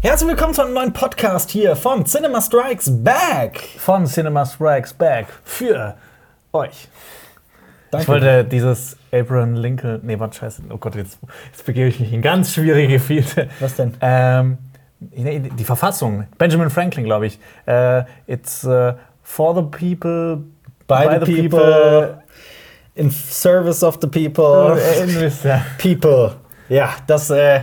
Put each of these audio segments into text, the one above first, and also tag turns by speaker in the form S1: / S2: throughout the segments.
S1: Herzlich willkommen zu einem neuen Podcast hier von Cinema Strikes Back.
S2: Von Cinema Strikes Back für euch.
S1: Danke.
S2: Ich wollte dieses Abraham Lincoln. Nee, was scheiße. Oh Gott, jetzt, jetzt begebe ich mich in ganz schwierige Gefilde.
S1: Was denn?
S2: Ähm, nee, die Verfassung. Benjamin Franklin, glaube ich. Äh, it's äh, for the people,
S1: by, the, people, in service of the people,
S2: Äh, in this, ja.
S1: people. Oh. Ja, das, äh,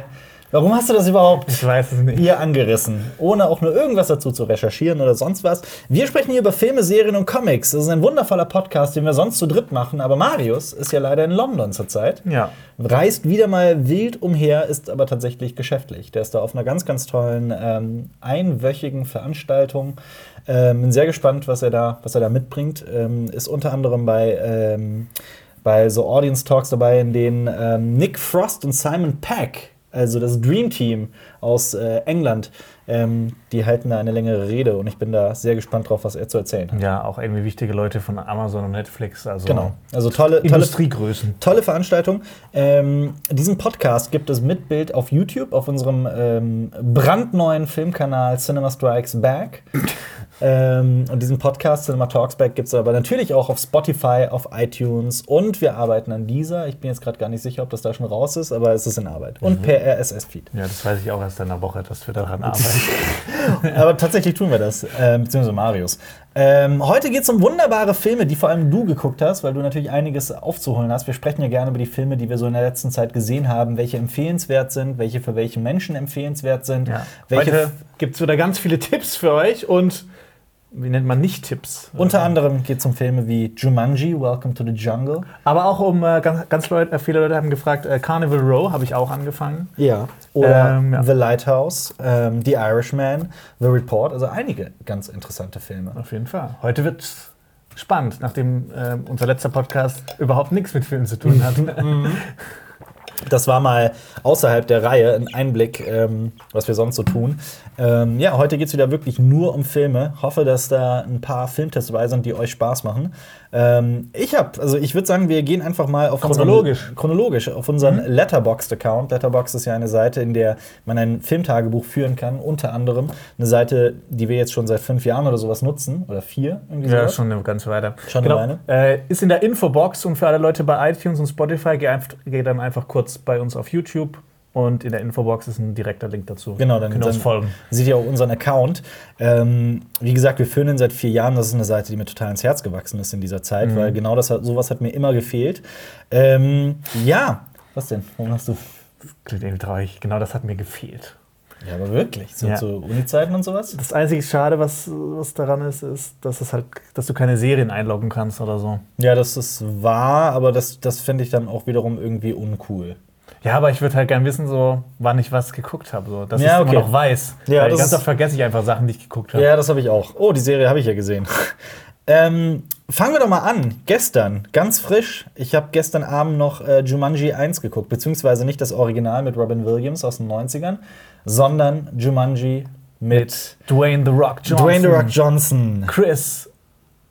S1: warum hast du das überhaupt
S2: Ich weiß es nicht.
S1: hier angerissen? Ohne auch nur irgendwas dazu zu recherchieren oder sonst was. Wir sprechen hier über Filme, Serien und Comics. Das ist ein wundervoller Podcast, den wir sonst zu dritt machen, aber Marius ist ja leider in London zurzeit.
S2: Ja.
S1: Reist wieder mal wild umher, ist aber tatsächlich geschäftlich. Der ist da auf einer ganz, ganz tollen ähm, einwöchigen Veranstaltung. Ähm, bin sehr gespannt, was er da, was er da mitbringt. Ähm, ist unter anderem bei, ähm, bei so Audience Talks dabei, in denen ähm, Nick Frost und Simon Peck, also das Dream Team aus äh, England, ähm, die halten da eine längere Rede und ich bin da sehr gespannt drauf, was er zu erzählen hat.
S2: Ja, auch irgendwie wichtige Leute von Amazon und Netflix. Also
S1: Genau. Also tolle, tolle
S2: Industriegrößen.
S1: Tolle Veranstaltung. Ähm, diesen Podcast gibt es mit Bild auf YouTube, auf unserem ähm, brandneuen Filmkanal Cinema Strikes Back. ähm, und diesen Podcast Cinema Talks Back gibt es aber natürlich auch auf Spotify, auf iTunes und wir arbeiten an dieser. Ich bin jetzt gerade gar nicht sicher, ob das da schon raus ist, aber es ist in Arbeit. Und per RSS-Feed.
S2: Ja, das weiß ich auch erst in einer Woche, dass wir daran arbeiten.
S1: aber tatsächlich tun wir das, ähm, beziehungsweise Marius. Ähm, heute geht es um wunderbare Filme, die vor allem du geguckt hast, weil du natürlich einiges aufzuholen hast. Wir sprechen ja gerne über die Filme, die wir so in der letzten Zeit gesehen haben, welche empfehlenswert sind, welche für welche Menschen empfehlenswert sind.
S2: Ja.
S1: Welche
S2: Heute gibt es wieder ganz viele Tipps für euch und wie nennt man nicht Tipps? Äh,
S1: Unter anderem geht es um Filme wie Jumanji, Welcome to the Jungle.
S2: Aber auch um äh, ganz, ganz Leute, äh, viele Leute haben gefragt, äh, Carnival Row habe ich auch angefangen.
S1: Ja. Oder
S2: Ähm, ja.
S1: The Lighthouse, ähm, The Irishman, The Report. Also einige ganz interessante Filme.
S2: Auf jeden Fall. Heute wird spannend, nachdem äh, unser letzter Podcast überhaupt nichts mit Filmen zu tun hat.
S1: Das war mal außerhalb der Reihe ein Einblick, ähm, was wir sonst so tun. Ähm, ja, heute geht es wieder wirklich nur um Filme. Hoffe, dass da ein paar Filmtests dabei sind, die euch Spaß machen. Ähm, ich habe, also ich würde sagen, wir gehen einfach mal auf
S2: Chronologisch. Mhm.
S1: Unseren, chronologisch auf unseren Letterboxd-Account. Letterboxd ist ja eine Seite, in der man ein Filmtagebuch führen kann, unter anderem eine Seite, die wir jetzt schon seit fünf Jahren oder sowas nutzen oder vier irgendwie
S2: ja,
S1: sowas.
S2: schon eine ganze weiter.
S1: Schon eine
S2: genau. äh, Ist in der Infobox und für alle Leute bei iTunes und Spotify, geht, einf geh dann einfach kurz bei uns auf YouTube und in der Infobox ist ein direkter Link dazu.
S1: Genau, dann-
S2: könnt ihr uns
S1: dann-
S2: folgen.
S1: Seht ihr auch unseren Account. Ähm, wie gesagt, wir führen ihn seit vier Jahren. Das ist eine Seite, die mir total ins Herz gewachsen ist in dieser Zeit, weil genau das, hat- sowas hat mir immer gefehlt. Ähm, ja. Was denn? Warum hast du?
S2: Klingt irgendwie traurig. Genau das hat mir gefehlt.
S1: Ja, aber wirklich. So
S2: Ja.
S1: zu Uni-Zeiten und sowas?
S2: Das einzige Schade, was, was daran ist, ist, dass es halt, dass du keine Serien einloggen kannst oder so.
S1: Ja, das ist wahr, aber das, das finde ich dann auch wiederum irgendwie uncool.
S2: Ja, aber ich würde halt gern wissen, so, wann ich was geguckt habe, so, dass
S1: Ja,
S2: ich
S1: okay.
S2: immer noch weiß.
S1: Ja,
S2: Weil
S1: das
S2: ganz
S1: ist-
S2: oft vergesse ich einfach Sachen, die ich geguckt habe.
S1: Ja, das habe ich auch. Oh, die Serie habe ich ja gesehen. ähm, fangen wir doch mal an. Gestern, ganz frisch. Ich habe gestern Abend noch äh, Jumanji 1 geguckt, beziehungsweise nicht das Original mit Robin Williams aus den 90ern, sondern Jumanji mit
S2: Dwayne The Rock Johnson.
S1: Dwayne The Rock Johnson.
S2: Chris.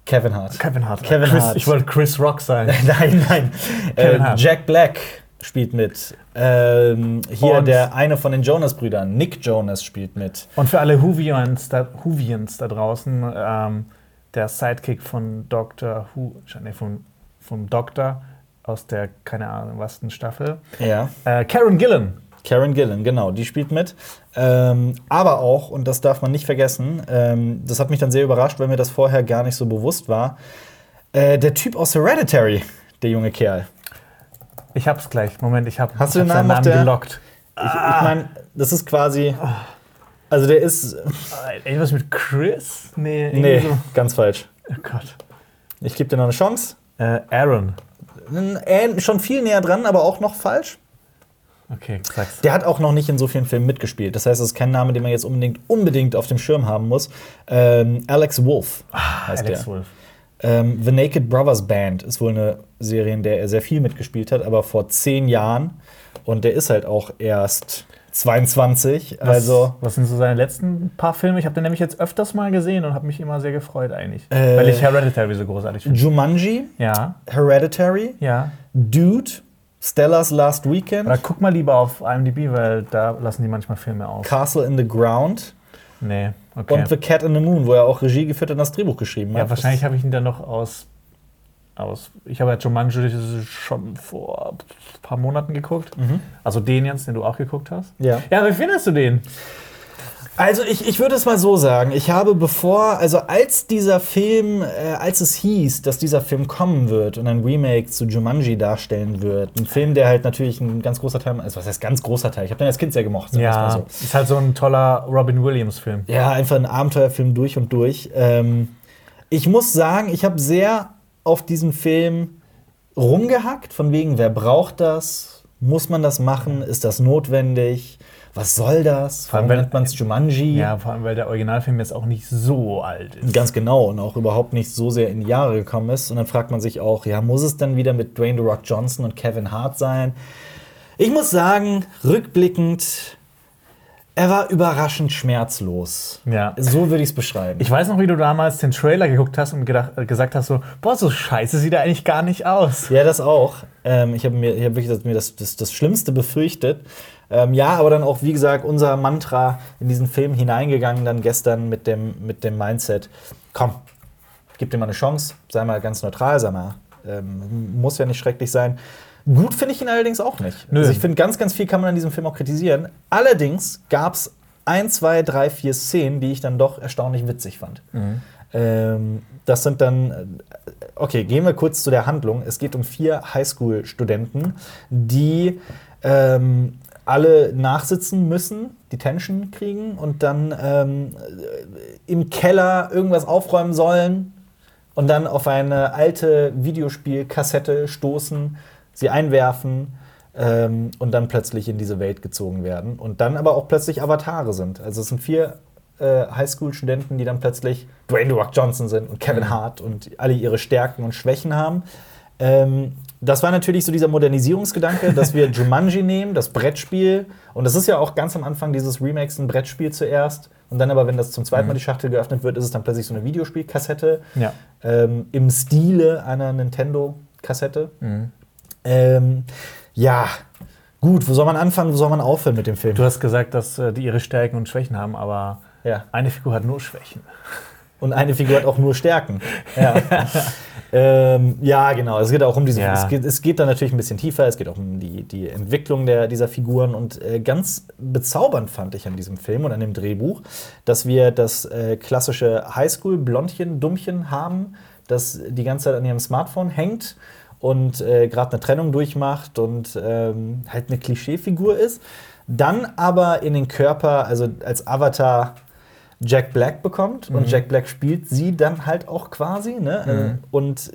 S1: Kevin Hart.
S2: Kevin Hart.
S1: Kevin
S2: Chris,
S1: Hart.
S2: Ich wollte Chris Rock sein.
S1: nein, nein. Äh,
S2: Kevin Hart.
S1: Jack Black spielt mit. Ähm, hier
S2: Und-
S1: der eine von den Jonas-Brüdern, Nick Jonas, spielt mit.
S2: Und für alle Hoovians da, Hoovians da draußen, ähm, der Sidekick von Dr. Who, nee, vom, vom Doktor aus der, keine Ahnung, was, Staffel.
S1: Ja.
S2: Äh, Karen Gillan.
S1: Karen Gillan, genau, die spielt mit. Ähm, aber auch, und das darf man nicht vergessen, ähm, das hat mich dann sehr überrascht, weil mir das vorher gar nicht so bewusst war, äh, der Typ aus Hereditary, der junge Kerl.
S2: Ich hab's gleich. Moment, ich hab,
S1: Hast du
S2: ich
S1: den
S2: hab seinen
S1: Namen auf der-
S2: gelockt.
S1: Ich, ich meine, das ist quasi. Also der ist.
S2: Äh, Irgendwas mit Chris? Nee, irgendwie
S1: Nee,
S2: so.
S1: ganz falsch.
S2: Oh Gott.
S1: Ich gebe dir noch eine Chance.
S2: Äh, Aaron.
S1: Äh, schon viel näher dran, aber auch noch falsch.
S2: Okay, sag's.
S1: Der hat auch noch nicht in so vielen Filmen mitgespielt. Das heißt, das ist kein Name, den man jetzt unbedingt, unbedingt auf dem Schirm haben muss. Ähm, Alex Wolf heißt
S2: Alex Wolf.
S1: Ähm, The Naked Brothers Band ist wohl eine Serie, in der er sehr viel mitgespielt hat, aber vor zehn Jahren. Und der ist halt auch erst 22.
S2: Was,
S1: Also,
S2: was sind so seine letzten paar Filme? Ich habe den nämlich jetzt öfters mal gesehen und habe mich immer sehr gefreut eigentlich,
S1: Äh,
S2: weil ich Hereditary so großartig finde.
S1: Jumanji,
S2: Ja,
S1: Hereditary,
S2: ja.
S1: Dude, Stella's Last Weekend,
S2: Aber guck mal lieber auf IMDb, weil da lassen die manchmal Filme auf.
S1: Castle in the Ground
S2: Nee, okay.
S1: und The Cat in the Moon, wo er auch Regie geführt und das Drehbuch geschrieben hat.
S2: ja, wahrscheinlich habe ich ihn dann noch aus. aus ich habe ja Jumanji schon vor ein paar Monaten geguckt. Also den jetzt, den du auch geguckt hast.
S1: Mhm. Ja.
S2: Ja, wie findest du den?
S1: Also ich, ich würde es mal so sagen, ich habe bevor, also als dieser Film, äh, als es hieß, dass dieser Film kommen wird und ein Remake zu Jumanji darstellen wird, ein Film, der halt natürlich ein ganz großer Teil, also was heißt ganz großer Teil, ich habe den als Kind sehr gemocht. sagen wir es mal so.
S2: ist halt so ein toller Robin Williams-Film.
S1: Ja, einfach ein Abenteuerfilm durch und durch. Ähm, ich muss sagen, ich habe sehr auf diesen Film rumgehackt, von wegen, wer braucht das? Muss man das machen? Ist das notwendig? Was soll das?
S2: Vor allem,
S1: Warum
S2: wenn-
S1: nennt man es Jumanji?
S2: Ja, vor allem, weil der Originalfilm jetzt auch nicht so alt ist.
S1: Ganz genau und auch überhaupt nicht so sehr in die Jahre gekommen ist. Und dann fragt man sich auch, ja, muss es dann wieder mit Dwayne The Rock Johnson und Kevin Hart sein? Ich muss sagen, rückblickend, er war überraschend schmerzlos.
S2: Ja.
S1: So würde ich es beschreiben.
S2: Ich weiß noch, wie du damals den Trailer geguckt hast und gedacht, äh, gesagt hast, so, boah, so scheiße sieht er eigentlich gar nicht aus.
S1: Ja, das auch. Ähm, ich habe mir, ich hab wirklich das, mir das, das, das Schlimmste befürchtet. Ähm, ja, aber dann auch, wie gesagt, unser Mantra in diesen Film hineingegangen, dann gestern mit dem, mit dem Mindset: komm, gib dir mal eine Chance, sei mal ganz neutral, sei mal. Ähm, muss ja nicht schrecklich sein. Gut finde ich ihn allerdings auch nicht.
S2: Nö.
S1: Also ich finde, ganz, ganz viel kann man an diesem Film auch kritisieren. Allerdings gab es ein, zwei, drei, vier Szenen, die ich dann doch erstaunlich witzig fand. Ähm, das sind dann, äh, okay, gehen wir kurz zu der Handlung. Es geht um vier Highschool-Studenten, die ähm, alle nachsitzen müssen, Detention kriegen und dann ähm, im Keller irgendwas aufräumen sollen und dann auf eine alte Videospielkassette stoßen, sie einwerfen ähm, und dann plötzlich in diese Welt gezogen werden und dann aber auch plötzlich Avatare sind. Also es sind vier äh, Highschool-Studenten, die dann plötzlich Dwayne The Rock Johnson sind und Kevin Hart und alle ihre Stärken und Schwächen haben. Ähm, das war natürlich so dieser Modernisierungsgedanke, dass wir Jumanji nehmen, das Brettspiel. Und das ist ja auch ganz am Anfang dieses Remakes ein Brettspiel zuerst. Und dann aber, wenn das zum zweiten Mal die Schachtel geöffnet wird, ist es dann plötzlich so eine Videospielkassette
S2: Ja.
S1: ähm, im Stile einer Nintendo-Kassette. Ähm, ja, gut, wo soll man anfangen, wo soll man aufhören mit dem Film?
S2: Du hast gesagt, dass äh, die ihre Stärken und Schwächen haben, aber
S1: Ja.
S2: eine Figur hat nur Schwächen.
S1: Und eine Figur hat auch nur Stärken. Ja. ähm, ja, genau. Es geht auch um diese.
S2: Ja.
S1: Es, geht, es geht dann natürlich ein bisschen tiefer. Es geht auch um die, die Entwicklung der, dieser Figuren. Und äh, ganz bezaubernd fand ich an diesem Film und an dem Drehbuch, dass wir das äh, klassische Highschool-Blondchen-Dummchen haben, das die ganze Zeit an ihrem Smartphone hängt und äh, gerade eine Trennung durchmacht und ähm, halt eine Klischeefigur ist. Dann aber in den Körper, also als Avatar Jack Black bekommt und Jack Black spielt sie dann halt auch quasi. Ne? Ähm, Und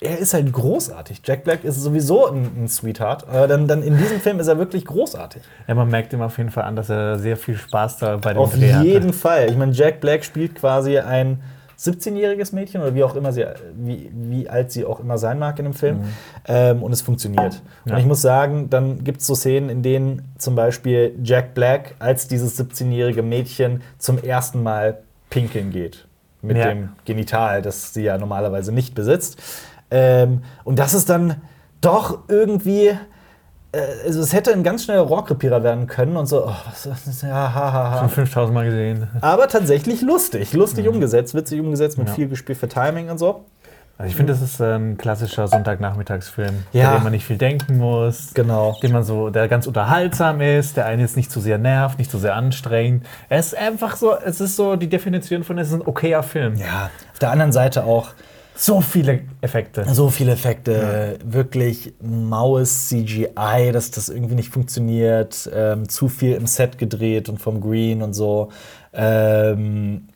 S1: er ist halt großartig. Jack Black ist sowieso ein, ein Sweetheart, aber dann, dann in diesem Film ist er wirklich großartig.
S2: Ja, man merkt ihm auf jeden Fall an, dass er sehr viel Spaß da bei dem
S1: Auf
S2: Dreh hatte.
S1: jeden Fall. Ich meine, Jack Black spielt quasi ein 17-jähriges Mädchen oder wie auch immer sie, wie, wie alt sie auch immer sein mag in dem Film. Ähm, und es funktioniert.
S2: Mhm. Ja.
S1: Und ich muss sagen, dann gibt es so Szenen, in denen zum Beispiel Jack Black als dieses 17-jährige Mädchen zum ersten Mal pinkeln geht. Mit
S2: Ja.
S1: dem Genital, das sie ja normalerweise nicht besitzt. Ähm, und das ist dann doch irgendwie. äh, Also es hätte ein ganz schneller Rohrkrepierer werden können und so, oh, was, was, ja, ha, ha, ha.
S2: Schon 5000 Mal gesehen.
S1: Aber tatsächlich lustig. Lustig umgesetzt, witzig umgesetzt, mit
S2: Ja.
S1: viel Gespür für Timing und so.
S2: Also ich finde, das ist ein klassischer Sonntagnachmittagsfilm,
S1: Ja.
S2: bei dem man nicht viel denken muss.
S1: Genau.
S2: Den man so, der ganz unterhaltsam ist, der einen jetzt nicht zu sehr nervt, nicht zu sehr anstrengend. Es ist einfach so, es ist so die Definition von, es ist ein okayer Film.
S1: Ja, auf der anderen Seite auch
S2: So viele Effekte.
S1: so viele Effekte, wirklich maues CGI, dass das irgendwie nicht funktioniert, ähm, zu viel im Set gedreht und vom Green und so. Ähm,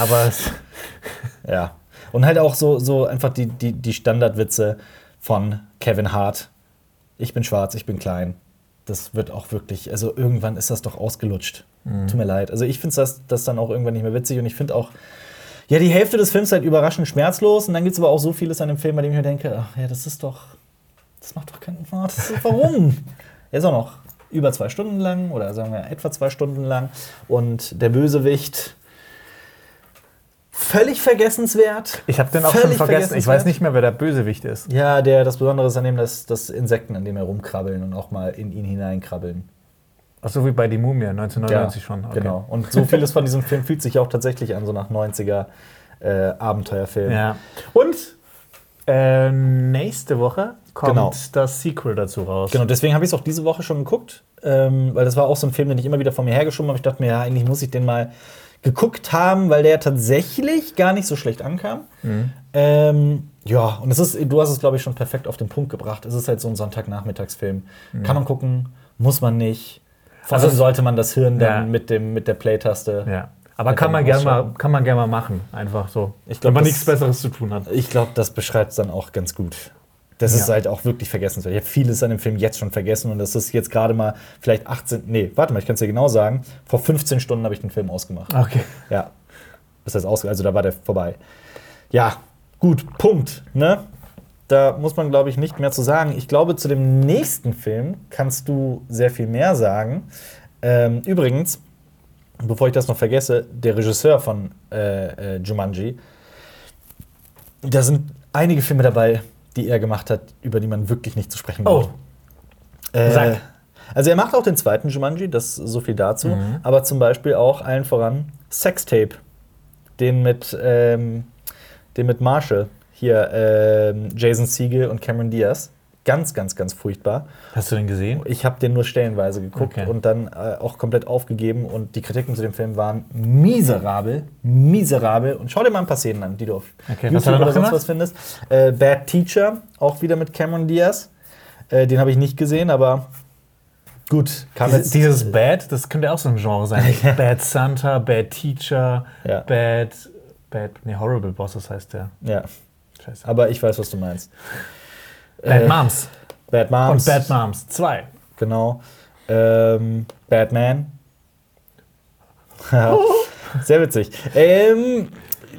S2: Aber es,
S1: ja. Und halt auch so, so einfach die, die, die Standardwitze von Kevin Hart. Ich bin schwarz, ich bin klein. Das wird auch wirklich, also irgendwann ist das doch ausgelutscht.
S2: Mhm.
S1: Tut mir leid. Also ich finde das, das dann auch irgendwann nicht mehr witzig und ich finde auch, ja, die Hälfte des Films halt überraschend schmerzlos und dann gibt es aber auch so vieles an dem Film, bei dem ich mir denke, ach ja, das ist doch, das macht doch keinen Spaß. Das ist- Warum? er ist auch noch über zwei Stunden lang oder sagen wir etwa zwei Stunden lang und der Bösewicht Völlig vergessenswert.
S2: Ich habe den auch schon
S1: Völlig
S2: vergessen. Ich weiß
S1: vergessenswert.
S2: nicht mehr, wer der Bösewicht ist.
S1: Ja, der, das Besondere ist an dem, dass, dass Insekten an dem herumkrabbeln und auch mal in ihn hineinkrabbeln.
S2: Ach, so wie bei Die Mumie 1999
S1: ja,
S2: schon. Okay.
S1: Genau. Und so vieles von diesem Film fühlt sich auch tatsächlich an, so nach 90er äh, Abenteuerfilm.
S2: Ja.
S1: Und
S2: Äh, nächste Woche kommt
S1: Genau.
S2: das Sequel dazu raus.
S1: genau, deswegen habe ich es auch diese Woche schon geguckt, ähm, weil das war auch so ein Film, den ich immer wieder vor mir hergeschoben habe. Ich dachte mir, ja, eigentlich muss ich den mal geguckt haben, weil der tatsächlich gar nicht so schlecht ankam.
S2: Mhm.
S1: Ähm, ja, und es ist, du hast es, glaube ich, schon perfekt auf den Punkt gebracht. Es ist halt so ein Sonntagnachmittagsfilm. Kann man gucken, muss man nicht. Vor
S2: Mhm. Also
S1: allem
S2: es-
S1: sollte man das Hirn dann
S2: Ja.
S1: mit, dem, mit der Play-Taste.
S2: Ja. Aber
S1: Ja,
S2: kann
S1: kann
S2: man,
S1: man
S2: gerne mal,
S1: rausschauen.
S2: kann man gerne mal machen, einfach so.
S1: Ich glaub,
S2: Wenn man
S1: das-
S2: nichts Besseres zu tun hat.
S1: Ich glaube, das beschreibt es dann auch ganz gut. Das ist
S2: Ja.
S1: halt auch wirklich vergessenswert. Ich habe vieles an dem Film jetzt schon vergessen und das ist jetzt gerade mal vielleicht 18. Nee, warte mal, ich kann es dir genau sagen. Vor 15 Stunden habe ich den Film ausgemacht.
S2: Okay.
S1: Ja. Das heißt ausge also da war der vorbei. Ja, gut, Punkt, ne? Da muss man glaube ich nicht mehr zu sagen. Ich glaube, zu dem nächsten Film kannst du sehr viel mehr sagen. Ähm, übrigens, bevor ich das noch vergesse, der Regisseur von äh, äh, Jumanji, da sind einige Filme dabei, die er gemacht hat, über die man wirklich nicht zu sprechen
S2: Oh,
S1: braucht. Äh,
S2: Sag.
S1: Also er macht auch den zweiten Jumanji, das so viel dazu, aber zum Beispiel auch allen voran Sextape, den mit ähm, den mit Marshall hier ähm, Jason Siegel und Cameron Diaz. Ganz, ganz, ganz furchtbar.
S2: hast du den gesehen?
S1: Ich habe den nur stellenweise geguckt
S2: Okay.
S1: und dann äh, auch komplett aufgegeben. Und die Kritiken zu dem Film waren miserabel, miserabel. Und schau dir mal ein paar Szenen an, die du auf
S2: Okay,
S1: YouTube
S2: was hat er noch
S1: oder sonst
S2: gemacht?
S1: was findest. Äh, Bad Teacher, auch wieder mit Cameron Diaz. Äh, den habe ich nicht gesehen, aber gut. Kam
S2: Dieses,
S1: jetzt
S2: dieses Bad, das könnte auch so ein Genre sein. Bad Santa, Bad Teacher,
S1: Ja.
S2: Bad, Bad, nee, Horrible Bosses heißt der.
S1: ja,
S2: Scheiße.
S1: aber ich weiß, was du meinst.
S2: Bad
S1: äh,
S2: Moms
S1: Bad
S2: und
S1: Moms.
S2: Bad Moms 2.
S1: Genau. Ähm, Batman. sehr witzig. Ähm,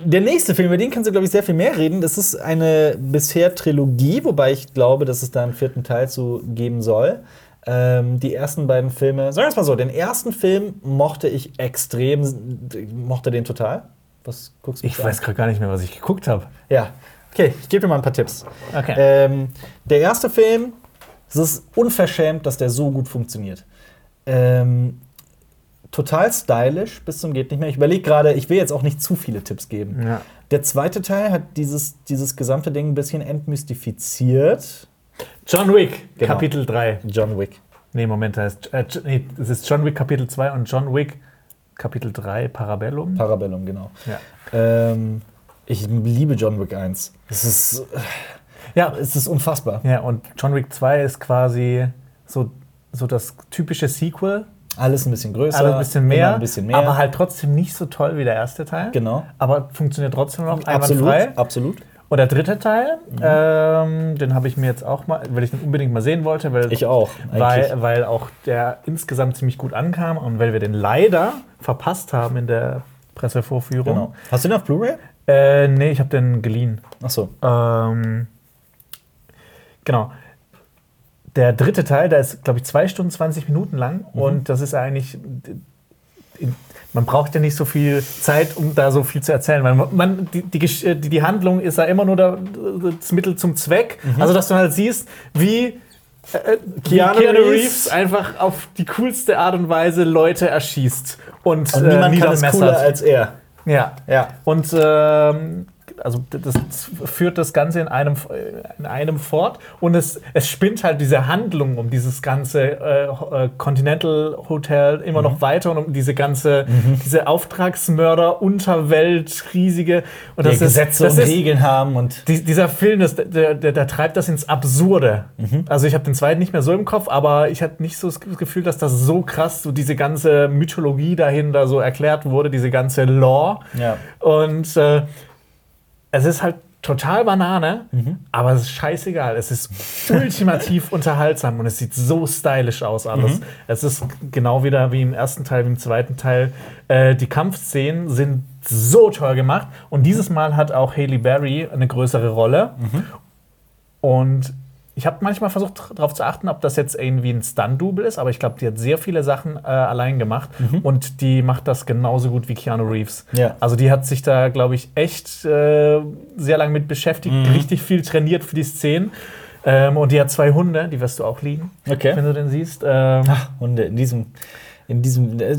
S1: der nächste Film, über den kannst du, glaube ich, sehr viel mehr reden. Das ist eine bisher Trilogie, wobei ich glaube, dass es da einen vierten Teil zu geben soll. Ähm, die ersten beiden Filme, sagen wir es mal so, den ersten Film mochte ich extrem, mochte den total. Was guckst du
S2: Ich
S1: mich
S2: weiß
S1: an?
S2: gerade gar nicht mehr, was ich geguckt habe.
S1: Ja. Okay, ich gebe dir mal ein paar Tipps.
S2: Okay.
S1: Ähm, der erste Film, es ist unverschämt, dass der so gut funktioniert. Ähm, total stylisch, bis zum geht nicht mehr. Ich überlege gerade, ich will jetzt auch nicht zu viele Tipps geben.
S2: Ja.
S1: Der zweite Teil hat dieses, dieses gesamte Ding ein bisschen entmystifiziert.
S2: John Wick,
S1: Genau.
S2: Kapitel 3.
S1: John Wick.
S2: Nee, Moment, da ist, äh, J- nee, das ist John Wick Kapitel 2 und John Wick Kapitel 3 Parabellum.
S1: Parabellum, genau.
S2: Ja.
S1: Ähm, ich liebe John Wick 1. Es ist,
S2: Ja,
S1: es ist unfassbar.
S2: ja, und John Wick 2 ist quasi so, so das typische Sequel,
S1: Alles ein bisschen größer.
S2: aber ein bisschen
S1: immer
S2: mehr,
S1: Ein bisschen mehr.
S2: aber halt trotzdem nicht so toll wie der erste Teil.
S1: genau.
S2: Aber funktioniert trotzdem noch
S1: Absolut, Mhm.
S2: einwandfrei.
S1: absolut.
S2: Und der dritte Teil, ähm, den habe ich mir jetzt auch mal, weil ich den unbedingt mal sehen wollte, weil,
S1: Ich auch. eigentlich.
S2: weil, äh, weil auch der insgesamt ziemlich gut ankam und weil wir den leider verpasst haben in der Pressevorführung.
S1: Genau. Hast du den auf Blu-ray?
S2: Äh, nee, ich habe den geliehen.
S1: Achso.
S2: Ähm, genau. Der dritte Teil, der ist, glaube ich, zwei Stunden 20 Minuten lang.
S1: Mhm.
S2: Und das ist eigentlich. Man braucht ja nicht so viel Zeit, um da so viel zu erzählen. Weil man, die, die, Gesch- äh, die, die Handlung ist ja immer nur da, das Mittel zum Zweck. Also, dass du halt siehst, wie. äh,
S1: Mhm. Keanu
S2: wie Keanu Reeves.
S1: Reeves
S2: einfach auf die coolste Art und Weise Leute erschießt und, äh,
S1: Und niemand kann es
S2: niedermessert.
S1: cooler als er.
S2: ja.
S1: Ja.
S2: Und ähm, also das das führt das Ganze in einem, in einem fort und es, es spinnt halt diese Handlung um dieses ganze äh, Ho- äh, Continental Hotel immer
S1: Mhm.
S2: noch weiter und um diese ganze diese Auftragsmörder Unterwelt riesige und
S1: Die
S2: das ist,
S1: Gesetze
S2: das
S1: und
S2: ist
S1: Regeln haben und
S2: die, dieser Film, das, der, der, der treibt das ins Absurde.
S1: Mhm.
S2: Also ich habe den zweiten nicht mehr so im Kopf, aber ich hatte nicht so das Gefühl, dass das so krass, so diese ganze Mythologie dahinter so erklärt wurde, diese ganze Lore.
S1: Ja.
S2: Und äh, es ist halt total Banane, aber es ist scheißegal. Es ist ultimativ unterhaltsam und es sieht so stylisch aus alles. Es ist genau wieder wie im ersten Teil, wie im zweiten Teil. Äh, die Kampfszenen sind so toll gemacht und dieses Mal hat auch Haley Berry eine größere Rolle. Und Ich habe manchmal versucht, darauf zu achten, ob das jetzt irgendwie ein Stunt-Double ist, aber ich glaube, die hat sehr viele Sachen äh, allein gemacht und die macht das genauso gut wie Keanu Reeves.
S1: Mhm. Ja.
S2: Also die hat sich da, glaube ich, echt äh, sehr lange mit beschäftigt,
S1: Mhm.
S2: richtig viel trainiert für die Szenen. Ähm, und die hat zwei Hunde, die wirst du auch lieben,
S1: Okay.
S2: wenn du den siehst. Ähm,
S1: Hunde in diesem. In diesem. äh,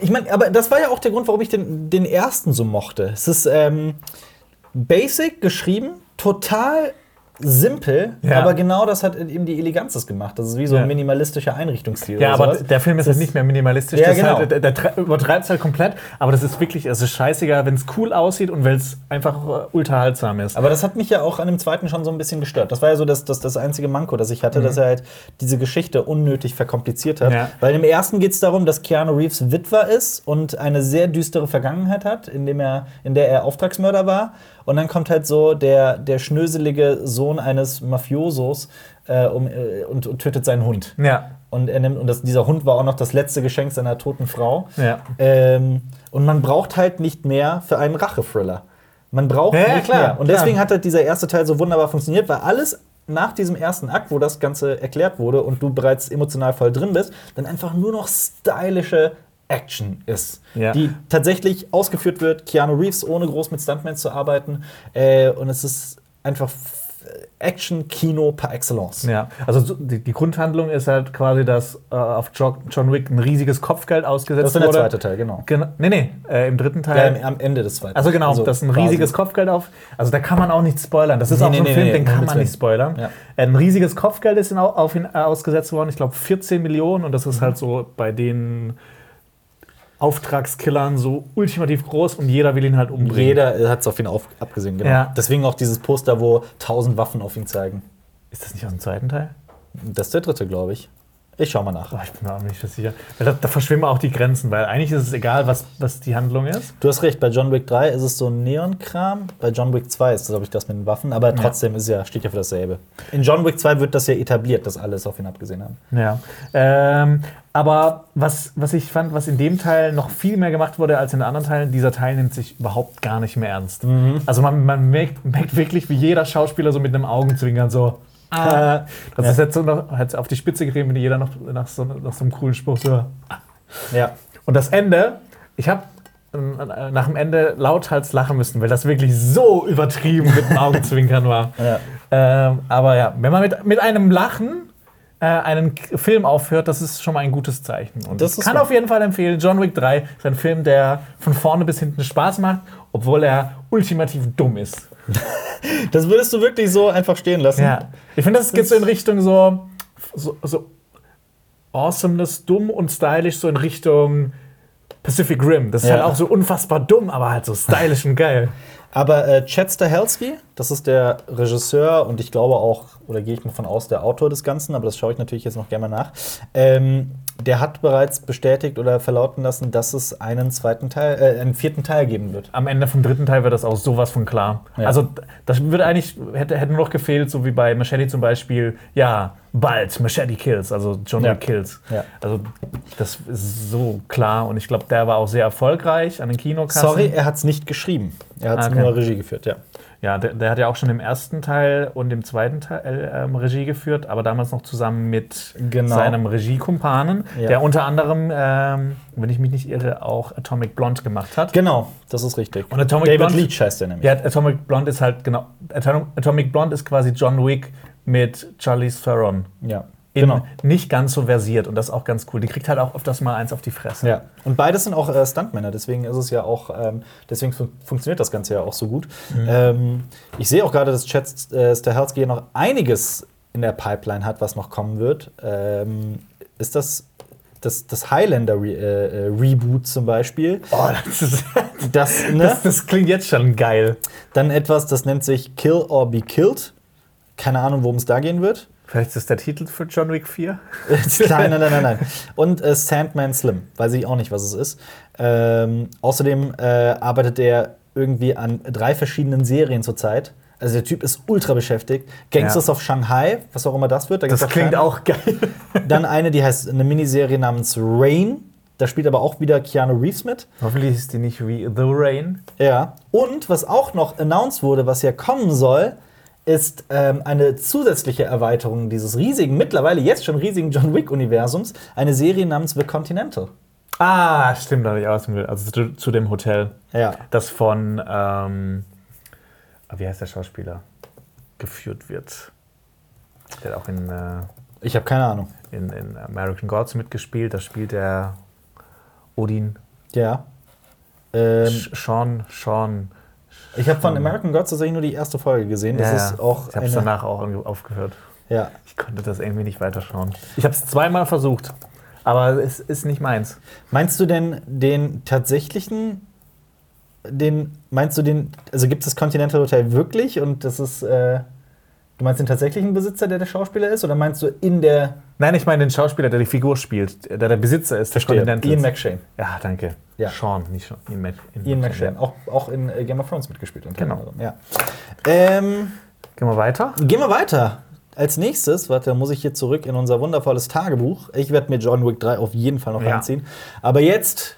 S1: Ich meine, aber das war ja auch der Grund, warum ich den, den ersten so mochte. Es ist ähm, basic geschrieben, total simpel,
S2: Ja.
S1: aber genau das hat eben die Eleganz das gemacht. Das ist wie so
S2: Ja.
S1: ein minimalistischer Einrichtungsstil.
S2: Ja,
S1: oder
S2: aber
S1: sowas.
S2: der Film ist
S1: Das-
S2: halt nicht mehr minimalistisch.
S1: Ja,
S2: das
S1: genau.
S2: ist halt, der, der tre- übertreibt es halt komplett. Aber das ist wirklich, es ist scheißegal, wenn es cool aussieht und weil es einfach äh, ultra haltsam ist.
S1: Aber das hat mich ja auch an dem zweiten schon so ein bisschen gestört. Das war ja so das, das, das einzige Manko, das ich hatte, dass er halt diese Geschichte unnötig verkompliziert hat.
S2: Mhm. Ja.
S1: Weil im ersten geht es darum, dass Keanu Reeves Witwer ist und eine sehr düstere Vergangenheit hat, indem er, in der er Auftragsmörder war. Und dann kommt halt so der, der schnöselige Sohn eines Mafiosos äh, um, äh, und, und tötet seinen Hund.
S2: ja,
S1: Und, er nimmt, und das, dieser Hund war auch noch das letzte Geschenk seiner toten Frau.
S2: ja.
S1: Ähm, und man braucht halt nicht mehr für einen Rache-Thriller. Man braucht
S2: Ja, ja,
S1: nicht
S2: klar,
S1: mehr. Und
S2: klar.
S1: deswegen hat halt dieser erste Teil so wunderbar funktioniert, weil alles nach diesem ersten Akt, wo das Ganze erklärt wurde und du bereits emotional voll drin bist, dann einfach nur noch stylische Action ist,
S2: Ja.
S1: die tatsächlich ausgeführt wird. Keanu Reeves ohne groß mit Stuntmen zu arbeiten. Äh, und es ist einfach f- äh, Action-Kino par excellence.
S2: Ja, also so- die, die Grundhandlung ist halt quasi, dass äh, auf Jo- John Wick ein riesiges Kopfgeld ausgesetzt
S1: Das ist dann
S2: wurde.
S1: der zweite Teil, genau.
S2: Genau, nee, nee, äh, im dritten
S1: Ja,
S2: Teil.
S1: am- am Ende des zweiten.
S2: also genau, das ist ein
S1: quasi.
S2: riesiges Kopfgeld auf. Also da kann man auch nicht spoilern. Das ist
S1: Nee,
S2: auch so ein
S1: nee, nee,
S2: Film,
S1: nee,
S2: den
S1: nee,
S2: kann
S1: mit
S2: man
S1: drin.
S2: nicht spoilern.
S1: Ja.
S2: Ein riesiges Kopfgeld ist ihn au- auf ihn äh, ausgesetzt worden. Ich glaube 14 Millionen und das
S1: Mhm.
S2: ist halt so bei den Auftragskillern so ultimativ groß und jeder will ihn halt umbringen.
S1: Jeder hat es auf ihn auf, abgesehen, genau.
S2: Ja.
S1: Deswegen auch dieses Poster, wo tausend Waffen auf ihn zeigen.
S2: Ist das nicht aus dem zweiten Teil?
S1: Das ist der dritte, glaube ich. Ich schau mal nach.
S2: Boah, ich bin mir auch nicht so sicher. Weil da, da verschwimmen auch die Grenzen, weil eigentlich ist es egal, was, was die Handlung ist.
S1: Du hast recht, bei John Wick 3 ist es so ein Neon-Kram. Bei John Wick 2 ist, glaube ich, das mit den Waffen. Aber trotzdem ist ja, steht ja für dasselbe. In John Wick 2 wird das ja etabliert, dass alles auf ihn abgesehen haben.
S2: Ja. Ähm, aber was, was ich fand, was in dem Teil noch viel mehr gemacht wurde als in den anderen Teilen, dieser Teil nimmt sich überhaupt gar nicht mehr ernst. Also man, man merkt, merkt wirklich, wie jeder Schauspieler so mit einem Augenzwinkern so. Ah. Das
S1: Ja.
S2: ist jetzt so noch, hat's auf die Spitze gegeben, wenn jeder noch nach so, nach so einem coolen Spruch so.
S1: Ja.
S2: Und das Ende, ich habe nach dem Ende lauthals lachen müssen, weil das wirklich so übertrieben mit dem Augenzwinkern war.
S1: ja.
S2: Ähm, aber ja, wenn man mit, mit einem Lachen äh, einen K- Film aufhört, das ist schon mal ein gutes Zeichen. Und
S1: Das
S2: ich
S1: ist
S2: kann
S1: wahr.
S2: auf jeden Fall empfehlen, John Wick 3 ist ein Film, der von vorne bis hinten Spaß macht, obwohl er ultimativ dumm ist.
S1: Das würdest du wirklich so einfach stehen lassen.
S2: Ja. Ich finde, das geht so in Richtung so, so, so awesomeness, dumm und stylisch, so in Richtung Pacific Rim. Das ist
S1: Ja.
S2: halt auch so unfassbar dumm, aber halt so stylisch und geil.
S1: Aber äh, Chad Stahelski, das ist der Regisseur und ich glaube auch, oder gehe ich mal von aus, der Autor des Ganzen, aber das schaue ich natürlich jetzt noch gerne mal nach. Ähm, der hat bereits bestätigt oder verlauten lassen, dass es einen zweiten Teil, äh, einen vierten Teil geben wird.
S2: am Ende vom dritten Teil wird das auch sowas von klar.
S1: Ja.
S2: Also das würde eigentlich, hätte, hätte nur noch gefehlt, so wie bei Machete zum Beispiel, ja, bald, Machete kills, also John Wick
S1: Ja.
S2: kills.
S1: Ja.
S2: Also das ist so klar und ich glaube, der war auch sehr erfolgreich an den Kinokassen.
S1: Sorry, er hat es nicht geschrieben. Er hat es
S2: ne? Ah, okay.
S1: nur Regie geführt, ja.
S2: Ja, der, der hat ja auch schon im ersten Teil und im zweiten Teil ähm, Regie geführt, aber damals noch zusammen mit
S1: Genau.
S2: seinem Regiekumpanen,
S1: Ja.
S2: der unter anderem, ähm, wenn ich mich nicht irre, auch Atomic Blonde gemacht hat.
S1: Genau, das ist richtig.
S2: Und Atomic
S1: David
S2: Blonde-
S1: Leach heißt der nämlich.
S2: Ja, Atomic Blonde ist halt genau. Atom- Atomic Blonde ist quasi John Wick mit Charlize Theron.
S1: Ja,
S2: In
S1: genau.
S2: Nicht ganz so versiert und das ist auch ganz cool. Die kriegt halt auch öfters mal eins auf die Fresse.
S1: Ja, und beides sind auch äh, Stuntmänner, deswegen ist es ja auch, ähm, deswegen fun funktioniert das Ganze ja auch so gut. Ähm, ich sehe auch gerade, dass Chad äh, Stahelski ja noch einiges in der Pipeline hat, was noch kommen wird. Ähm, ist das das, das Highlander Re äh, äh, Reboot zum Beispiel?
S2: Oh, das, ist,
S1: Das, ne?
S2: das, das klingt jetzt schon geil.
S1: Dann etwas, das nennt sich Kill or Be Killed. Keine Ahnung, worum es da gehen wird.
S2: Vielleicht ist das der Titel für John Wick 4.
S1: nein, nein, nein, nein, nein. Und äh, Sandman Slim. Weiß ich auch nicht, was es ist. Ähm, außerdem äh, arbeitet er irgendwie an drei verschiedenen Serien zurzeit. Also der Typ ist ultra beschäftigt. Gangsters
S2: Ja.
S1: of Shanghai, was auch immer das wird. Da
S2: Das
S1: gibt's
S2: klingt
S1: keine-
S2: auch geil.
S1: Dann eine, die heißt eine Miniserie namens Rain. Da spielt aber auch wieder Keanu Reeves mit.
S2: Hoffentlich ist die nicht wie The Rain.
S1: Ja. Und was auch noch announced wurde, was ja kommen soll, ist ähm, eine zusätzliche Erweiterung dieses riesigen, mittlerweile jetzt schon riesigen John Wick-Universums, eine Serie namens The Continental.
S2: Ah, stimmt, da hatte ich auch was im Bild. Also zu, zu dem Hotel.
S1: Ja.
S2: Das von, ähm, ah, wie heißt der Schauspieler? Geführt wird. Der hat auch in, äh,
S1: Ich habe keine Ahnung.
S2: in, in American Gods mitgespielt. Da spielt der Odin.
S1: Ja. Ähm,
S2: Sch- Sean, Sean.
S1: ich habe von American Gods tatsächlich nur die erste Folge gesehen. Das
S2: Ja, ja.
S1: ist auch
S2: ich habe
S1: eine-
S2: danach auch ange- aufgehört.
S1: Ja.
S2: Ich konnte das irgendwie nicht weiterschauen. Ich habe es zweimal versucht, aber es ist nicht meins.
S1: Meinst du denn den tatsächlichen, den, meinst du den, also gibt es das Continental Hotel wirklich und das ist, äh, du meinst den tatsächlichen Besitzer, der der Schauspieler ist oder meinst du in der,
S2: Nein, ich meine den Schauspieler, der die Figur spielt, der der Besitzer ist, der Continentals.
S1: Ian McShane?
S2: Ja, danke.
S1: Ja.
S2: Sean, nicht Sean. Ian, Mac
S1: Ian McShane, auch, auch in äh, Game of Thrones mitgespielt. Unter
S2: Genau.
S1: anderem, Ja. Ähm,
S2: Gehen wir weiter?
S1: gehen wir weiter. Als nächstes, warte, da muss ich hier zurück in unser wundervolles Tagebuch. Ich werde mir John Wick 3 auf jeden Fall noch
S2: Ja.
S1: reinziehen. Aber jetzt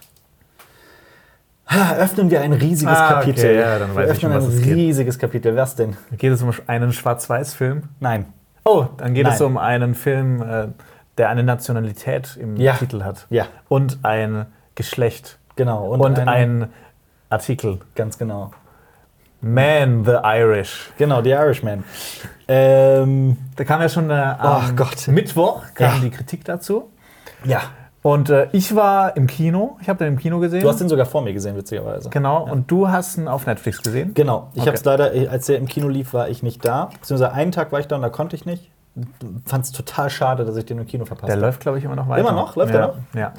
S1: ha, öffnen wir ein riesiges
S2: Ah, okay,
S1: Kapitel.
S2: ja, dann weiß
S1: wir
S2: ich schon,
S1: öffnen
S2: was
S1: ein
S2: es geht.
S1: riesiges Kapitel. Was denn?
S2: Geht es um einen Schwarz-Weiß-Film?
S1: Nein.
S2: Oh, dann geht es
S1: Nein.
S2: um einen Film, äh, der eine Nationalität im
S1: Ja.
S2: Titel hat.
S1: Ja,
S2: Und ein Geschlecht.
S1: genau.
S2: Und, ein Artikel.
S1: Ganz genau.
S2: Man the Irish.
S1: Genau, The Irishman. Ähm,
S2: Da kam ja schon äh,
S1: Ach
S2: am
S1: Gott.
S2: Mittwoch kam
S1: Ja.
S2: die Kritik dazu.
S1: ja.
S2: Und äh, ich war im Kino. Ich habe den im Kino gesehen.
S1: Du hast den sogar vor mir gesehen, witzigerweise.
S2: genau. Und du hast ihn auf Netflix gesehen.
S1: Genau. Ich
S2: Okay.
S1: habe es leider, äh, als der im Kino lief, war ich nicht da. Beziehungsweise einen Tag war ich da und da konnte ich nicht. Fand es total schade, dass ich den im Kino verpasst
S2: Der
S1: habe.
S2: läuft, glaube ich, immer noch weiter.
S1: Immer noch? Läuft
S2: ja.
S1: er noch?
S2: Ja.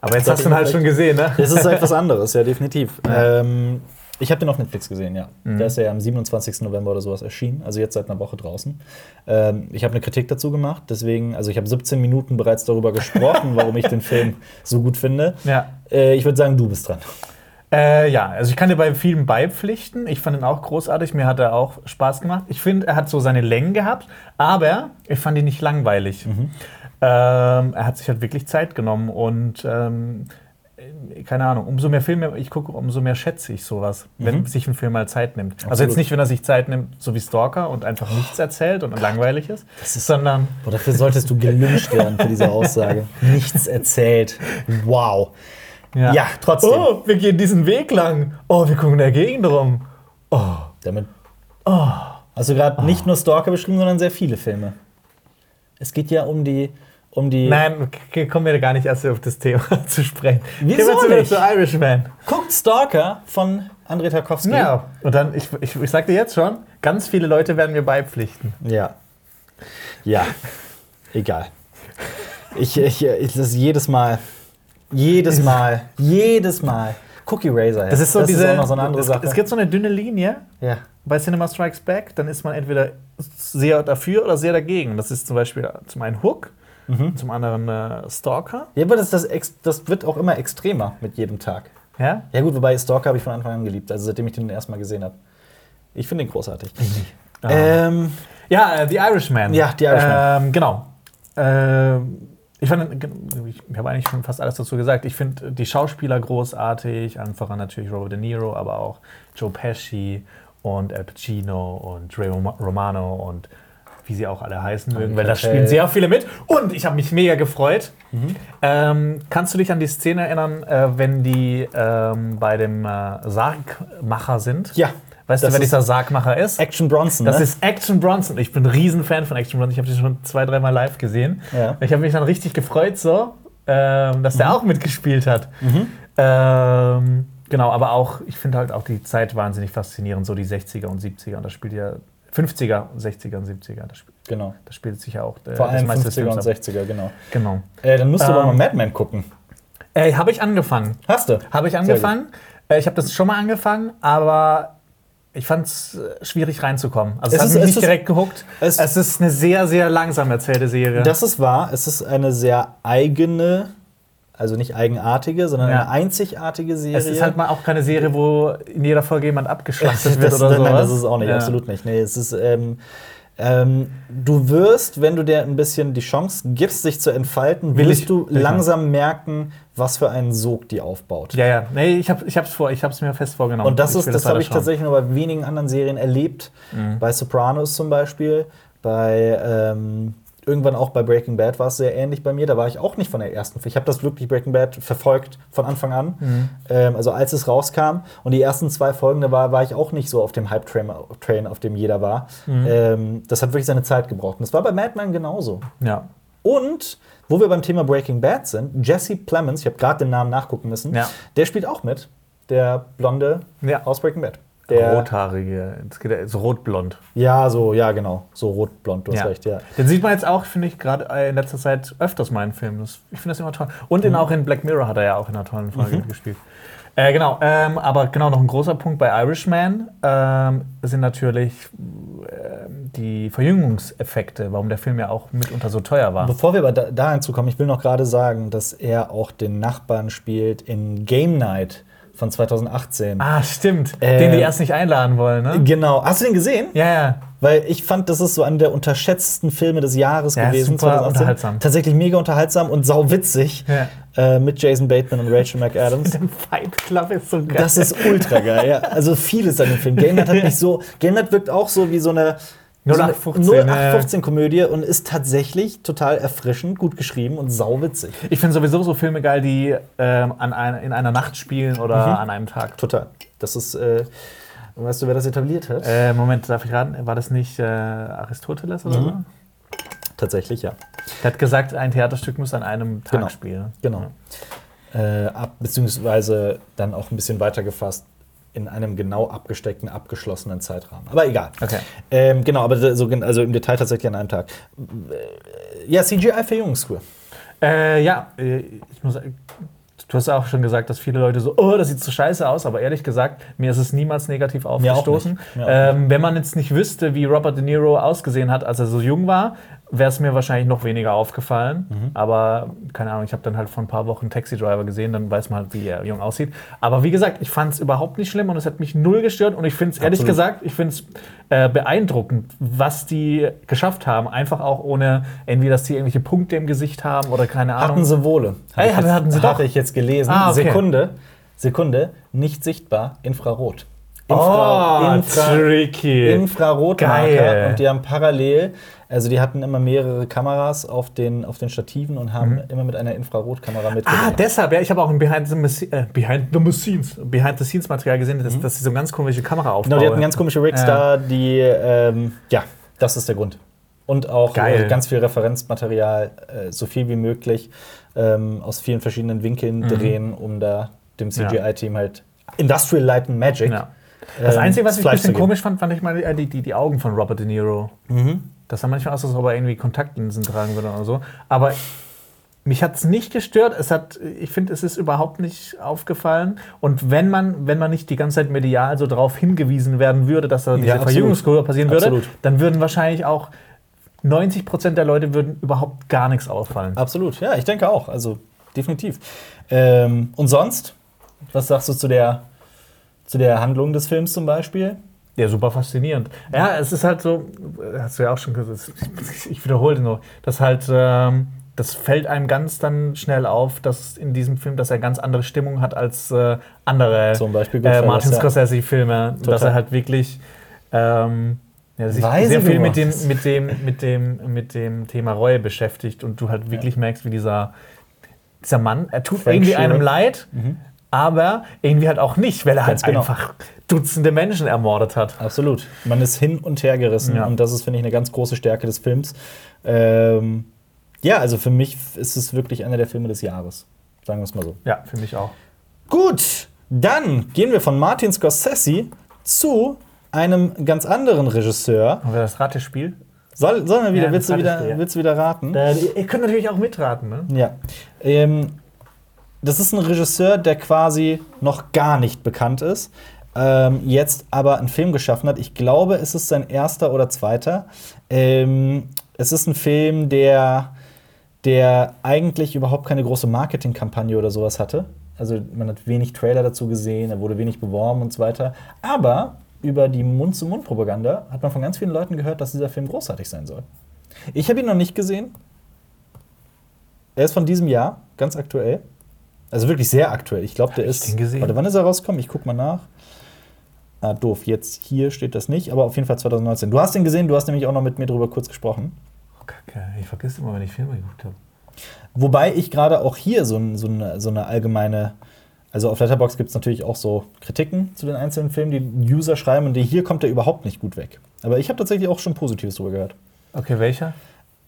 S2: Aber jetzt
S1: Sollte
S2: hast du
S1: ich
S2: ihn halt
S1: vielleicht-
S2: schon gesehen, ne?
S1: Das ist etwas anderes, ja, Mhm. definitiv. Ähm, ich habe den auf Netflix gesehen, ja. Der ist ja am 27. November oder sowas erschienen, also jetzt seit einer Woche draußen. Ähm, ich habe eine Kritik dazu gemacht, deswegen, also ich habe 17 Minuten bereits darüber gesprochen, warum ich den Film so gut finde.
S2: Ja.
S1: Äh, ich würde sagen, du bist dran.
S2: Äh, ja, also ich kann dir bei vielen beipflichten. Ich fand ihn auch großartig. Mir hat er auch Spaß gemacht. Ich finde, er hat so seine Längen gehabt, aber ich fand ihn nicht langweilig.
S1: Mhm.
S2: Ähm, er hat sich halt wirklich Zeit genommen und ähm, äh, keine Ahnung, umso mehr Filme ich gucke, umso mehr schätze ich sowas, wenn sich ein Film mal Zeit nimmt. Also
S1: Mhm. Absolut. Oh
S2: jetzt nicht, wenn er sich Zeit nimmt, so wie Stalker und einfach nichts erzählt und langweilig ist, sondern
S1: Boah, dafür solltest du gelünscht werden für diese Aussage. Nichts erzählt. Wow. Ja, trotzdem.
S2: Oh, wir gehen diesen Weg lang. Oh, wir gucken in der Gegend rum.
S1: Damit. Oh. Hast du gerade nicht nur Stalker beschrieben, sondern sehr viele Filme. Es geht ja um die. Um die
S2: Nein, k- kommen wir gar nicht erst auf das Thema zu sprechen.
S1: Wieso
S2: Gehen wir
S1: nicht?
S2: zu Irishman.
S1: Guckt Stalker von André Tarkowski.
S2: Ja. Und dann, ich, ich, ich sag dir jetzt schon, ganz viele Leute werden mir beipflichten.
S1: Ja. Ja. Egal. Ich, ich, ich das ist jedes Mal. Jedes Mal. Jedes Mal. Cookie Razor.
S2: Das ist so diese.
S1: auch noch so eine andere
S2: es,
S1: Sache.
S2: Es gibt so eine dünne Linie
S1: ja.
S2: bei Cinema Strikes Back, dann ist man entweder sehr dafür oder sehr dagegen. Das ist zum Beispiel zum einen Hook,
S1: Mhm.
S2: zum anderen äh, Stalker.
S1: ja, aber das, das, ex- das wird auch immer extremer mit jedem Tag.
S2: Ja?
S1: Ja, gut, wobei Stalker habe ich von Anfang an geliebt, also seitdem ich den erstmal gesehen habe. Ich finde ihn großartig.
S2: Mhm.
S1: Ähm,
S2: Ja, äh, The Irishman.
S1: Ja, The Irishman.
S2: Ähm, genau. Ähm, ich fand, ich habe eigentlich schon fast alles dazu gesagt. Ich finde die Schauspieler großartig, allen voran natürlich Robert De Niro, aber auch Joe Pesci und Al Pacino und Ray Rom- Romano und wie sie auch alle heißen mögen, weil da
S1: Patel.
S2: spielen sehr viele mit. Und ich habe mich mega gefreut.
S1: Mhm.
S2: Ähm, kannst du dich an die Szene erinnern, äh, wenn die ähm, bei dem äh, Sargmacher sind?
S1: ja,
S2: Weißt
S1: das
S2: du, wer
S1: ist-
S2: dieser Sargmacher ist?
S1: Action Bronson.
S2: Das
S1: ne?
S2: ist Action Bronson. Ich bin ein Riesenfan von Action Bronson. Ich habe den schon zwei, dreimal live gesehen.
S1: Ja.
S2: Ich habe mich dann richtig gefreut, so, ähm, dass
S1: Mhm.
S2: der auch mitgespielt hat. Ähm, genau, aber auch, ich finde halt auch die Zeit wahnsinnig faszinierend, so die 60er und 70er. Und das spielt ja 50er und 60er und 70er. Das spielt,
S1: genau.
S2: das spielt sich ja auch äh,
S1: Vor allem
S2: das meiste
S1: 50er und
S2: des Films ab.
S1: 60er, genau.
S2: Genau.
S1: Äh, dann musst du aber mal
S2: Ähm,
S1: Mad Men gucken.
S2: Äh, habe ich angefangen.
S1: Hast du?
S2: Habe ich angefangen. Äh, Ich habe das schon mal angefangen, aber ich fand es schwierig reinzukommen. Also
S1: Es
S2: es, hat
S1: ist-
S2: mich
S1: es
S2: nicht
S1: ist-
S2: direkt gehuckt.
S1: es-
S2: Es, ist eine sehr, sehr langsam erzählte Serie.
S1: Das ist wahr. Es ist eine sehr eigene, also nicht eigenartige, sondern
S2: Ja.
S1: eine einzigartige Serie.
S2: es ist halt mal auch keine Serie, wo in jeder Folge jemand abgeschlachtet wird
S1: das,
S2: oder
S1: nein,
S2: sowas.
S1: das ist auch nicht,
S2: Ja.
S1: absolut nicht. Nee, es ist, ähm, Ähm, du wirst, wenn du dir ein bisschen die Chance gibst, sich zu entfalten,
S2: Will
S1: wirst
S2: ich.
S1: du
S2: Will ich
S1: langsam merken, was für einen Sog die aufbaut.
S2: Ja, ja. Nee, ich, hab, ich hab's vor, ich hab's mir fest vorgenommen.
S1: Und das
S2: Ich
S1: ist,
S2: will
S1: das habe
S2: weiter
S1: ich
S2: schauen. Mhm.
S1: tatsächlich nur bei wenigen anderen Serien erlebt. Bei Sopranos zum Beispiel, bei ähm, irgendwann auch bei Breaking Bad war es sehr ähnlich bei mir. Da war ich auch nicht von der ersten. Ich habe das wirklich Breaking Bad verfolgt von Anfang an.
S2: Mhm.
S1: Ähm, also als es rauskam und die ersten zwei Folgen, da war, war ich auch nicht so auf dem Hype-Train, Train, auf dem jeder war.
S2: Mhm.
S1: Ähm, das hat wirklich seine Zeit gebraucht. Und das war bei Mad Men genauso.
S2: Ja.
S1: Und wo wir beim Thema Breaking Bad sind, Jesse Plemons, ich habe gerade den Namen nachgucken müssen,
S2: Ja.
S1: der spielt auch mit, der blonde
S2: Ja.
S1: aus Breaking Bad. Der,
S2: Rothaarige. Es geht ja- so rotblond.
S1: ja, so, ja, genau. So rot-blond, du hast
S2: Ja.
S1: recht, ja.
S2: Den sieht man jetzt auch, finde ich, gerade äh, in letzter Zeit öfters mal in Filmen. Das, ich finde das immer toll. Und
S1: Mhm.
S2: in, auch in Black Mirror hat er ja auch in einer tollen Folge gespielt. Äh, genau, ähm, aber genau noch ein großer Punkt bei Irishman ähm, sind natürlich ähm, die Verjüngungseffekte, warum der Film ja auch mitunter so teuer war.
S1: Bevor wir aber da, da hinzukommen, ich will noch gerade sagen, dass er auch den Nachbarn spielt in Game Night von 2018.
S2: Ah, stimmt.
S1: Äh,
S2: Den die erst nicht einladen wollen, ne?
S1: Genau. Hast du den gesehen?
S2: Ja, ja.
S1: Weil ich fand, das ist so einer der unterschätzten Filme des Jahres
S2: Ja,
S1: gewesen.
S2: super unterhaltsam.
S1: Tatsächlich mega unterhaltsam und sauwitzig.
S2: Ja.
S1: Äh, mit Jason Bateman und Rachel McAdams.
S2: Der Fight Club ist so geil.
S1: Das ist ultra geil, ja. Also vieles an dem Film. Game Night hat mich so. Game Night wirkt auch so wie so eine. so eine
S2: 0815,
S1: 0815 Komödie und ist tatsächlich total erfrischend, gut geschrieben und sauwitzig.
S2: Ich finde sowieso so Filme geil, die ähm, an ein, in einer Nacht spielen oder an einem Tag.
S1: Total. Das ist, äh, weißt du, wer das etabliert hat?
S2: Äh, Moment, darf ich raten? War das nicht äh, Aristoteles oder so?
S1: Tatsächlich, ja.
S2: Der hat gesagt, ein Theaterstück muss an einem Tag
S1: Genau.
S2: spielen.
S1: Genau. Äh, ab, beziehungsweise dann auch ein bisschen weiter gefasst in einem genau abgesteckten, abgeschlossenen Zeitrahmen. Aber egal.
S2: Okay.
S1: Ähm, genau, aber so, gen- also im Detail tatsächlich an einem Tag. Äh, Ja, CGI für Jungsqueer.
S2: Äh, ja, äh, ich muss. Du hast auch schon gesagt, dass viele Leute so, oh, das sieht so scheiße aus, aber ehrlich gesagt, mir ist es niemals negativ
S1: auch
S2: aufgestoßen.
S1: nicht. Mir auch
S2: ähm, wenn man jetzt nicht wüsste, wie Robert De Niro ausgesehen hat, als er so jung war, wäre es mir wahrscheinlich noch weniger aufgefallen.
S1: Mhm.
S2: Aber keine Ahnung, ich habe dann halt vor ein paar Wochen Taxi Driver gesehen, dann weiß man halt, wie er jung aussieht. Aber wie gesagt, ich fand es überhaupt nicht schlimm und es hat mich null gestört und ich finde es ehrlich
S1: Absolut.
S2: gesagt, ich finde es äh, beeindruckend, was die geschafft haben. Einfach auch ohne, irgendwie, dass die irgendwelche Punkte im Gesicht haben oder keine Ahnung.
S1: Hatten sie wohl.
S2: Ey, hatten- hatten sie doch.
S1: Hatte ich jetzt gelesen.
S2: Ah, okay.
S1: Sekunde, Sekunde, nicht sichtbar, Infrarot.
S2: Oh,
S1: Infra,
S2: tricky. Geil.
S1: Infrarotmarker. Und die haben parallel, also die hatten immer mehrere Kameras auf den, auf den Stativen und haben immer mit einer Infrarotkamera
S2: ah,
S1: mitgedreht.
S2: deshalb, ja, ich habe auch ein Behind the, Mas- äh, Behind the Scenes, Behind the Scenes Material gesehen, dass, dass sie so ganz komische Kamera aufbauen.
S1: Mhm. Genau, die hatten ganz komische Rigs da, die, ähm, ja, das ist der Grund. Und auch
S2: Geil.
S1: äh, ganz viel Referenzmaterial, äh, so viel wie möglich, ähm, aus vielen verschiedenen Winkeln drehen, um da dem
S2: Mhm. Ja.
S1: CGI-Team halt Industrial Light and Magic.
S2: ja. Das
S1: ähm,
S2: Einzige, was ich ein
S1: Fleisch
S2: bisschen
S1: zu geben. Mhm.
S2: komisch fand, fand ich mal äh, die, die, die Augen von Robert De Niro. Das sah manchmal aus, als ob er irgendwie Kontaktlinsen tragen würde oder so. Aber mich hat es nicht gestört. Es hat, ich finde, es ist überhaupt nicht aufgefallen. Und wenn man, wenn man nicht die ganze Zeit medial so darauf hingewiesen werden würde, dass da diese
S1: absolut.
S2: Verjüngungskurve passieren würde,
S1: Absolut.
S2: dann würden wahrscheinlich auch 90 Prozent der Leute würden überhaupt gar nichts auffallen.
S1: Absolut, ja, ich denke auch. Also definitiv. Ähm, und sonst, was sagst du zu der, zu der Handlung des Films zum Beispiel?
S2: Ja, super faszinierend. Ja, es ist halt so, äh, hast du ja auch schon gesagt, ich wiederhole nur, dass halt, ähm, das fällt einem ganz dann schnell auf, dass in diesem Film, dass er ganz andere Stimmung hat als äh, andere
S1: Zum Beispiel
S2: äh,
S1: Goodfellas,
S2: Martin
S1: ja.
S2: Scorsese-Filme. Dass
S1: Total.
S2: er halt wirklich ähm, ja, sich
S1: Weise
S2: sehr viel mit
S1: gemacht.
S2: dem, mit, dem, mit, dem, mit dem Thema Reue beschäftigt und du halt wirklich merkst, wie dieser, dieser Mann, er tut
S1: Frank
S2: irgendwie
S1: Sheeran.
S2: einem leid, aber irgendwie halt auch nicht, weil er
S1: Ganz
S2: halt
S1: genau.
S2: einfach Dutzende Menschen ermordet hat.
S1: Absolut. Man ist hin und her gerissen
S2: Ja.
S1: und das ist, finde ich, eine ganz große Stärke des Films. Ähm, ja, also für mich ist es wirklich einer der Filme des Jahres. Sagen wir es mal so.
S2: Ja, für mich auch.
S1: Gut, dann gehen wir von Martin Scorsese zu einem ganz anderen Regisseur.
S2: Haben wir das Ratespiel?
S1: Soll, sollen wir wieder,
S2: Ja,
S1: willst, du
S2: das
S1: wieder
S2: hattest du, ja.
S1: willst du wieder raten?
S2: ihr könnt natürlich auch mitraten, ne?
S1: Ja. Ähm, das ist ein Regisseur, der quasi noch gar nicht bekannt ist, ähm, jetzt aber einen Film geschaffen hat. Ich glaube, es ist sein erster oder zweiter. Ähm, es ist ein Film, der, der eigentlich überhaupt keine große Marketingkampagne oder sowas hatte. Also man hat wenig Trailer dazu gesehen, er wurde wenig beworben und so weiter. Aber über die Mund-zu-Mund-Propaganda hat man von ganz vielen Leuten gehört, dass dieser Film großartig sein soll. Ich habe ihn noch nicht gesehen. Er ist von diesem Jahr, ganz aktuell. Also wirklich sehr aktuell. Ich glaube, der
S2: ich
S1: ist.
S2: den gesehen?
S1: Warte, wann ist er rausgekommen? Ich guck mal nach. Ah, doof. Jetzt hier steht das nicht, aber auf jeden Fall 2019. Du hast ihn gesehen, du hast nämlich auch noch mit mir drüber kurz gesprochen.
S2: Oh, Kacke, ich vergesse immer, wenn ich Filme geguckt habe.
S1: Wobei ich gerade auch hier so, ein, so, eine, so eine allgemeine, also auf Letterboxd gibt es natürlich auch so Kritiken zu den einzelnen Filmen, die User schreiben und die hier kommt er überhaupt nicht gut weg. Aber ich habe tatsächlich auch schon Positives drüber gehört.
S2: Okay, welcher?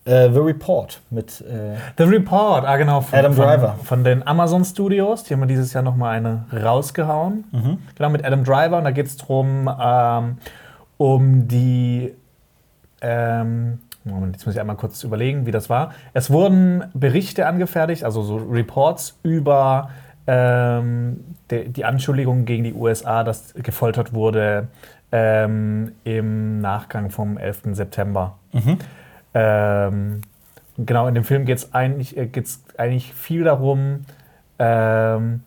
S1: Äh, The Report mit, äh,
S2: The Report, ah genau, von,
S1: Adam
S2: von,
S1: Driver.
S2: von den Amazon Studios. Die haben ja dieses Jahr noch mal eine rausgehauen.
S1: Mhm.
S2: Genau, mit Adam Driver. Und da geht es drum, ähm, um die ähm, Moment, jetzt muss ich einmal kurz überlegen, wie das war. Es wurden Berichte angefertigt, also so Reports über ähm, de, die Anschuldigungen gegen die USA, dass gefoltert wurde ähm, im Nachgang vom 11. September. Ähm, genau, in dem Film geht es eigentlich, äh, geht's eigentlich viel darum, ähm,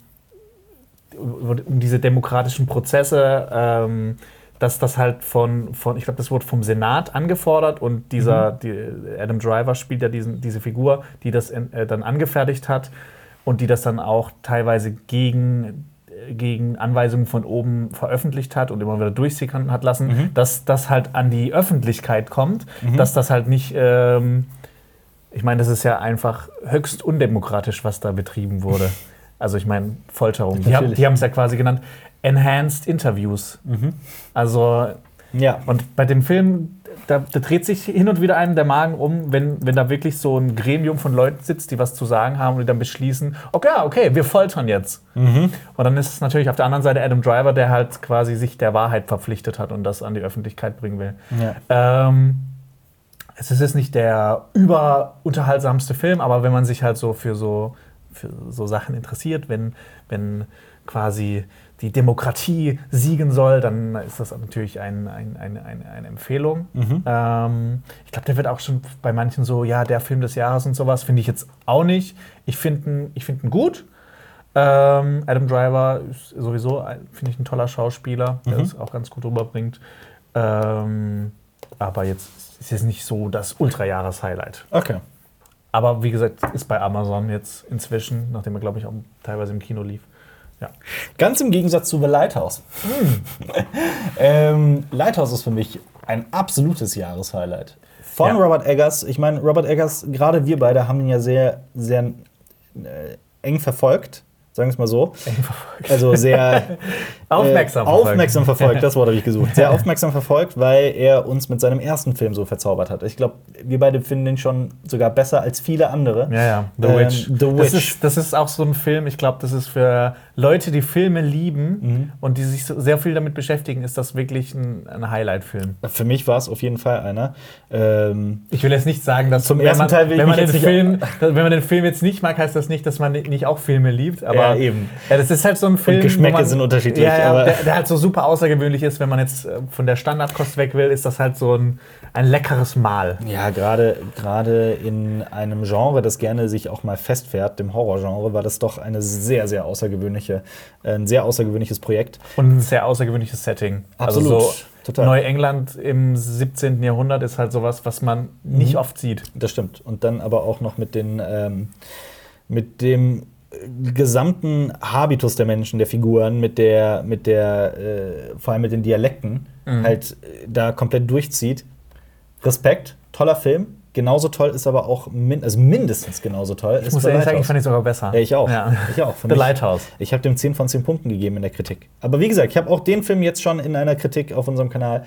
S2: um um diese demokratischen Prozesse, ähm, dass das halt von, von ich glaube, das wurde vom Senat angefordert und dieser die, Adam Driver spielt ja diesen, diese Figur, die das in, äh, dann angefertigt hat und die das dann auch teilweise gegen äh, gegen Anweisungen von oben veröffentlicht hat und immer wieder durchsickern hat lassen, dass das halt an die Öffentlichkeit kommt, dass das halt nicht ähm, ich meine, das ist ja einfach höchst undemokratisch, was da betrieben wurde. Also ich meine, Folterung. Die, hab-
S1: Natürlich.
S2: die haben es ja quasi genannt, Enhanced Interviews. Also,
S1: ja,
S2: und bei dem Film, da, da dreht sich hin und wieder einem der Magen um, wenn, wenn da wirklich so ein Gremium von Leuten sitzt, die was zu sagen haben und die dann beschließen, okay, ja, okay, wir foltern jetzt. Und dann ist es natürlich auf der anderen Seite Adam Driver, der halt quasi sich der Wahrheit verpflichtet hat und das an die Öffentlichkeit bringen will.
S1: ja.
S2: Ähm, es ist jetzt nicht der überunterhaltsamste Film, aber wenn man sich halt so für so, für so Sachen interessiert, wenn, wenn quasi die Demokratie siegen soll, dann ist das natürlich ein, ein, ein, ein, eine Empfehlung. Ähm, ich glaube, der wird auch schon bei manchen so, ja, der Film des Jahres und sowas, finde ich jetzt auch nicht. Ich finde ihn ich find ihn gut. Ähm, Adam Driver ist sowieso, ein- finde ich, ein toller Schauspieler, der es auch ganz gut rüberbringt. Ähm, aber jetzt ist es nicht so das Ultra-Jahres-Highlight.
S1: Okay.
S2: Aber wie gesagt, ist bei Amazon jetzt inzwischen, nachdem er, glaube ich, auch teilweise im Kino lief. Ja.
S1: Ganz im Gegensatz zu The Lighthouse.
S2: Hm.
S1: ähm, Lighthouse ist für mich ein absolutes Jahreshighlight. Von
S2: Ja.
S1: Robert Eggers. Ich meine, Robert Eggers, gerade wir beide haben ihn ja sehr, sehr äh, eng verfolgt. Sagen wir es mal so. Also sehr
S2: Aufmerksam.
S1: äh,
S2: verfolgt.
S1: aufmerksam verfolgt. Das Wort habe ich gesucht. Sehr aufmerksam verfolgt, weil er uns mit seinem ersten Film so verzaubert hat. Ich glaube, wir beide finden den schon sogar besser als viele andere.
S2: Ja, ja. The
S1: Ähm,
S2: Witch.
S1: The
S2: Das,
S1: Witch.
S2: ist, das ist auch so ein Film, ich glaube, das ist für Leute, die Filme lieben
S1: Mhm.
S2: und die sich so sehr viel damit beschäftigen, ist das wirklich ein, ein Highlight-Film.
S1: Für mich war es auf jeden Fall einer. Ähm,
S2: Ich will jetzt nicht sagen, dass
S1: Zum
S2: wenn
S1: ersten
S2: man,
S1: Teil will ich
S2: wenn man
S1: mich
S2: den
S1: jetzt
S2: Film, wenn man den Film jetzt nicht mag, heißt das nicht, dass man nicht auch Filme liebt. Aber
S1: Ja, eben.
S2: Ja, das ist halt so ein Film. wo
S1: Geschmäcke
S2: man,
S1: sind unterschiedlich,
S2: Ja, ja,
S1: aber-
S2: der, der halt so super außergewöhnlich ist, wenn man jetzt äh, von der Standardkost weg will, ist das halt so ein, ein leckeres Mahl.
S1: Ja, gerade gerade in einem Genre, das gerne sich auch mal festfährt, dem Horrorgenre, war das doch eine sehr sehr außergewöhnliche, äh, ein sehr außergewöhnliches Projekt.
S2: Und ein sehr außergewöhnliches Setting.
S1: Absolut,
S2: Also so
S1: total.
S2: Neuengland im 17. Jahrhundert ist halt sowas, was man nicht
S1: Mhm.
S2: oft sieht.
S1: Das stimmt. Und dann aber auch noch mit den ähm, mit dem äh, gesamten Habitus der Menschen, der Figuren, mit der mit der äh, vor allem mit den Dialekten
S2: Mhm.
S1: halt äh, da komplett durchzieht. Respekt, toller Film. Genauso toll ist aber auch min also mindestens genauso toll.
S2: Ich muss ehrlich sagen, ich fand ihn sogar besser.
S1: Ja, ich auch.
S2: Ja.
S1: Ich auch. Für
S2: The
S1: mich-
S2: Lighthouse.
S1: Ich habe dem 10 von 10 Punkten gegeben in der Kritik. Aber wie gesagt, ich habe auch den Film jetzt schon in einer Kritik auf unserem Kanal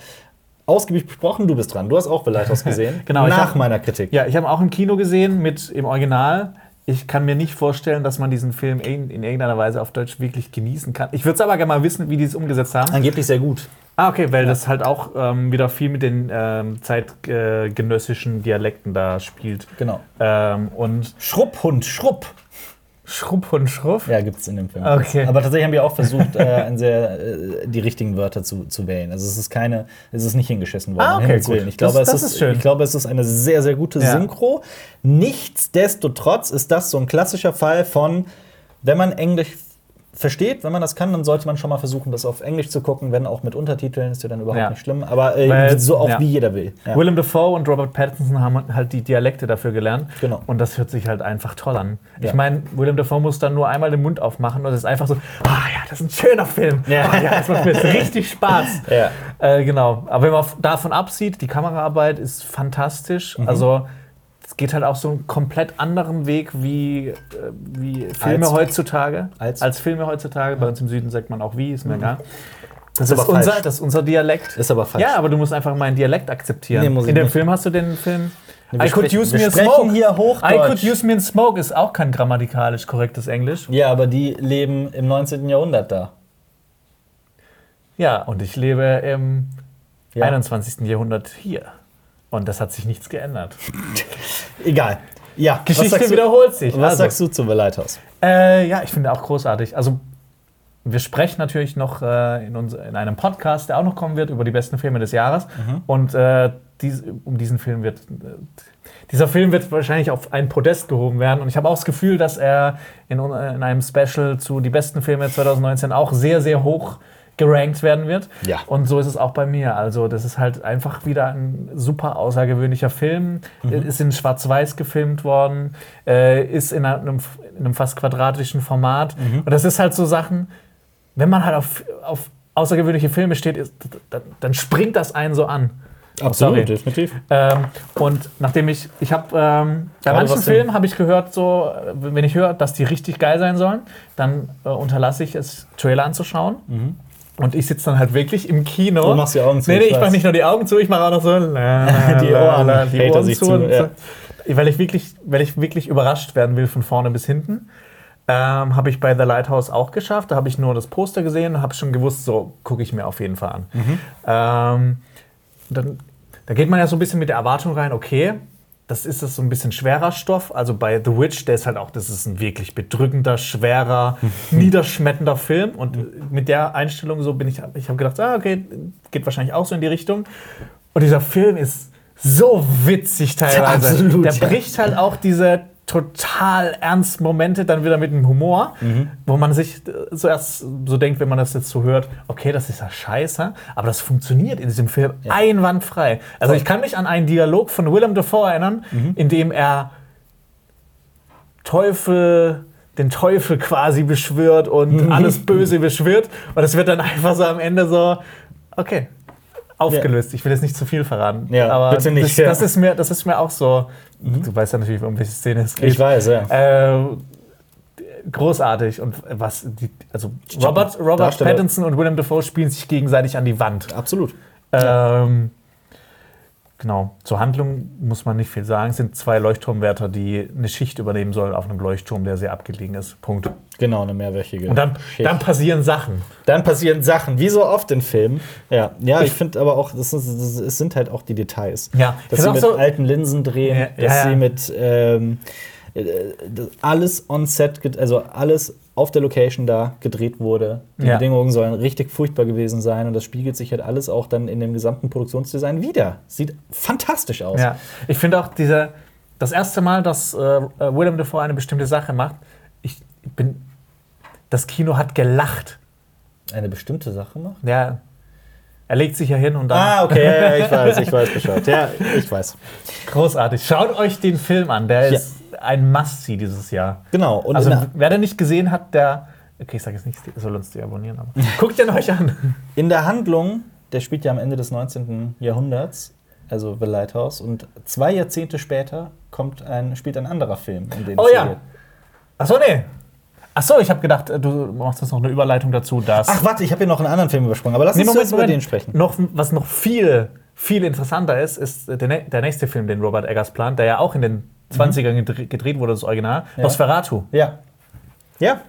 S1: ausgiebig besprochen. Du bist dran. Du hast auch The Lighthouse gesehen.
S2: Genau, ich
S1: Nach
S2: hab-
S1: meiner Kritik.
S2: Ja, ich habe ihn auch im Kino gesehen mit im Original. Ich kann mir nicht vorstellen, dass man diesen Film in, in irgendeiner Weise auf Deutsch wirklich genießen kann. Ich würde es aber gerne mal wissen, wie die es umgesetzt haben.
S1: Angeblich sehr gut.
S2: Ah, okay, weil das halt auch ähm, wieder viel mit den ähm, zeitgenössischen Dialekten da spielt.
S1: Genau.
S2: Ähm, und
S1: Schrupphund, Schrupp.
S2: Schrupp und Schruff.
S1: Ja, gibt es in dem Film.
S2: Okay.
S1: Aber tatsächlich haben wir auch versucht, äh, ein sehr, äh, die richtigen Wörter zu, zu wählen. Also es ist keine, es ist nicht hingeschissen worden.
S2: Ah,
S1: um
S2: okay,
S1: Himmels
S2: gut.
S1: Willen. Ich
S2: Das-
S1: glaube,
S2: das
S1: es ist,
S2: ist schön.
S1: ich glaube, es ist eine sehr, sehr gute
S2: Ja.
S1: Synchro. Nichtsdestotrotz ist das so ein klassischer Fall von, wenn man Englisch versteht, wenn man das kann, dann sollte man schon mal versuchen, das auf Englisch zu gucken, wenn auch mit Untertiteln, ist ja dann überhaupt
S2: Ja.
S1: nicht schlimm, aber äh,
S2: Weil-
S1: so auch
S2: ja.
S1: wie jeder will. Ja.
S2: Willem Dafoe und Robert Pattinson haben halt die Dialekte dafür gelernt.
S1: Genau.
S2: Und das hört sich halt einfach toll an. Ich
S1: Ja.
S2: meine, Willem Dafoe muss dann nur einmal den Mund aufmachen und es ist einfach so, ah ja, das ist ein schöner Film.
S1: Ja.
S2: Ah, ja das macht mir jetzt richtig Spaß.
S1: Ja.
S2: Äh, genau. Aber wenn man f- davon absieht, die Kameraarbeit ist fantastisch.
S1: Mhm.
S2: Also es geht halt auch so einen komplett anderen Weg wie, äh, wie Filme
S1: Als-
S2: heutzutage.
S1: als- Mhm.
S2: Filme heutzutage. Bei uns im Süden sagt man auch wie, ist mir egal. Das
S1: Ist
S2: ist,
S1: aber
S2: unser,
S1: falsch.
S2: das ist unser Dialekt.
S1: Ist aber falsch.
S2: Ja, aber du musst einfach meinen Dialekt akzeptieren.
S1: Nee, muss ich
S2: In dem
S1: nicht.
S2: Film hast du den Film.
S1: wir sprechen- wir sprechen hier Hochdeutsch.
S2: I could use me in smoke ist auch kein grammatikalisch korrektes Englisch.
S1: ja, aber die leben im 19. Jahrhundert da.
S2: Ja, und ich lebe im
S1: Ja.
S2: 21. Jahrhundert hier. Und das hat sich nichts geändert.
S1: Egal. Ja, was
S2: Geschichte Also.
S1: sagst du-
S2: wiederholt sich.
S1: Was sagst du zu The Lighthouse?
S2: Äh, ja, ich finde auch großartig. Also, wir sprechen natürlich noch äh, in, uns, in einem Podcast, der auch noch kommen wird, über die besten Filme des Jahres. Und äh, dies, um diesen Film wird. Äh, dieser Film wird wahrscheinlich auf ein Podest gehoben werden. Und ich habe auch das Gefühl, dass er in, un- äh, in einem Special zu die besten Filme 2019 auch sehr, sehr hoch gerankt werden wird.
S1: Ja.
S2: Und so ist es auch bei mir. Also, das ist halt einfach wieder ein super außergewöhnlicher Film. Ist in Schwarz-Weiß gefilmt worden, äh, ist in einem, in einem fast quadratischen Format. Und das ist halt so Sachen, wenn man halt auf, auf außergewöhnliche Filme steht, ist, dann, dann springt das einen so an. Oh, sorry.
S1: definitiv.
S2: Ähm, und nachdem ich, ich habe, ähm, bei
S1: Gerade
S2: manchen
S1: was denn?
S2: Filmen habe ich gehört, so, äh, wenn ich höre, dass die richtig geil sein sollen, dann äh, unterlasse ich es, Trailer anzuschauen. Und ich sitze dann halt wirklich im Kino.
S1: Mhm. Du machst die Augen zu,
S2: Nee, nee,
S1: ich
S2: ich mache
S1: weiß.
S2: nicht nur die Augen zu, ich mache auch noch so la,
S1: Die
S2: la,
S1: Ohren
S2: la, die
S1: hält er
S2: Ohren
S1: sich
S2: zu.
S1: zu,
S2: und
S1: ja.
S2: so. Weil ich wirklich, weil ich wirklich überrascht werden will von vorne bis hinten. Ähm, habe ich bei The Lighthouse auch geschafft. Da habe ich nur das Poster gesehen und habe schon gewusst, so gucke ich mir auf jeden Fall an. Ähm, dann, da geht man ja so ein bisschen mit der Erwartung rein, okay, das ist das so ein bisschen schwerer Stoff. Also bei The Witch, der ist halt auch, das ist ein wirklich bedrückender, schwerer, niederschmetternder Film. Und mit der Einstellung so bin ich, ich habe gedacht, ah, okay, geht wahrscheinlich auch so in die Richtung. Und dieser Film ist so witzig teilweise.
S1: Absolut,
S2: der
S1: ja.
S2: bricht halt auch diese total ernst Momente dann wieder mit dem Humor,
S1: Mhm.
S2: wo man sich äh, zuerst so denkt, wenn man das jetzt so hört, okay, das ist ja scheiße, aber das funktioniert in diesem Film einwandfrei. Also ich kann mich an einen Dialog von Willem Dafoe erinnern,
S1: Mhm.
S2: in dem er Teufel, den Teufel quasi beschwört und alles Böse beschwört. Und es wird dann einfach so am Ende so, okay, aufgelöst. Ich will jetzt nicht zu viel verraten.
S1: Ja,
S2: aber
S1: bitte nicht,
S2: Das,
S1: ja. Mhm.
S2: das, ist mir, das ist mir auch so. Du weißt ja natürlich, um welche Szene es geht.
S1: Ich weiß, ja.
S2: Äh, großartig. Und was, die, also
S1: glaub,
S2: Robert, Robert
S1: Darsteller-
S2: Pattinson und Willem Dafoe spielen sich gegenseitig an die Wand.
S1: Absolut.
S2: Ähm, genau, zur Handlung muss man nicht viel sagen. Es sind zwei Leuchtturmwärter, die eine Schicht übernehmen sollen auf einem Leuchtturm, der sehr abgelegen ist. Punkt.
S1: Genau, eine mehrwöchige.
S2: Und dann,
S1: Schicht.
S2: dann passieren Sachen.
S1: Dann passieren Sachen, wie so oft in Filmen. Ja, ja ich finde aber auch, das ist, das, es sind halt auch die Details.
S2: Ja, ich
S1: dass sie
S2: find
S1: mit
S2: auch so-
S1: alten Linsen drehen,
S2: Ja,
S1: dass
S2: ja, ja.
S1: sie mit ähm, äh, das- alles on set, ged- also alles auf der Location da gedreht wurde. Die
S2: Ja.
S1: Bedingungen sollen richtig furchtbar gewesen sein und das spiegelt sich halt alles auch dann in dem gesamten Produktionsdesign wieder. Sieht fantastisch aus.
S2: Ja. Ich finde auch diese, das erste Mal, dass äh, Willem Dafoe eine bestimmte Sache macht, ich bin, das Kino hat gelacht.
S1: Eine bestimmte Sache macht.
S2: Ja. Er legt sich ja hin und dann.
S1: Ah, okay, ja, ja, ich weiß, ich weiß Bescheid. Ja, ich weiß.
S2: Großartig. Schaut euch den Film an. Der
S1: Ja.
S2: ist ein Must-See dieses Jahr.
S1: Genau. Und
S2: also,
S1: in der-
S2: wer den nicht gesehen hat, der. Okay, ich sage jetzt nicht, soll uns die abonnieren, aber. Guckt den euch an.
S1: In der Handlung, der spielt ja am Ende des 19. Jahrhunderts, also The Lighthouse, und zwei Jahrzehnte später kommt ein, spielt ein anderer Film. In den
S2: Oh
S1: es hier
S2: ja.
S1: geht.
S2: Achso, nee. Achso, ich habe gedacht, äh, du machst jetzt noch eine Überleitung dazu, dass.
S1: Ach, warte, ich habe hier noch einen anderen Film übersprungen, aber lass uns zuerst über den sprechen.
S2: Noch, was noch viel, viel interessanter ist, ist äh, der, nä- der nächste Film, den Robert Eggers plant, der ja auch in den 20ern gedre- gedreht wurde, das Original.
S1: Mhm. Ja.
S2: Nosferatu.
S1: Ja. Ja.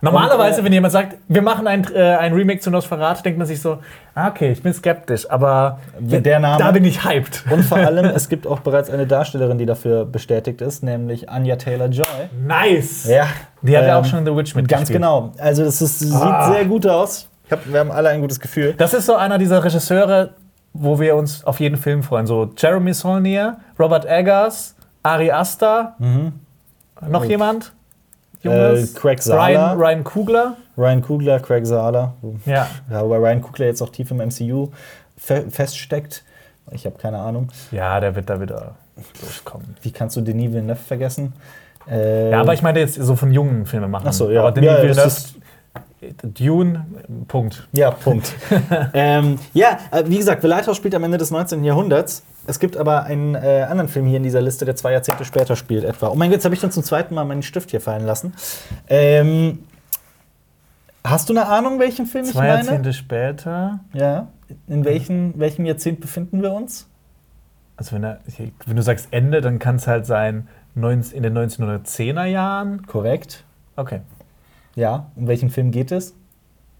S2: Normalerweise,
S1: Und, äh,
S2: wenn jemand sagt, wir machen ein, äh, ein Remake zu Nosferatu, denkt man sich so, ah, okay, ich bin skeptisch, aber
S1: Der Name-
S2: da bin ich hyped.
S1: Und vor allem, es gibt auch bereits eine Darstellerin, die dafür bestätigt ist, nämlich Anya Taylor Joy.
S2: Nice!
S1: Ja.
S2: Die hat ja
S1: Ähm,
S2: auch schon in The Witch mitgespielt.
S1: Ganz genau. Also, das ist, sieht
S2: Ah.
S1: sehr gut aus. Ich hab, wir haben alle ein gutes Gefühl.
S2: Das ist so einer dieser Regisseure, wo wir uns auf jeden Film freuen. So Jeremy Saulnier, Robert Eggers, Ari Aster, noch jemand?
S1: Mhm. Äh, Craig Sala.
S2: Ryan, Ryan Kugler.
S1: Ryan Kugler, Craig Saala.
S2: Ja.
S1: Ja, wobei Ryan Kugler jetzt auch tief im MCU fe feststeckt. Ich habe keine Ahnung.
S2: Ja, der wird da wieder loskommen.
S1: Wie kannst du Denis Villeneuve vergessen? Äh,
S2: Ja, aber ich meine jetzt so von jungen Filmen machen.
S1: Ach so, ja.
S2: Aber Denis
S1: Ja, ja, das
S2: Villeneuve, Dune, Punkt.
S1: Ja, Punkt. ähm, ja, äh, wie gesagt, The Lighthouse spielt am Ende des 19. Jahrhunderts. Es gibt aber einen äh, anderen Film hier in dieser Liste, der zwei Jahrzehnte später spielt etwa. Oh mein Gott, jetzt habe ich dann zum zweiten Mal meinen Stift hier fallen lassen. Ähm, hast du eine Ahnung, welchen Film ich
S2: Zwei
S1: meine?
S2: Jahrzehnte später,
S1: Ja. In welchen, welchem Jahrzehnt befinden wir uns?
S2: also wenn, er, wenn du sagst Ende, dann kann es halt sein neunz- in den 1910er Jahren.
S1: Korrekt.
S2: Okay.
S1: Ja. Um welchen Film geht es?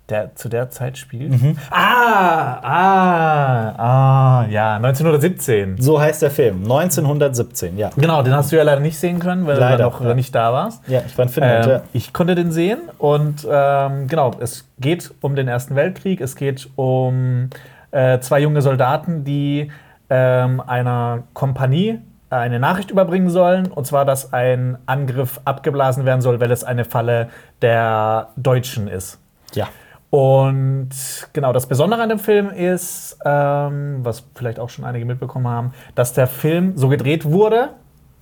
S2: Der zu der Zeit spielt.
S1: Mhm.
S2: Ah, ah, ah, ja, 1917.
S1: So heißt der Film. 1917, ja.
S2: Genau, den hast du ja leider nicht sehen können, weil du
S1: Leider,
S2: dann noch
S1: ja.
S2: nicht da warst.
S1: Ja, ich war in Finnland.
S2: Ähm,
S1: ja.
S2: ich konnte den sehen und ähm, genau, es geht um den Ersten Weltkrieg, es geht um äh, zwei junge Soldaten, die ähm, einer Kompanie äh, eine Nachricht überbringen sollen, und zwar, dass ein Angriff abgeblasen werden soll, weil es eine Falle der Deutschen ist.
S1: ja.
S2: Und genau, das Besondere an dem Film ist, ähm, was vielleicht auch schon einige mitbekommen haben, dass der Film so gedreht wurde,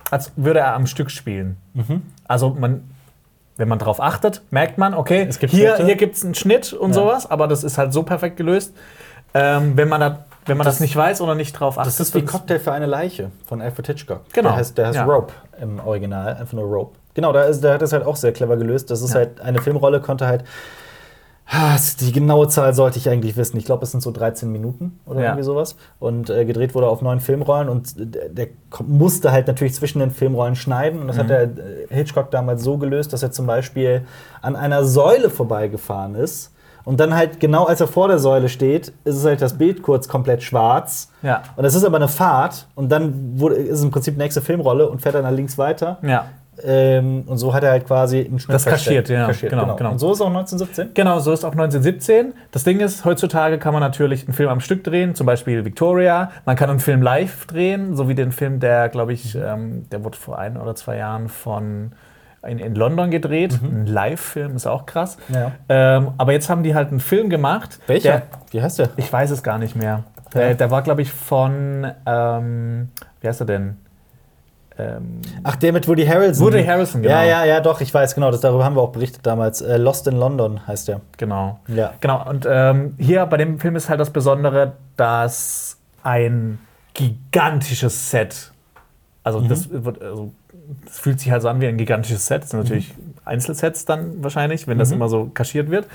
S2: als würde er am Stück spielen.
S1: Mhm.
S2: Also man, wenn man drauf achtet, merkt man, okay,
S1: Es gibt
S2: hier,
S1: Schnitte.
S2: hier gibt es einen Schnitt und
S1: Ja.
S2: sowas, aber das ist halt so perfekt gelöst. Ähm, wenn man, da, wenn man das,
S1: Das-
S2: nicht weiß oder nicht drauf achtet.
S1: Das ist wie
S2: dann-
S1: Cocktail für eine Leiche von Alfred Hitchcock.
S2: Genau.
S1: Der heißt, der heißt
S2: Ja.
S1: Rope im Original, einfach nur Rope. Genau, da, ist, da hat es halt auch sehr clever gelöst. Das ist halt eine Filmrolle, konnte halt. Ah, es- Die genaue Zahl sollte ich eigentlich wissen. Ich glaube, es sind so 13 Minuten oder
S2: Ja.
S1: irgendwie sowas. Und äh, gedreht wurde auf neun Filmrollen und der, der kom- musste halt natürlich zwischen den Filmrollen schneiden. Und das
S2: Mhm.
S1: hat der äh, Hitchcock damals so gelöst, dass er zum Beispiel an einer Säule vorbeigefahren ist. Und dann halt genau als er vor der Säule steht, ist es halt das Bild kurz komplett schwarz.
S2: Ja.
S1: Und das ist aber eine Fahrt und dann wurde, ist es im Prinzip nächste Filmrolle und fährt dann nach links weiter.
S2: Ja.
S1: Ähm, und so hat er halt quasi im Schnitt
S2: Das kaschiert, ja.
S1: genau,
S2: Genau,
S1: genau.
S2: genau.
S1: Und so ist auch 1917.
S2: Genau, so ist auch 1917. Das Ding ist, heutzutage kann man natürlich einen Film am Stück drehen, zum Beispiel Victoria. Man kann einen Film live drehen, so wie den Film, der, glaube ich, ähm, der wurde vor ein oder zwei Jahren von in, in London gedreht.
S1: Mhm.
S2: Ein Live-Film ist auch krass.
S1: Ja.
S2: Ähm, aber jetzt haben die halt einen Film gemacht. Der,
S1: Wie heißt der?
S2: ich weiß es gar nicht mehr.
S1: Ja.
S2: Äh, der war, glaube ich, von, ähm, wie heißt er denn? Ähm,
S1: Ach, der mit Woody Harrelson.
S2: Woody Harrison, genau.
S1: Ja, ja, ja, doch, ich weiß genau, das, darüber haben wir auch berichtet damals. Äh, Lost in London heißt der.
S2: genau.
S1: Ja.
S2: Genau, und ähm, hier bei dem Film ist halt das Besondere, dass ein gigantisches Set, also, das, wird, also das fühlt sich halt so an wie ein gigantisches Set, das sind natürlich Einzelsets dann wahrscheinlich, wenn das immer so kaschiert wird.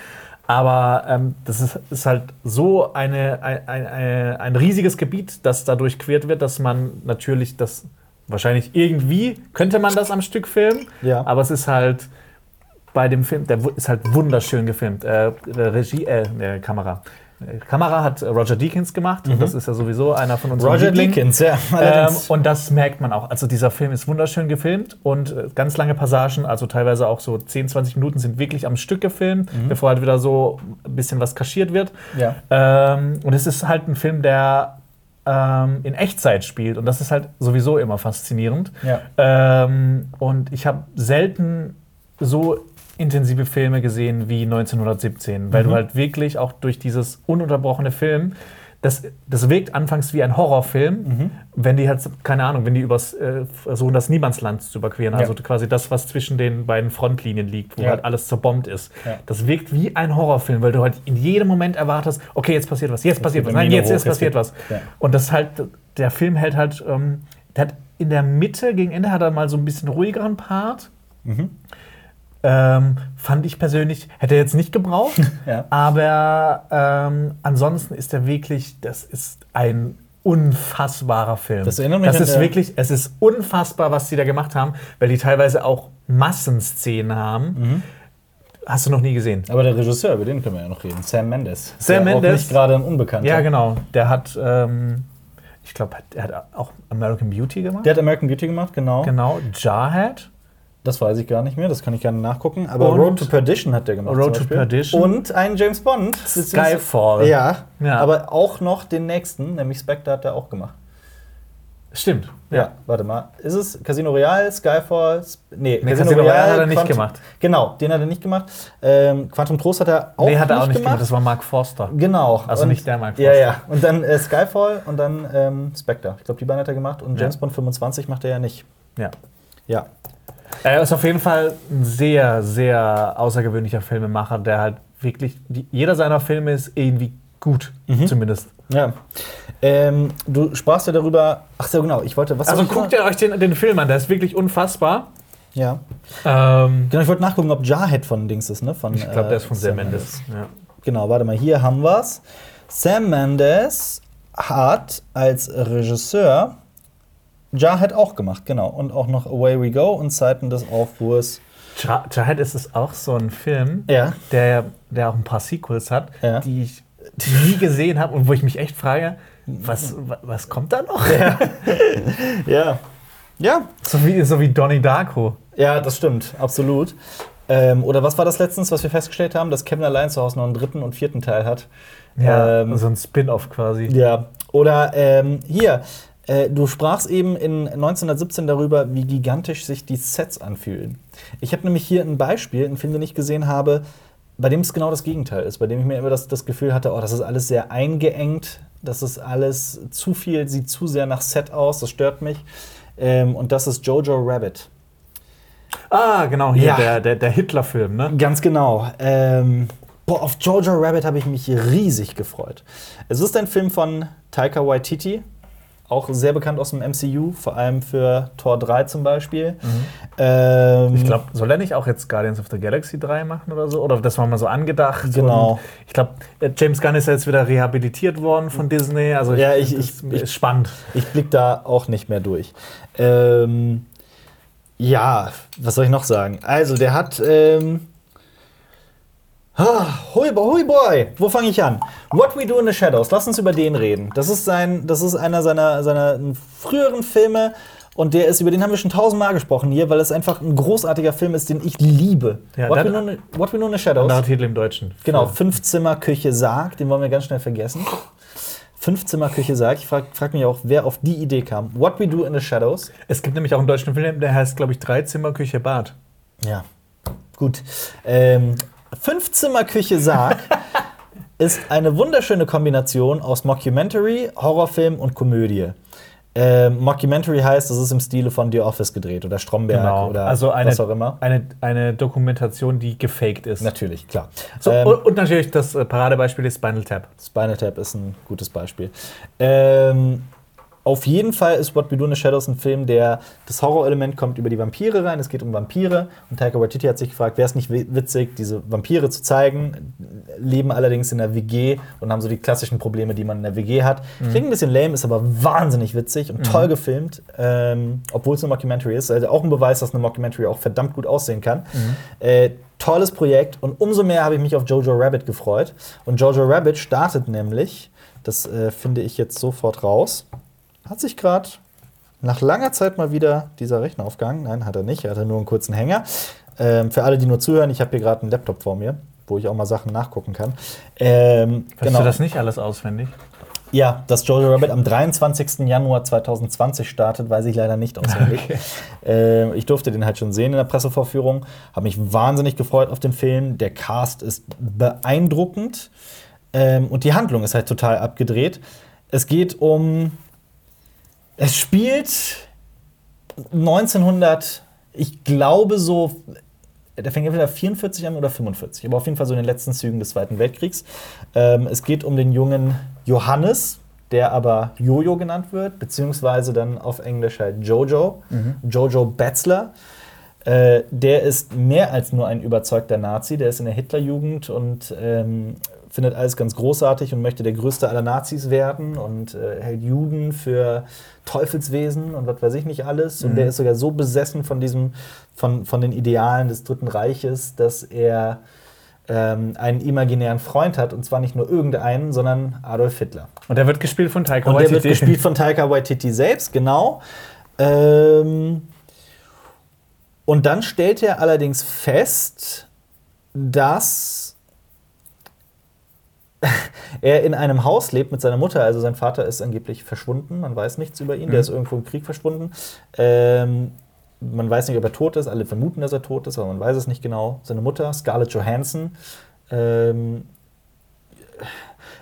S2: Aber ähm, das ist, ist halt so eine, ein, ein- ein, ein riesiges Gebiet, das da durchquert wird, dass man natürlich das, wahrscheinlich irgendwie könnte man das am Stück filmen,
S1: Ja.
S2: aber es ist halt bei dem Film, der wu- ist halt wunderschön gefilmt. Äh, Regie, äh, äh, Kamera. Äh, Kamera hat äh, Roger Deakins gemacht. Das ist ja sowieso einer von unseren
S1: Mhm. Roger
S2: Lieblingen.
S1: Deakins, ja.
S2: Ähm,
S1: Allerdings.
S2: und das merkt man auch. Also dieser Film ist wunderschön gefilmt und äh, ganz lange Passagen, also teilweise auch so 10, 20 Minuten sind wirklich am Stück gefilmt,
S1: Mhm.
S2: bevor halt wieder so ein bisschen was kaschiert wird.
S1: ja.
S2: Ähm, und es ist halt ein Film, der ähm, in Echtzeit spielt. Und das ist halt sowieso immer faszinierend.
S1: Ja.
S2: Ähm, und ich habe selten so intensive Filme gesehen wie 1917,
S1: Mhm.
S2: weil du halt wirklich auch durch dieses ununterbrochene Film, das, das wirkt anfangs wie ein Horrorfilm,
S1: Mhm.
S2: wenn die halt, keine Ahnung, wenn die übers, äh, versuchen, das Niemandsland zu überqueren, also quasi das, was zwischen den beiden Frontlinien liegt, wo
S1: Ja.
S2: halt alles zerbombt ist.
S1: Ja.
S2: Das wirkt wie ein Horrorfilm, weil du halt in jedem Moment erwartest, okay, jetzt passiert was, jetzt passiert
S1: geht
S2: was,
S1: eine
S2: nein,
S1: Mine
S2: jetzt, jetzt
S1: hoch, jetzt
S2: passiert was.
S1: geht- ja.
S2: Und das halt, der Film hält halt, ähm, der hat in der Mitte, gegen Ende hat er mal so ein bisschen ruhigeren Part. Ähm, fand ich persönlich, hätte er jetzt nicht gebraucht.
S1: Ja.
S2: Aber ähm, ansonsten ist er wirklich, das ist ein unfassbarer Film.
S1: Das erinnert mich
S2: das
S1: an,
S2: ist
S1: äh,
S2: wirklich, es ist unfassbar, was die da gemacht haben, weil die teilweise auch Massenszenen haben.
S1: Mhm.
S2: Hast du noch nie gesehen?
S1: Aber der Regisseur, über den können wir ja noch reden. Sam Mendes.
S2: Sam
S1: Der Auch
S2: Mendes.
S1: nicht gerade ein Unbekannter.
S2: Ja, genau. Der hat, ähm, ich glaube, er hat auch American Beauty gemacht.
S1: Der hat American Beauty gemacht, genau.
S2: genau, Jarhead.
S1: Das weiß ich gar nicht mehr, das kann ich gerne nachgucken. Aber
S2: Und-
S1: Road to Perdition hat der gemacht.
S2: Road
S1: zum
S2: to
S1: Beispiel.
S2: Perdition.
S1: Und einen James Bond.
S2: Skyfall.
S1: Ja,
S2: Ja.
S1: aber auch noch den nächsten, nämlich Spectre hat er auch gemacht.
S2: Stimmt.
S1: Ja. warte mal. Ist es Casino Royale, Skyfalls? Nee,
S2: Nee, Casino Royale hat er nicht
S1: Quantum-
S2: gemacht.
S1: Genau, den hat er nicht gemacht. Ähm, Quantum Trost hat er auch,
S2: nee, hat er
S1: nicht,
S2: auch nicht gemacht.
S1: gemacht.
S2: Das war Mark Forster.
S1: Genau.
S2: Also
S1: und,
S2: nicht der Mark
S1: Ja,
S2: Forster.
S1: ja. Und dann äh, Skyfall und dann ähm, Spectre. Ich glaube, die beiden hat er gemacht. Und James Bond 25 macht er ja nicht.
S2: Ja.
S1: Ja.
S2: Er Äh, ist auf jeden Fall ein sehr, sehr außergewöhnlicher Filmemacher, der halt wirklich, die, jeder seiner Filme ist irgendwie gut, zumindest.
S1: Ja. Ähm, du sprachst ja darüber. Ach so, genau. Ich wollte. Was
S2: Also
S1: soll ich
S2: guckt
S1: noch-
S2: ihr euch den, den Film an, der ist wirklich unfassbar.
S1: Ja.
S2: Ähm,
S1: Genau, ich wollte nachgucken, ob Jarhead von Dings ist, ne? Von,
S2: ich glaube, der ist von
S1: äh,
S2: Sam
S1: Sam
S2: Mendes. Ja.
S1: Genau, warte mal, hier haben wir's. Sam Mendes hat als Regisseur Jarhead auch gemacht, genau. Und auch noch Away We Go und Zeiten des Aufruhrs.
S2: Jar- Jarhead ist es auch so ein Film,
S1: Ja.
S2: der, der auch ein paar Sequels hat,
S1: Ja.
S2: die ich nie gesehen habe und wo ich mich echt frage, was, wa- was kommt da noch?
S1: Ja. Ja.
S2: So, wie, so wie Donnie Darko.
S1: Ja, das stimmt, absolut. Ähm, oder was war das letztens, was wir festgestellt haben, dass Kevin allein zu Hause noch einen dritten und vierten Teil hat?
S2: Ja, also
S1: Ähm,
S2: so ein Spin-off quasi.
S1: Ja, oder ähm, hier, äh, du sprachst eben in 1917 darüber, wie gigantisch sich die Sets anfühlen. Ich habe nämlich hier ein Beispiel, einen Film, den ich gesehen habe, bei dem es genau das Gegenteil ist, bei dem ich mir immer das, das Gefühl hatte, oh, das ist alles sehr eingeengt, das ist alles zu viel, sieht zu sehr nach Set aus, das stört mich. Ähm, und das ist Jojo Rabbit.
S2: Ah, genau, hier
S1: Ja.
S2: der, der, der Hitler-Film, ne?
S1: Ganz genau. Ähm, boah, auf Jojo Rabbit habe ich mich riesig gefreut. Es ist ein Film von Taika Waititi, auch sehr bekannt aus dem MCU, vor allem für Tor 3 zum Beispiel. Ähm,
S2: Mhm. Ich glaube, soll er nicht auch jetzt Guardians of the Galaxy 3 machen oder so? Oder das war mal so angedacht.
S1: Genau.
S2: Und ich glaube, James Gunn ist ja jetzt wieder rehabilitiert worden von Disney. Also
S1: Ja, ich-
S2: das
S1: ich-
S2: ist spannend.
S1: ich blick da auch nicht mehr durch. Ähm, ja, was soll ich noch sagen? Also, der hat. Ähm, ah, Hui boy, hui boy, wo fange ich an? What We Do in the Shadows, lass uns über den reden. Das ist, sein, das ist einer seiner, seiner früheren Filme und der ist, über den haben wir schon tausendmal gesprochen hier, weil es einfach ein großartiger Film ist, den ich liebe.
S2: Ja,
S1: What,
S2: dann-
S1: we do in, the- What We Do in the Shadows.
S2: Anderer Titel im Deutschen.
S1: Genau, Fünfzimmerküche Sarg, den wollen wir ganz schnell vergessen. Fünfzimmerküche Sarg, ich frage frag mich auch, wer auf die Idee kam. What We Do in the Shadows.
S2: Es gibt nämlich auch einen deutschen Film, der heißt, glaube ich, Dreizimmer, Küche, Bad.
S1: Ja, gut. Ähm, Fünfzimmerküche Sarg ist eine wunderschöne Kombination aus Mockumentary, Horrorfilm und Komödie. Ähm, Mockumentary heißt, es ist im Stile von The Office gedreht oder Stromberg oder
S2: also eine,
S1: was auch immer.
S2: Eine, eine Dokumentation, die gefaked ist.
S1: Natürlich, klar.
S2: So,
S1: Ähm,
S2: und, und natürlich das äh, Paradebeispiel ist Spinal Tap.
S1: Spinal Tap ist ein gutes Beispiel. Ähm, auf jeden Fall ist What We Do in the Shadows ein Film, der das Horrorelement kommt über die Vampire rein. Es geht um Vampire. Und Taika Waititi hat sich gefragt, wäre es nicht wi- witzig, diese Vampire zu zeigen, leben allerdings in der WG und haben so die klassischen Probleme, die man in der WG hat. Klingt ein bisschen lame, ist aber wahnsinnig witzig und toll gefilmt, ähm, obwohl es eine Mockumentary ist. Also auch ein Beweis, dass eine Mockumentary auch verdammt gut aussehen kann. Äh, tolles Projekt und umso mehr habe ich mich auf Jojo Rabbit gefreut. Und Jojo Rabbit startet nämlich, das äh, finde ich jetzt sofort raus, hat sich gerade nach langer Zeit mal wieder dieser Rechner aufgehangen. Nein, hat er nicht, er hatte nur einen kurzen Hänger. Ähm, für alle, die nur zuhören, ich habe hier gerade einen Laptop vor mir, wo ich auch mal Sachen nachgucken kann. Ähm,
S2: Weißt du das nicht alles auswendig?
S1: ja, dass Jojo Rabbit am 23. Januar 2020 startet, weiß ich leider nicht auswendig. Ähm, ich durfte den halt schon sehen in der Pressevorführung. Habe mich wahnsinnig gefreut auf den Film. Der Cast ist beeindruckend. Ähm, und die Handlung ist halt total abgedreht. Es geht um. Es spielt 1900, ich glaube so, der fängt entweder 44 an oder 45, aber auf jeden Fall so in den letzten Zügen des Zweiten Weltkriegs. Ähm, es geht um den jungen Johannes, der aber Jojo genannt wird, beziehungsweise dann auf Englisch halt Jojo, Jojo Betzler. Äh, der ist mehr als nur ein überzeugter Nazi, der ist in der Hitlerjugend und ähm, findet alles ganz großartig und möchte der größte aller Nazis werden und äh, hält Juden für Teufelswesen und was weiß ich nicht alles. Und der ist sogar so besessen von diesem, von, von den Idealen des Dritten Reiches, dass er ähm, einen imaginären Freund hat und zwar nicht nur irgendeinen, sondern Adolf Hitler.
S2: Und der wird gespielt von Taika
S1: Und der wird
S2: Waititi.
S1: gespielt von Taika Waititi selbst, genau. Ähm, und dann stellt er allerdings fest, dass er in einem Haus lebt mit seiner Mutter. Also sein Vater ist angeblich verschwunden. Man weiß nichts über
S2: Mhm.
S1: ihn. Der ist irgendwo im Krieg verschwunden. Ähm, man weiß nicht, ob er tot ist. Alle vermuten, dass er tot ist, aber man weiß es nicht genau. Seine Mutter, Scarlett Johansson. Ähm,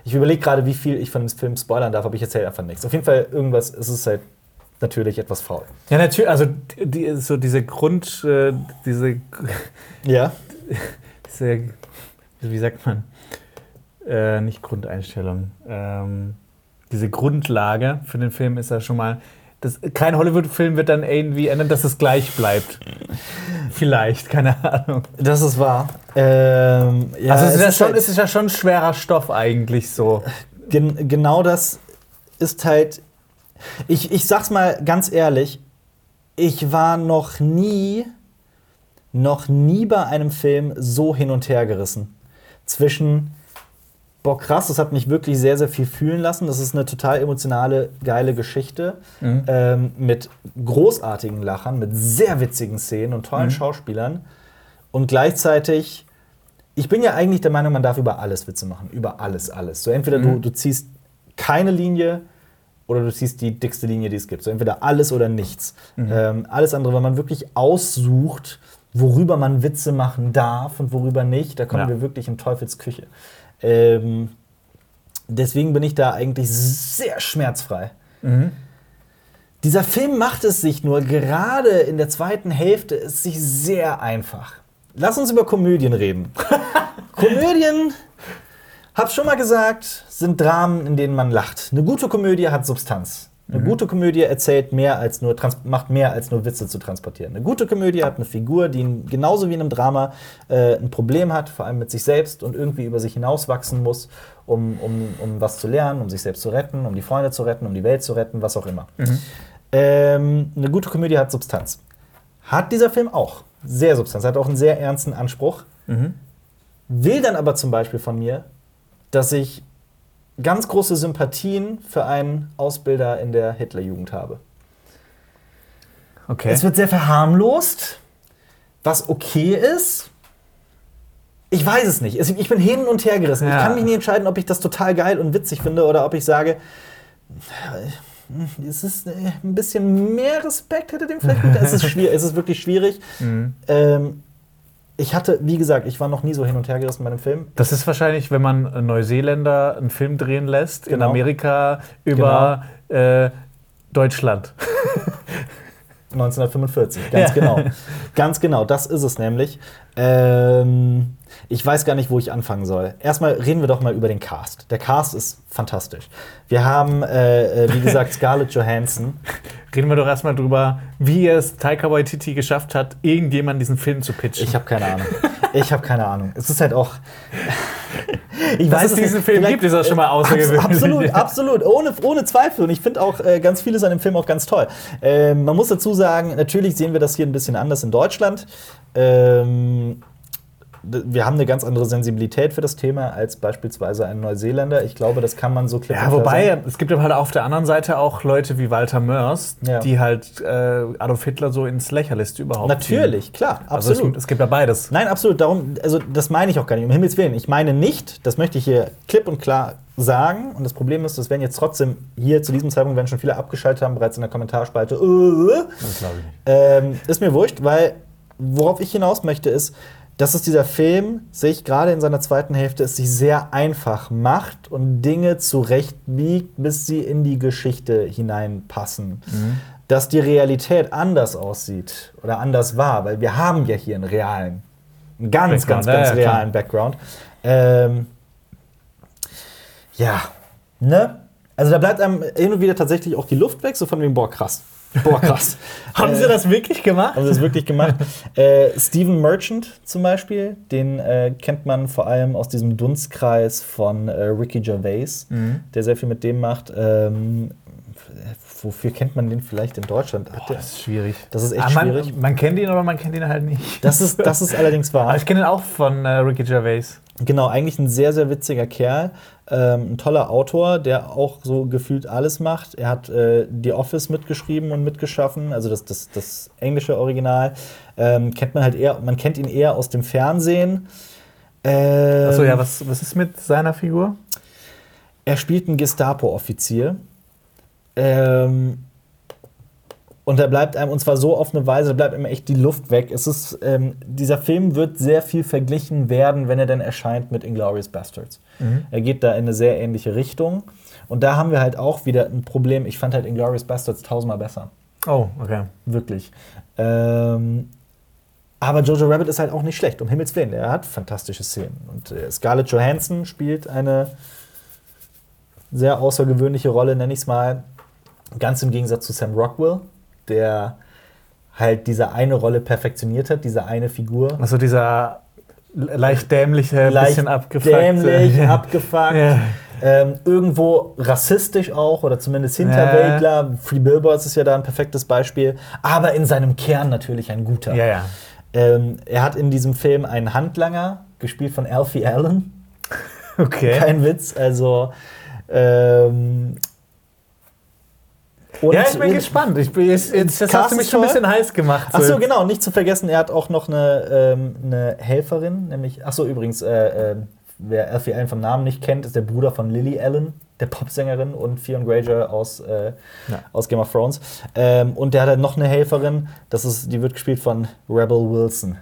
S1: ich überlege gerade, wie viel ich von dem Film spoilern darf, aber ich erzähle einfach nichts. Auf jeden Fall, irgendwas es ist halt natürlich etwas faul.
S2: Ja, natürlich, also die, so diese Grund, äh, diese,
S1: Ja.
S2: diese, wie sagt man, äh, nicht Grundeinstellung, ähm, diese Grundlage für den Film ist ja schon mal, das, kein Hollywood-Film wird dann irgendwie ändern, dass es gleich bleibt. Vielleicht, keine Ahnung.
S1: Das ist wahr. Ähm, ja,
S2: also es ist, ja
S1: ist
S2: schon,
S1: halt-
S2: es ist ja schon schwerer Stoff eigentlich so.
S1: Gen genau das ist halt. Ich, ich sag's mal ganz ehrlich, ich war noch nie, noch nie bei einem Film so hin und her gerissen. Zwischen, boah, krass, das hat mich wirklich sehr, sehr viel fühlen lassen. Das ist eine total emotionale, geile Geschichte. Ähm, mit großartigen Lachern, mit sehr witzigen Szenen und tollen Schauspielern. Und gleichzeitig ich bin ja eigentlich der Meinung, man darf über alles Witze machen. Über alles, alles. So entweder du, du ziehst keine Linie oder du ziehst die dickste Linie, die es gibt. So entweder alles oder nichts. Ähm, alles andere, weil man wirklich aussucht, worüber man Witze machen darf und worüber nicht, da kommen
S2: Ja.
S1: wir wirklich in Teufelsküche. Ähm, deswegen bin ich da eigentlich sehr schmerzfrei. Dieser Film macht es sich nur gerade in der zweiten Hälfte es sich sehr einfach. Lass uns über Komödien reden. Komödien, hab's schon mal gesagt, sind Dramen, in denen man lacht. Eine gute Komödie hat Substanz. Eine gute Komödie erzählt mehr als nur, trans- macht mehr als nur Witze zu transportieren. Eine gute Komödie hat eine Figur, die ein- genauso wie in einem Drama äh, ein Problem hat, vor allem mit sich selbst und irgendwie über sich hinauswachsen muss, um, um, um was zu lernen, um sich selbst zu retten, um die Freunde zu retten, um die Welt zu retten, was auch immer. Ähm, eine gute Komödie hat Substanz. Hat dieser Film auch. Sehr Substanz. Hat auch einen sehr ernsten Anspruch. Will dann aber zum Beispiel von mir, dass ich ganz große Sympathien für einen Ausbilder in der Hitlerjugend habe.
S2: Okay.
S1: Es wird sehr verharmlost, was okay ist. Ich weiß es nicht. Es- Ich bin hin und her gerissen.
S2: Ja.
S1: Ich kann mich nicht entscheiden, ob ich das total geil und witzig finde oder ob ich sage, es ist äh, ein bisschen mehr Respekt hätte dem vielleicht. gut- Es ist schwierig. Es ist wirklich schwierig.
S2: Mhm.
S1: Ähm, ich hatte, wie gesagt, ich war noch nie so hin und her gerissen bei einem Film.
S2: Das ist wahrscheinlich, wenn man einen Neuseeländer einen Film drehen lässt in
S1: Genau.
S2: Amerika über äh, Deutschland.
S1: 1945, ganz
S2: Ja.
S1: genau. Ganz genau, das ist es nämlich. Ähm, ich weiß gar nicht, wo ich anfangen soll. Erstmal reden wir doch mal über den Cast. Der Cast ist fantastisch. Wir haben, äh, äh, wie gesagt, Scarlett Johansson.
S2: Reden wir doch erstmal drüber, wie es Taika Waititi geschafft hat, irgendjemand diesen Film zu pitchen.
S1: Ich habe keine Ahnung. Ich habe keine Ahnung. Es ist halt auch. Ich
S2: Dass es
S1: nicht.
S2: diesen Film
S1: Vielleicht-
S2: gibt, ist das schon mal
S1: Abs
S2: außergewöhnlich.
S1: absolut, absolut, ohne, ohne Zweifel. Und ich finde auch äh, ganz vieles an dem Film auch ganz toll. Ähm, man muss dazu sagen, natürlich sehen wir das hier ein bisschen anders in Deutschland. Ähm, d- wir haben eine ganz andere Sensibilität für das Thema als beispielsweise ein Neuseeländer. Ich glaube, das kann man so klipp und
S2: Ja,
S1: klar
S2: wobei,
S1: sagen.
S2: es gibt aber halt auf der anderen Seite auch Leute wie Walter Mörs,
S1: Ja.
S2: die halt äh, Adolf Hitler so ins Lächerlichste überhaupt
S1: Natürlich, klar,
S2: ziehen. Also
S1: absolut.
S2: es, es gibt ja beides.
S1: Nein, absolut. Darum, also das meine ich auch gar nicht. Um Himmels Willen. Ich meine nicht, das möchte ich hier klipp und klar sagen. Und das Problem ist, das werden jetzt trotzdem hier zu diesem Zeitpunkt, wenn schon viele abgeschaltet haben, bereits in der Kommentarspalte. Äh,
S2: Das glaube ich nicht.
S1: ähm, ist mir wurscht, weil worauf ich hinaus möchte ist, dass es dieser Film sich gerade in seiner zweiten Hälfte es sich sehr einfach macht und Dinge zurechtbiegt, bis sie in die Geschichte hineinpassen.
S2: Mhm.
S1: Dass die Realität anders aussieht oder anders war, weil wir haben ja hier einen realen, einen ganz, ganz,
S2: Background, ja,
S1: ganz
S2: ja, klar.
S1: realen Background. Ähm, ja, ne? Also da bleibt einem hin und wieder tatsächlich auch die Luft weg, so von wegen, boah, krass. Boah, krass.
S2: Haben
S1: Äh,
S2: sie das wirklich gemacht?
S1: haben sie Also das wirklich gemacht? äh, Steven Merchant zum Beispiel, den äh, kennt man vor allem aus diesem Dunstkreis von äh, Ricky Gervais, der sehr viel mit dem macht. Ähm, wofür kennt man den vielleicht in Deutschland? Hat der-
S2: das ist schwierig.
S1: Das ist echt
S2: Ah, man,
S1: schwierig.
S2: Man kennt ihn, aber man kennt ihn halt nicht.
S1: Das ist, das ist allerdings
S2: Aber
S1: wahr.
S2: ich kenne ihn auch von äh, Ricky Gervais.
S1: Genau, eigentlich ein sehr, sehr witziger Kerl. Ähm, ein toller Autor, der auch so gefühlt alles macht. Er hat äh, The Office mitgeschrieben und mitgeschaffen, also das, das, das englische Original. Ähm, kennt man halt eher, man kennt ihn eher aus dem Fernsehen. Ähm,
S2: Achso, ja, was, was ist mit seiner Figur?
S1: er spielt einen Gestapo-Offizier. Ähm, und da bleibt einem, und zwar so auf eine Weise, da bleibt einem echt die Luft weg. Es ist, ähm, dieser Film wird sehr viel verglichen werden, wenn er denn erscheint mit Inglourious Bastards.
S2: Mhm.
S1: Er geht da in eine sehr ähnliche Richtung. Und da haben wir halt auch wieder ein Problem. Ich fand halt Inglourious Bastards tausendmal besser.
S2: Oh, okay.
S1: Wirklich. Ähm, aber Jojo Rabbit ist halt auch nicht schlecht, um Himmels Willen. Er hat fantastische Szenen. Und äh, Scarlett Johansson spielt eine sehr außergewöhnliche Rolle, nenne ich es mal. Ganz im Gegensatz zu Sam Rockwell, der halt diese eine Rolle perfektioniert hat, diese eine Figur.
S2: Also dieser le- leicht dämliche, bisschen abgefuckte.
S1: dämlich,
S2: Ja.
S1: abgefuckt.
S2: Ja.
S1: Ähm, irgendwo rassistisch auch oder zumindest Hinterwäldler. Free Billboards ist ja da ein perfektes Beispiel. Aber in seinem Kern natürlich ein guter.
S2: Ja, ja.
S1: Ähm, er hat in diesem Film einen Handlanger, gespielt von Alfie Allen.
S2: Okay.
S1: Kein Witz, also. Ähm, und-
S2: ja, ich bin gespannt. Ich bin, jetzt, jetzt das hast du mich schon ein
S1: Cast ist
S2: bisschen heiß gemacht.
S1: Ach so,
S2: jetzt.
S1: genau, nicht zu vergessen, er hat auch noch eine, ähm, eine Helferin, nämlich, ach so, übrigens, äh, äh, wer Alfie Allen vom Namen nicht kennt, ist der Bruder von Lily Allen, der Popsängerin und Fionn Granger aus, äh,
S2: Ja.
S1: aus Game of Thrones. Ähm, und der hat halt noch eine Helferin, das ist, die wird gespielt von Rebel Wilson.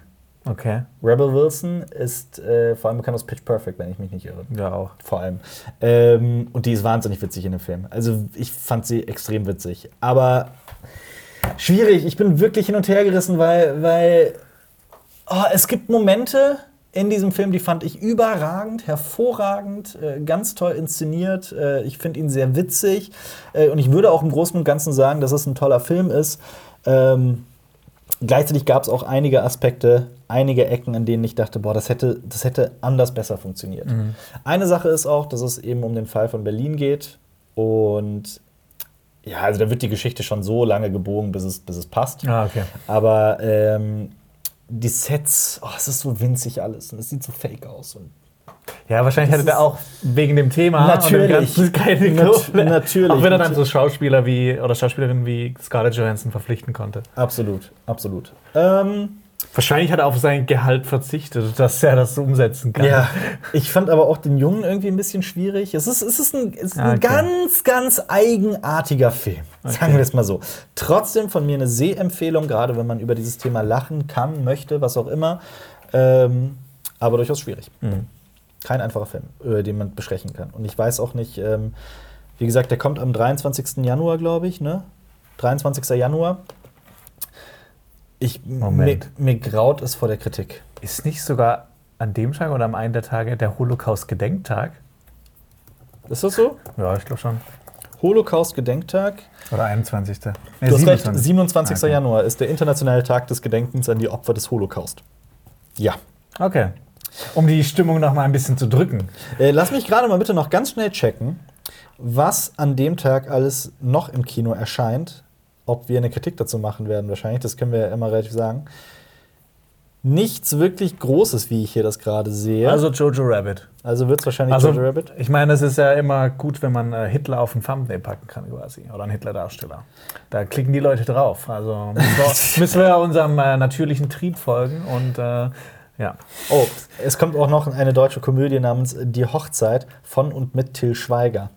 S2: Okay.
S1: Rebel Wilson ist äh, vor allem bekannt aus Pitch Perfect, wenn ich mich nicht irre.
S2: Ja, auch.
S1: Vor allem. Ähm, und die ist wahnsinnig witzig in dem Film. Also ich fand sie extrem witzig. Aber schwierig. Ich bin wirklich hin und her gerissen, weil, weil oh, es gibt Momente in diesem Film, die fand ich überragend, hervorragend, äh, ganz toll inszeniert. Äh, ich finde ihn sehr witzig. Äh, und ich würde auch im Großen und Ganzen sagen, dass es ein toller Film ist. Ähm, gleichzeitig gab es auch einige Aspekte, einige Ecken, an denen ich dachte, boah, das hätte, das hätte anders besser funktioniert. Eine Sache ist auch, dass es eben um den Fall von Berlin geht. Und ja, also da wird die Geschichte schon so lange gebogen, bis es, bis es passt.
S2: Ah, okay.
S1: Aber ähm, die Sets, oh, es ist so winzig alles und es sieht so fake aus. Und
S2: Ja, wahrscheinlich
S1: Das
S2: hatte der
S1: ist-
S2: auch wegen dem Thema
S1: Natürlich.
S2: und dem Ganzen keine
S1: Nat-
S2: Not
S1: natürlich.
S2: Auch wenn er dann so Schauspieler wie oder Schauspielerin wie Scarlett Johansson verpflichten konnte.
S1: absolut, absolut. Ähm,
S2: Wahrscheinlich hat er auf sein Gehalt verzichtet, dass er das so umsetzen kann.
S1: ja, ich fand aber auch den Jungen irgendwie ein bisschen schwierig. Es ist, es ist ein, es ist
S2: Ah,
S1: ein
S2: okay.
S1: ganz, ganz eigenartiger Film. Sagen wir es mal so. Trotzdem von mir eine Sehempfehlung, gerade wenn man über dieses Thema lachen kann, möchte, was auch immer. Ähm, aber durchaus schwierig.
S2: Mhm.
S1: kein einfacher Film, äh, den man besprechen kann. Und ich weiß auch nicht, ähm, wie gesagt, der kommt am 23. Januar, glaube ich, ne? 23. Januar. Ich,
S2: Moment.
S1: Mir, mir graut es vor der Kritik.
S2: Ist nicht sogar an dem Tag oder am einen der Tage der Holocaust-Gedenktag?
S1: Ist das so?
S2: Ja, ich glaube schon.
S1: Holocaust-Gedenktag.
S2: Oder 21. Nee,
S1: Du hast recht, 27.
S2: 27. Äh, Ah, okay.
S1: Januar ist der internationale Tag des Gedenkens an die Opfer des Holocaust. Ja.
S2: Ah, Okay. Um die Stimmung noch mal ein bisschen zu drücken.
S1: Äh, lass mich gerade mal bitte noch ganz schnell checken, was an dem Tag alles noch im Kino erscheint. Ob wir eine Kritik dazu machen werden, wahrscheinlich. Das können wir ja immer relativ sagen. Nichts wirklich Großes, wie ich hier das gerade sehe. Also,
S2: Jojo Rabbit.
S1: wird es wahrscheinlich
S2: Also,
S1: Jojo Rabbit.
S2: ich meine, es ist ja immer gut, wenn man äh, Hitler auf ein Thumbnail packen kann, quasi. Oder einen Hitler-Darsteller. Da klicken die Leute drauf. Also müssen wir- müssen wir unserem äh, natürlichen Trieb folgen. Und äh, ja.
S1: Oh, es kommt auch noch eine deutsche Komödie namens Die Hochzeit von und mit Till Schweiger.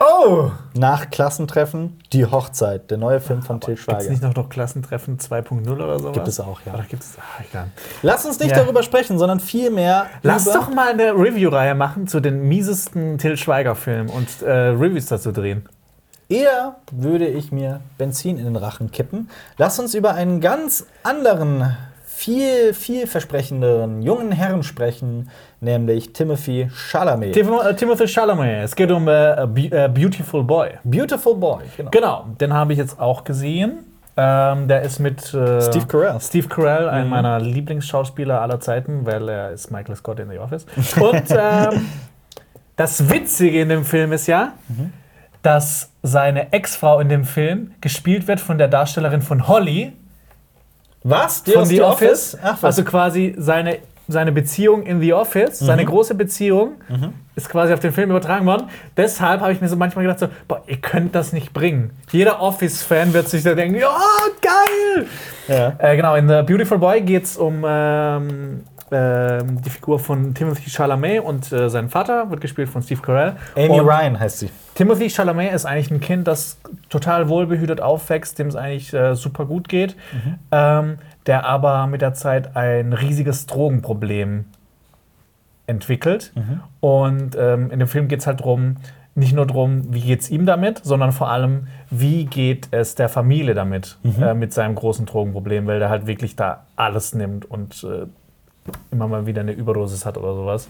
S2: Oh!
S1: Nach Klassentreffen Die Hochzeit, der neue Film von Till
S2: Gibt es
S1: Schweiger.
S2: nicht noch, noch Klassentreffen 2.0 oder so?
S1: Gibt es auch, ja.
S2: Oder gibt's, ah, ich kann.
S1: Lass uns nicht
S2: Ja.
S1: darüber sprechen, sondern vielmehr.
S2: Lass
S1: über-
S2: doch mal eine Review-Reihe machen zu den miesesten Till Schweiger-Filmen und äh, Reviews dazu drehen.
S1: Eher würde ich mir Benzin in den Rachen kippen. Lass uns über einen ganz anderen, viel, vielversprechenderen jungen Herrn sprechen, nämlich Timothy Chalamet.
S2: Tim äh, Timothy Chalamet. Es geht um äh, A Be- äh, Beautiful Boy.
S1: Beautiful Boy, genau.
S2: Genau, den habe ich jetzt auch gesehen. Ähm, der ist mit äh,
S1: Steve Carell. Mhm.
S2: Steve Carell, einem meiner Lieblingsschauspieler aller Zeiten, weil er ist Michael Scott in The Office. Und ähm, das Witzige in dem Film ist ja,
S1: Mhm.
S2: dass seine Ex-Frau in dem Film gespielt wird von der Darstellerin von Holly
S1: Was? Die
S2: von
S1: aus
S2: The
S1: The
S2: Office.
S1: Ach, was?
S2: also quasi seine, seine Beziehung in The Office, seine große Beziehung, ist quasi auf den Film übertragen worden. Deshalb habe ich mir so manchmal gedacht, so, boah, ihr könnt das nicht bringen. Jeder Office-Fan wird sich da denken, ja, geil!
S1: ja.
S2: Äh, genau, in The Beautiful Boy geht es um ähm, ähm, die Figur von Timothy Chalamet und äh, sein Vater wird gespielt von Steve Carell.
S1: Amy
S2: und
S1: Ryan heißt sie.
S2: Timothy Chalamet ist eigentlich ein Kind, das total wohlbehütet aufwächst, dem es eigentlich äh, super gut geht, ähm, der aber mit der Zeit ein riesiges Drogenproblem entwickelt. Und ähm, in dem Film geht es halt drum, nicht nur darum, wie geht es ihm damit, sondern vor allem, wie geht es der Familie damit, äh, mit seinem großen Drogenproblem, weil der halt wirklich da alles nimmt und äh, immer mal wieder eine Überdosis hat oder sowas.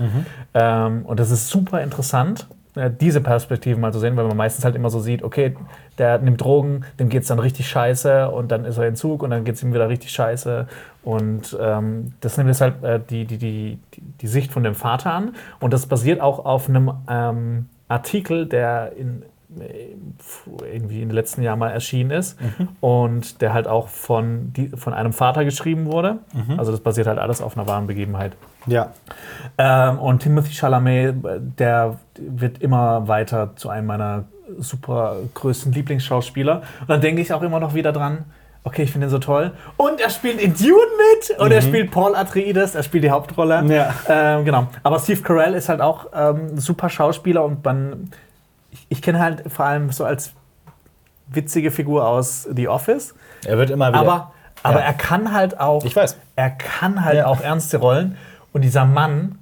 S2: Ähm, und das ist super interessant, äh, diese Perspektiven mal zu sehen, weil man meistens halt immer so sieht, okay, der nimmt Drogen, dem geht es dann richtig scheiße und dann ist er in Zug und dann geht es ihm wieder richtig scheiße. Und ähm, das nimmt jetzt halt äh, die, die, die, die- die Sicht von dem Vater an. Und das basiert auch auf einem ähm, Artikel, der in äh, irgendwie in den letzten Jahren mal erschienen ist und der halt auch von, die, von einem Vater geschrieben wurde. Also das basiert halt alles auf einer wahren Begebenheit.
S1: Ja.
S2: Ähm, und Timothy Chalamet, der wird immer weiter zu einem meiner super größten Lieblingsschauspieler. Und dann denke ich auch immer noch wieder dran, okay, ich finde ihn so toll. Und er spielt in Dune mit und er spielt Paul Atreides, er spielt die Hauptrolle.
S1: Ja.
S2: Ähm, genau. Aber Steve Carell ist halt auch ähm, ein super Schauspieler und man, ich, ich kenne halt vor allem so als witzige Figur aus The Office.
S1: Er wird immer wieder.
S2: Aber, aber
S1: Ja.
S2: er kann halt auch
S1: ich weiß.
S2: er kann halt
S1: Ja.
S2: auch ernste Rollen. Und dieser Mann,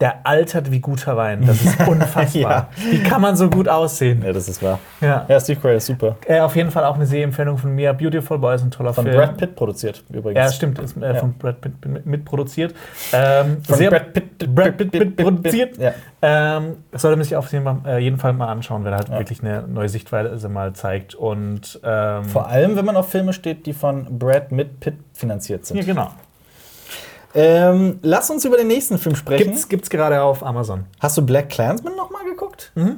S2: der altert wie guter Wein. Das ist unfassbar. Wie kann man so gut aussehen?
S1: Ja, das ist wahr.
S2: Ja.
S1: Ja, Steve Carell ist super.
S2: Äh, auf jeden Fall auch eine Sehempfehlung von mir. Beautiful Boy ist ein toller
S1: Von
S2: Film.
S1: Brad Pitt produziert übrigens.
S2: Ja, stimmt, ist
S1: Ja.
S2: äh, von Brad Pitt mit- mitproduziert. Ähm,
S1: Von
S2: sehr
S1: Brad Pitt,
S2: Brad Pitt mitproduziert.
S1: Ja.
S2: Ähm, das sollte man sich auf jeden Fall, äh, jeden Fall mal anschauen, wenn er halt wirklich eine neue Sichtweise mal zeigt. Und ähm,
S1: Vor allem, wenn man auf Filme steht, die von Brad mit Pitt finanziert
S2: ja,
S1: sind.
S2: genau.
S1: Ähm, lass uns über den nächsten Film sprechen.
S2: Gibt's, gibt's gerade auf Amazon.
S1: Hast du Black Clansman nochmal geguckt?
S2: Mhm.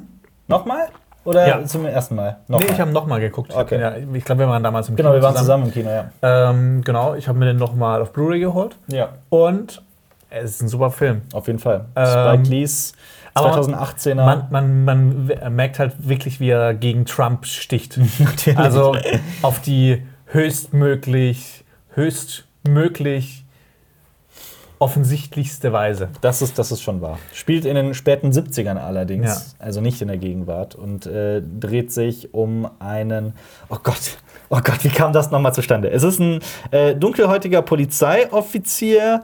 S1: Nochmal? Oder
S2: Ja.
S1: zum ersten Mal? Noch
S2: nee,
S1: mal.
S2: ich habe nochmal geguckt. Ich hab
S1: Okay.
S2: ihn Ja, ich glaube, wir waren damals im
S1: genau,
S2: Kino
S1: wir waren zusammen im Kino, ja.
S2: Ähm, genau, ich habe mir den nochmal auf Blu-ray geholt
S1: Ja,
S2: und es ist ein super Film.
S1: auf jeden Fall.
S2: Ähm,
S1: Spike Lee's
S2: aber
S1: 2018er.
S2: Man, man, man w- merkt halt wirklich, wie er gegen Trump sticht.
S1: Natürlich.
S2: also auf die höchstmöglich, höchstmöglich offensichtlichste Weise.
S1: Das ist, das ist schon wahr. Spielt in den späten 70ern allerdings, also nicht in der Gegenwart und äh, dreht sich um einen. Oh Gott, oh Gott, wie kam das nochmal zustande? Es ist ein äh, dunkelhäutiger Polizeioffizier,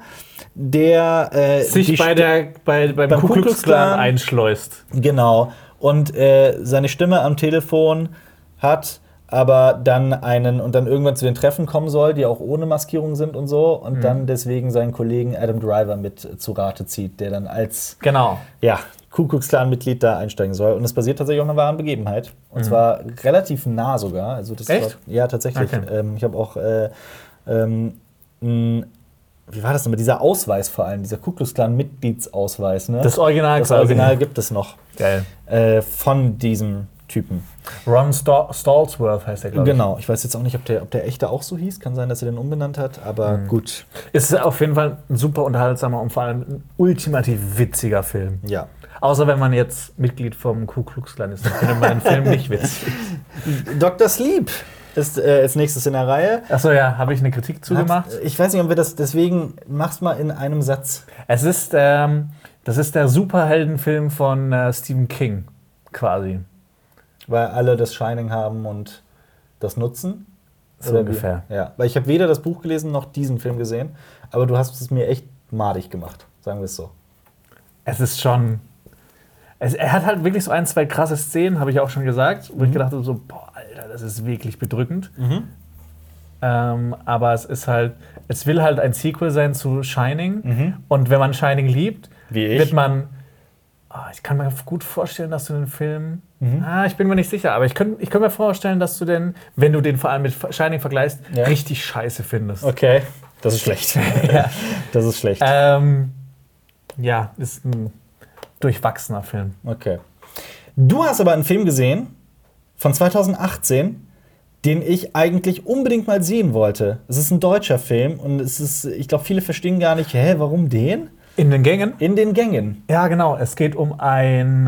S1: der äh,
S2: Sich
S1: die
S2: bei
S1: Sti-
S2: der, bei, beim, Ku Klux Klan einschleust.
S1: Genau. Und äh, seine Stimme am Telefon hat, aber dann einen und dann irgendwann zu den Treffen kommen soll, die auch ohne Maskierung sind und so, und
S2: Mhm.
S1: dann deswegen seinen Kollegen Adam Driver mit äh, zu Rate zieht, der dann als
S2: Genau.
S1: ja, Kuckucksklan-Mitglied da einsteigen soll. Und es basiert tatsächlich auf einer wahren Begebenheit. Und zwar relativ nah sogar. Also das
S2: Mhm. Echt?
S1: War, ja, tatsächlich.
S2: Okay.
S1: Ähm, ich habe auch äh, ähm, n- wie war das denn mit dieser Ausweis vor allem, dieser Kuckucksklan-Mitgliedsausweis, ne?
S2: Das Original
S1: Das
S2: quasi.
S1: Original gibt es noch
S2: Geil.
S1: äh, von diesem Typen.
S2: Ron Sta- Stallsworth heißt der, glaube ich.
S1: Genau. Ich weiß jetzt auch nicht, ob der, ob der echte auch so hieß. Kann sein, dass er den umbenannt hat, aber
S2: Mhm.
S1: gut.
S2: Es ist auf jeden Fall ein super unterhaltsamer und vor allem ein ultimativ witziger Film.
S1: Ja.
S2: Außer wenn man jetzt Mitglied vom Ku Klux Klan ist, dann findet man den Film nicht witzig.
S1: Dr. Sleep ist äh, als nächstes in der Reihe.
S2: Achso, ja, habe ich eine Kritik zugemacht.
S1: Ich weiß nicht, ob wir das deswegen mach's mal in einem Satz.
S2: Es ist, ähm, das ist der Superheldenfilm von äh, Stephen King, quasi.
S1: Weil alle das Shining haben und das nutzen.
S2: So
S1: Oder wie?
S2: ungefähr.
S1: Ja, weil ich habe weder das Buch gelesen noch diesen Film gesehen, aber du hast es mir echt madig gemacht, sagen wir es so.
S2: Es ist schon. Es, er hat halt wirklich so ein, zwei krasse Szenen, habe ich auch schon gesagt, wo
S1: Mhm.
S2: ich gedacht habe, so, boah, Alter, das ist wirklich bedrückend. Ähm, aber es ist halt, es will halt ein Sequel sein zu Shining. Und wenn man Shining liebt,
S1: Mhm. Wie ich.
S2: wird man. Ah, ich kann mir gut vorstellen, dass du den Film.
S1: Mhm.
S2: Ah, ich bin mir nicht sicher, aber ich könnte ich könnt mir vorstellen, dass du den, wenn du den vor allem mit Shining vergleichst,
S1: Ja.
S2: richtig scheiße findest.
S1: Okay. Das ist schlecht.
S2: Ja.
S1: Das ist schlecht.
S2: Ähm, ja, ist ein durchwachsener Film.
S1: Okay. Du hast aber einen Film gesehen von 2018, den ich eigentlich unbedingt mal sehen wollte. Es ist ein deutscher Film und es ist, ich glaube, viele verstehen gar nicht, hä, warum den?
S2: In den Gängen?
S1: In den Gängen.
S2: Ja, genau. Es geht um einen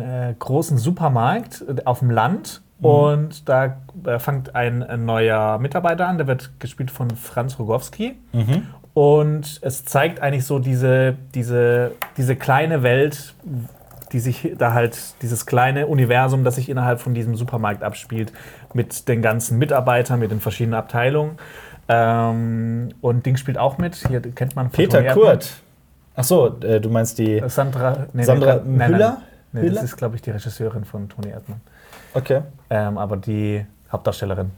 S2: äh, großen Supermarkt auf dem Land,
S1: Mhm.
S2: Und da äh, fängt ein, ein neuer Mitarbeiter an, der wird gespielt von Franz Rogowski.
S1: Mhm.
S2: Und es zeigt eigentlich so diese, diese, diese kleine Welt, die sich da halt, dieses kleine Universum, das sich innerhalb von diesem Supermarkt abspielt, mit den ganzen Mitarbeitern, mit den verschiedenen Abteilungen. Ähm, und Ding spielt auch mit. Hier kennt man von
S1: Peter
S2: Toni Erdmann.
S1: Kurt. Ach so, äh, du meinst die
S2: Äh, Sandra, nee,
S1: Sandra
S2: nee, nein,
S1: Hüller?
S2: Nein, nee,
S1: Hüller?
S2: das ist, glaube ich, die Regisseurin von Toni Erdmann.
S1: Okay.
S2: Ähm, aber die Hauptdarstellerin.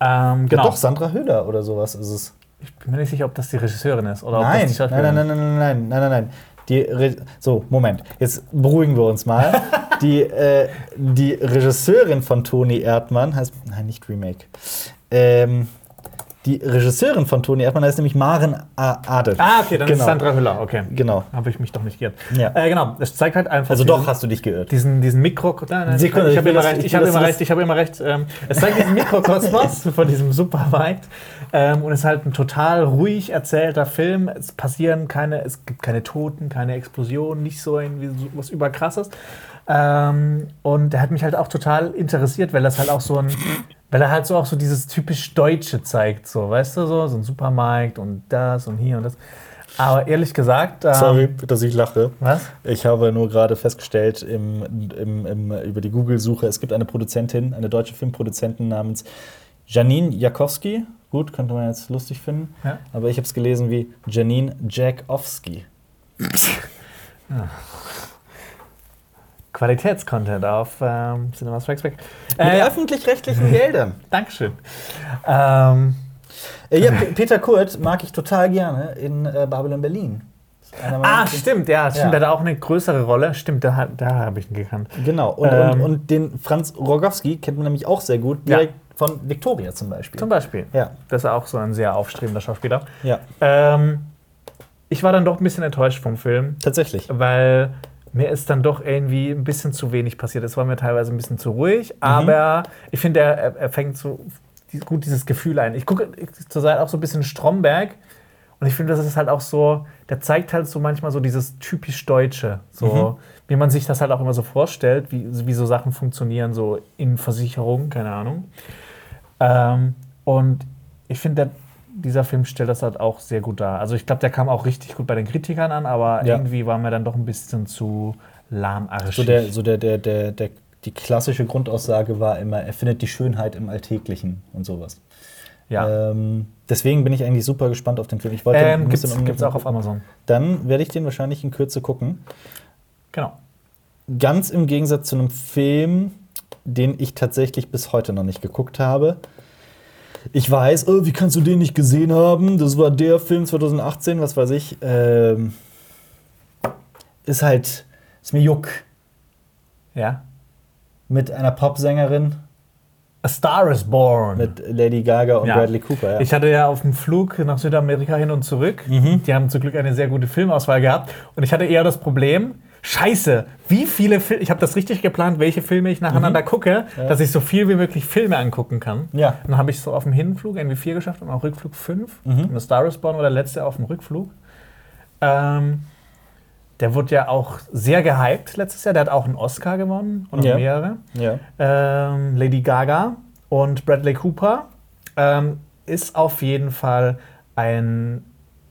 S2: Ähm, genau.
S1: Ja, doch, Sandra Hüller oder sowas ist es.
S2: Ich bin mir nicht sicher, ob das die Regisseurin ist oder ob das
S1: Nein,
S2: die
S1: nein,
S2: Schauspielerin
S1: nein, nein, nein, nein, nein, nein, nein, nein. Die Re so, Moment, jetzt beruhigen wir uns mal. die, äh, die Regisseurin von Toni Erdmann heißt, nein, nicht Remake. Ähm, die Regisseurin von Toni Erdmann heißt nämlich Maren A Adel.
S2: Ah, okay, dann ist
S1: Genau.
S2: Sandra Hüller, okay.
S1: Genau.
S2: Habe ich mich doch nicht geirrt.
S1: Ja.
S2: Äh, genau, es zeigt halt einfach.
S1: Also
S2: diesen,
S1: doch, hast du dich geirrt.
S2: diesen, diesen Mikro. Nein, nein,
S1: Sekunde,
S2: ich
S1: ich
S2: habe
S1: will
S2: immer
S1: das-
S2: recht,
S1: ich
S2: ich
S1: will
S2: habe
S1: das-
S2: immer recht, ich habe immer recht. Ähm, es zeigt diesen Mikrokosmos von diesem Supermarkt ähm, und ist halt ein total ruhig erzählter Film. Es passieren keine, es gibt keine Toten, keine Explosionen, nicht so irgendwie so was überkrasses. Ähm, und der hat mich halt auch total interessiert, weil das halt auch so ein, weil er halt so auch so dieses typisch Deutsche zeigt, so, weißt du, so, so ein Supermarkt und das und hier und das. Aber ehrlich gesagt, ähm,
S1: Sorry, dass ich lache.
S2: was?
S1: Ich habe nur gerade festgestellt im, im, im, über die Google-Suche, es gibt eine Produzentin, eine deutsche Filmproduzentin namens Janine Jakowski. Gut, könnte man jetzt lustig finden.
S2: Ja.
S1: Aber ich habe es gelesen wie Janine Jakowski.
S2: Qualitätscontent auf ähm, Cinema Strikes Back.
S1: Mit
S2: Äh, ja,
S1: öffentlich-rechtlichen Geldern.
S2: Dankeschön. Ähm,
S1: Äh, ja, P- Peter Kurt mag ich total gerne in äh, Babylon Berlin. Ist einer meiner
S2: ah,
S1: Lieblings-
S2: stimmt, ja, stimmt,
S1: Ja.
S2: der hat auch eine größere Rolle. Stimmt, da, hat- da habe ich ihn gekannt.
S1: Genau. Und,
S2: Ähm.
S1: und, und den Franz Rogowski kennt man nämlich auch sehr gut,
S2: Ja.
S1: direkt von Victoria zum Beispiel.
S2: Zum Beispiel.
S1: ja,
S2: Das ist auch so ein sehr aufstrebender Schauspieler.
S1: ja,
S2: Ähm, ich war dann doch ein bisschen enttäuscht vom Film,
S1: tatsächlich.
S2: weil mir ist dann doch irgendwie ein bisschen zu wenig passiert. Es war mir teilweise ein bisschen zu ruhig, aber ich finde, er, er- er fängt so die- gut dieses Gefühl ein. Ich gucke zurzeit auch so ein bisschen Stromberg und ich finde, das ist halt auch so, der zeigt halt so manchmal so dieses typisch Deutsche, so wie man sich das halt auch immer so vorstellt, wie, wie so Sachen funktionieren, so in Versicherung, keine Ahnung. Ähm, und ich finde, der- dieser Film stellt das halt auch sehr gut dar. Also ich glaube, der kam auch richtig gut bei den Kritikern an, aber
S1: Ja.
S2: irgendwie war mir dann doch ein bisschen zu lahmarschig.
S1: So der, so der, der, der, der, die klassische Grundaussage war immer, er findet die Schönheit im Alltäglichen und sowas.
S2: ja.
S1: Ähm, deswegen bin ich eigentlich super gespannt auf den Film. Ich wollte
S2: ähm,
S1: muss
S2: gibt's,
S1: den unbedingt
S2: gibt's auch auf Amazon.
S1: Dann werde ich den wahrscheinlich in Kürze gucken.
S2: Genau.
S1: Ganz im Gegensatz zu einem Film, den ich tatsächlich bis heute noch nicht geguckt habe. Ich weiß, oh, wie kannst du den nicht gesehen haben? Das war der Film 2018, was weiß ich. Ähm, ist halt, ist mir Juck
S2: Ja.
S1: mit einer Popsängerin.
S2: A Star is Born.
S1: Mit Lady Gaga und
S2: Ja.
S1: Bradley Cooper, ja.
S2: Ich hatte ja auf dem Flug nach Südamerika hin und zurück.
S1: Mhm.
S2: Die haben zum Glück eine sehr gute Filmauswahl gehabt. Und ich hatte eher das Problem, scheiße, wie viele Filme, ich habe das richtig geplant, welche Filme ich
S1: Mhm.
S2: nacheinander gucke, dass ich so viel wie möglich Filme angucken kann.
S1: Ja. Mhm.
S2: Und dann habe ich so auf dem Hinflug NW4 geschafft und auf dem Rückflug 5. Und das Star is Born war der letzte auf dem Rückflug. Ähm, der wurde ja auch sehr gehypt letztes Jahr. Der hat auch einen Oscar gewonnen und
S1: Ja.
S2: mehrere
S1: ja.
S2: ähm, Lady Gaga und Bradley Cooper ähm, ist auf jeden Fall ein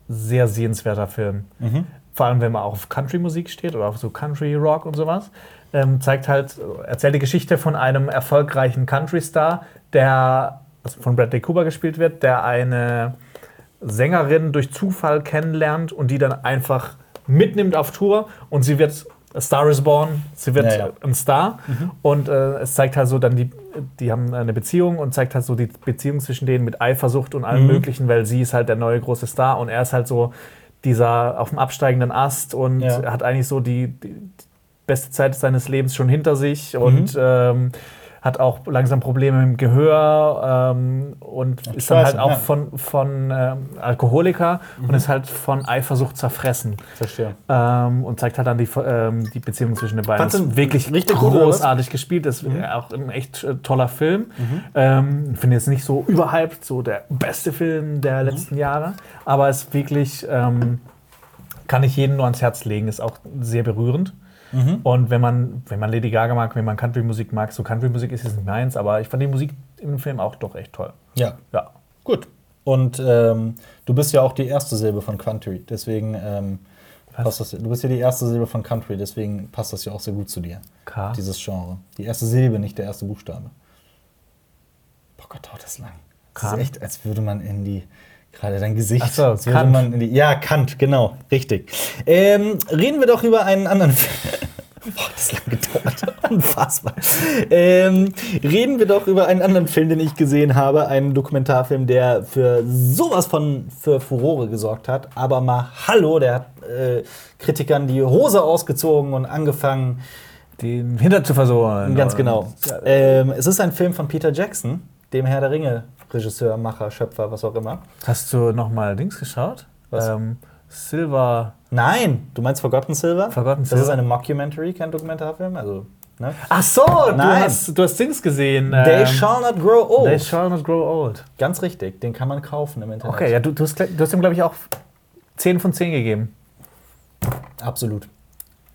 S2: sehr sehenswerter Film.
S1: Mhm.
S2: Vor allem, wenn man auch auf Country-Musik steht oder auf so Country-Rock und sowas. Ähm, zeigt halt, erzählt die Geschichte von einem erfolgreichen Country-Star, der also von Bradley Cooper gespielt wird, der eine Sängerin durch Zufall kennenlernt und die dann einfach mitnimmt auf Tour und sie wird A Star is Born, sie wird
S1: Ja, ja.
S2: ein Star und äh, es zeigt halt so dann die, die haben eine Beziehung und zeigt halt so die Beziehung zwischen denen mit Eifersucht und
S1: Mhm.
S2: allem Möglichen, weil sie ist halt der neue große Star und er ist halt so dieser auf dem absteigenden Ast und
S1: Ja.
S2: hat eigentlich so die, die beste Zeit seines Lebens schon hinter sich und
S1: Mhm.
S2: ähm, hat auch langsam Probleme mit dem Gehör ähm, und ist dann
S1: scheiße,
S2: halt auch
S1: ja. Mhm.
S2: von, von ähm, Alkoholiker und ist halt von Eifersucht zerfressen.
S1: Verstehe.
S2: Ähm, und zeigt halt dann die, ähm, die Beziehung zwischen den beiden.
S1: Fandst du
S2: Das
S1: ihn
S2: ist wirklich
S1: richtig gut, oder was?
S2: großartig gespielt. Das ist auch ein echt äh, toller Film.
S1: Mhm.
S2: Ähm, Finde jetzt nicht so überhyped, so der beste Film der
S1: Mhm.
S2: letzten Jahre. Aber es ist wirklich, ähm, kann ich jedem nur ans Herz legen. Ist auch sehr berührend.
S1: Mhm.
S2: Und wenn man, wenn man Lady Gaga mag, wenn man Country-Musik mag, so Country-Musik ist jetzt nicht meins, aber ich fand die Musik im Film auch doch echt toll.
S1: Ja,
S2: Ja.
S1: gut. Und ähm, du bist ja auch die erste Silbe von Country, deswegen ähm, passt das. Du bist ja die erste Silbe von Country, deswegen passt das ja auch sehr gut zu dir.
S2: K.
S1: Dieses Genre. Die erste Silbe, nicht der erste Buchstabe. Boah Gott, dauert das lang. Das
S2: Kant.
S1: ist echt, als würde man in die. Gerade dein Gesicht.
S2: Ach so,
S1: als würde
S2: Kant.
S1: man in die. Ja, Kant, genau, richtig. Ähm, reden wir doch über einen anderen Film. Boah, hat das lange gedauert. Unfassbar. Ähm, reden wir doch über einen anderen Film, den ich gesehen habe. Einen Dokumentarfilm, der für sowas von für Furore gesorgt hat. Aber mal Hallo, der hat äh, Kritikern die Hose ausgezogen und angefangen,
S2: Den Hinter zu versohlen.
S1: Ganz
S2: Und-
S1: genau.
S2: Ja.
S1: Ähm, es ist ein Film von Peter Jackson, dem Herr der Ringe, Regisseur, Macher, Schöpfer, was auch immer.
S2: Hast du nochmal Dings geschaut?
S1: Was?
S2: Ähm, Silver.
S1: Nein, du meinst Forgotten Silver?
S2: Forgotten
S1: das
S2: Silver.
S1: ist eine Mockumentary, kein Dokumentarfilm. Also, ne?
S2: Ach so, du
S1: Nein.
S2: hast, du hast Dings gesehen.
S1: They
S2: ähm,
S1: Shall Not Grow Old.
S2: They shall not grow old.
S1: Ganz richtig, den kann man kaufen im Internet.
S2: Okay, ja, du, du, hast, gleich- du hast ihm, glaube ich, auch 10 von 10 gegeben.
S1: Absolut.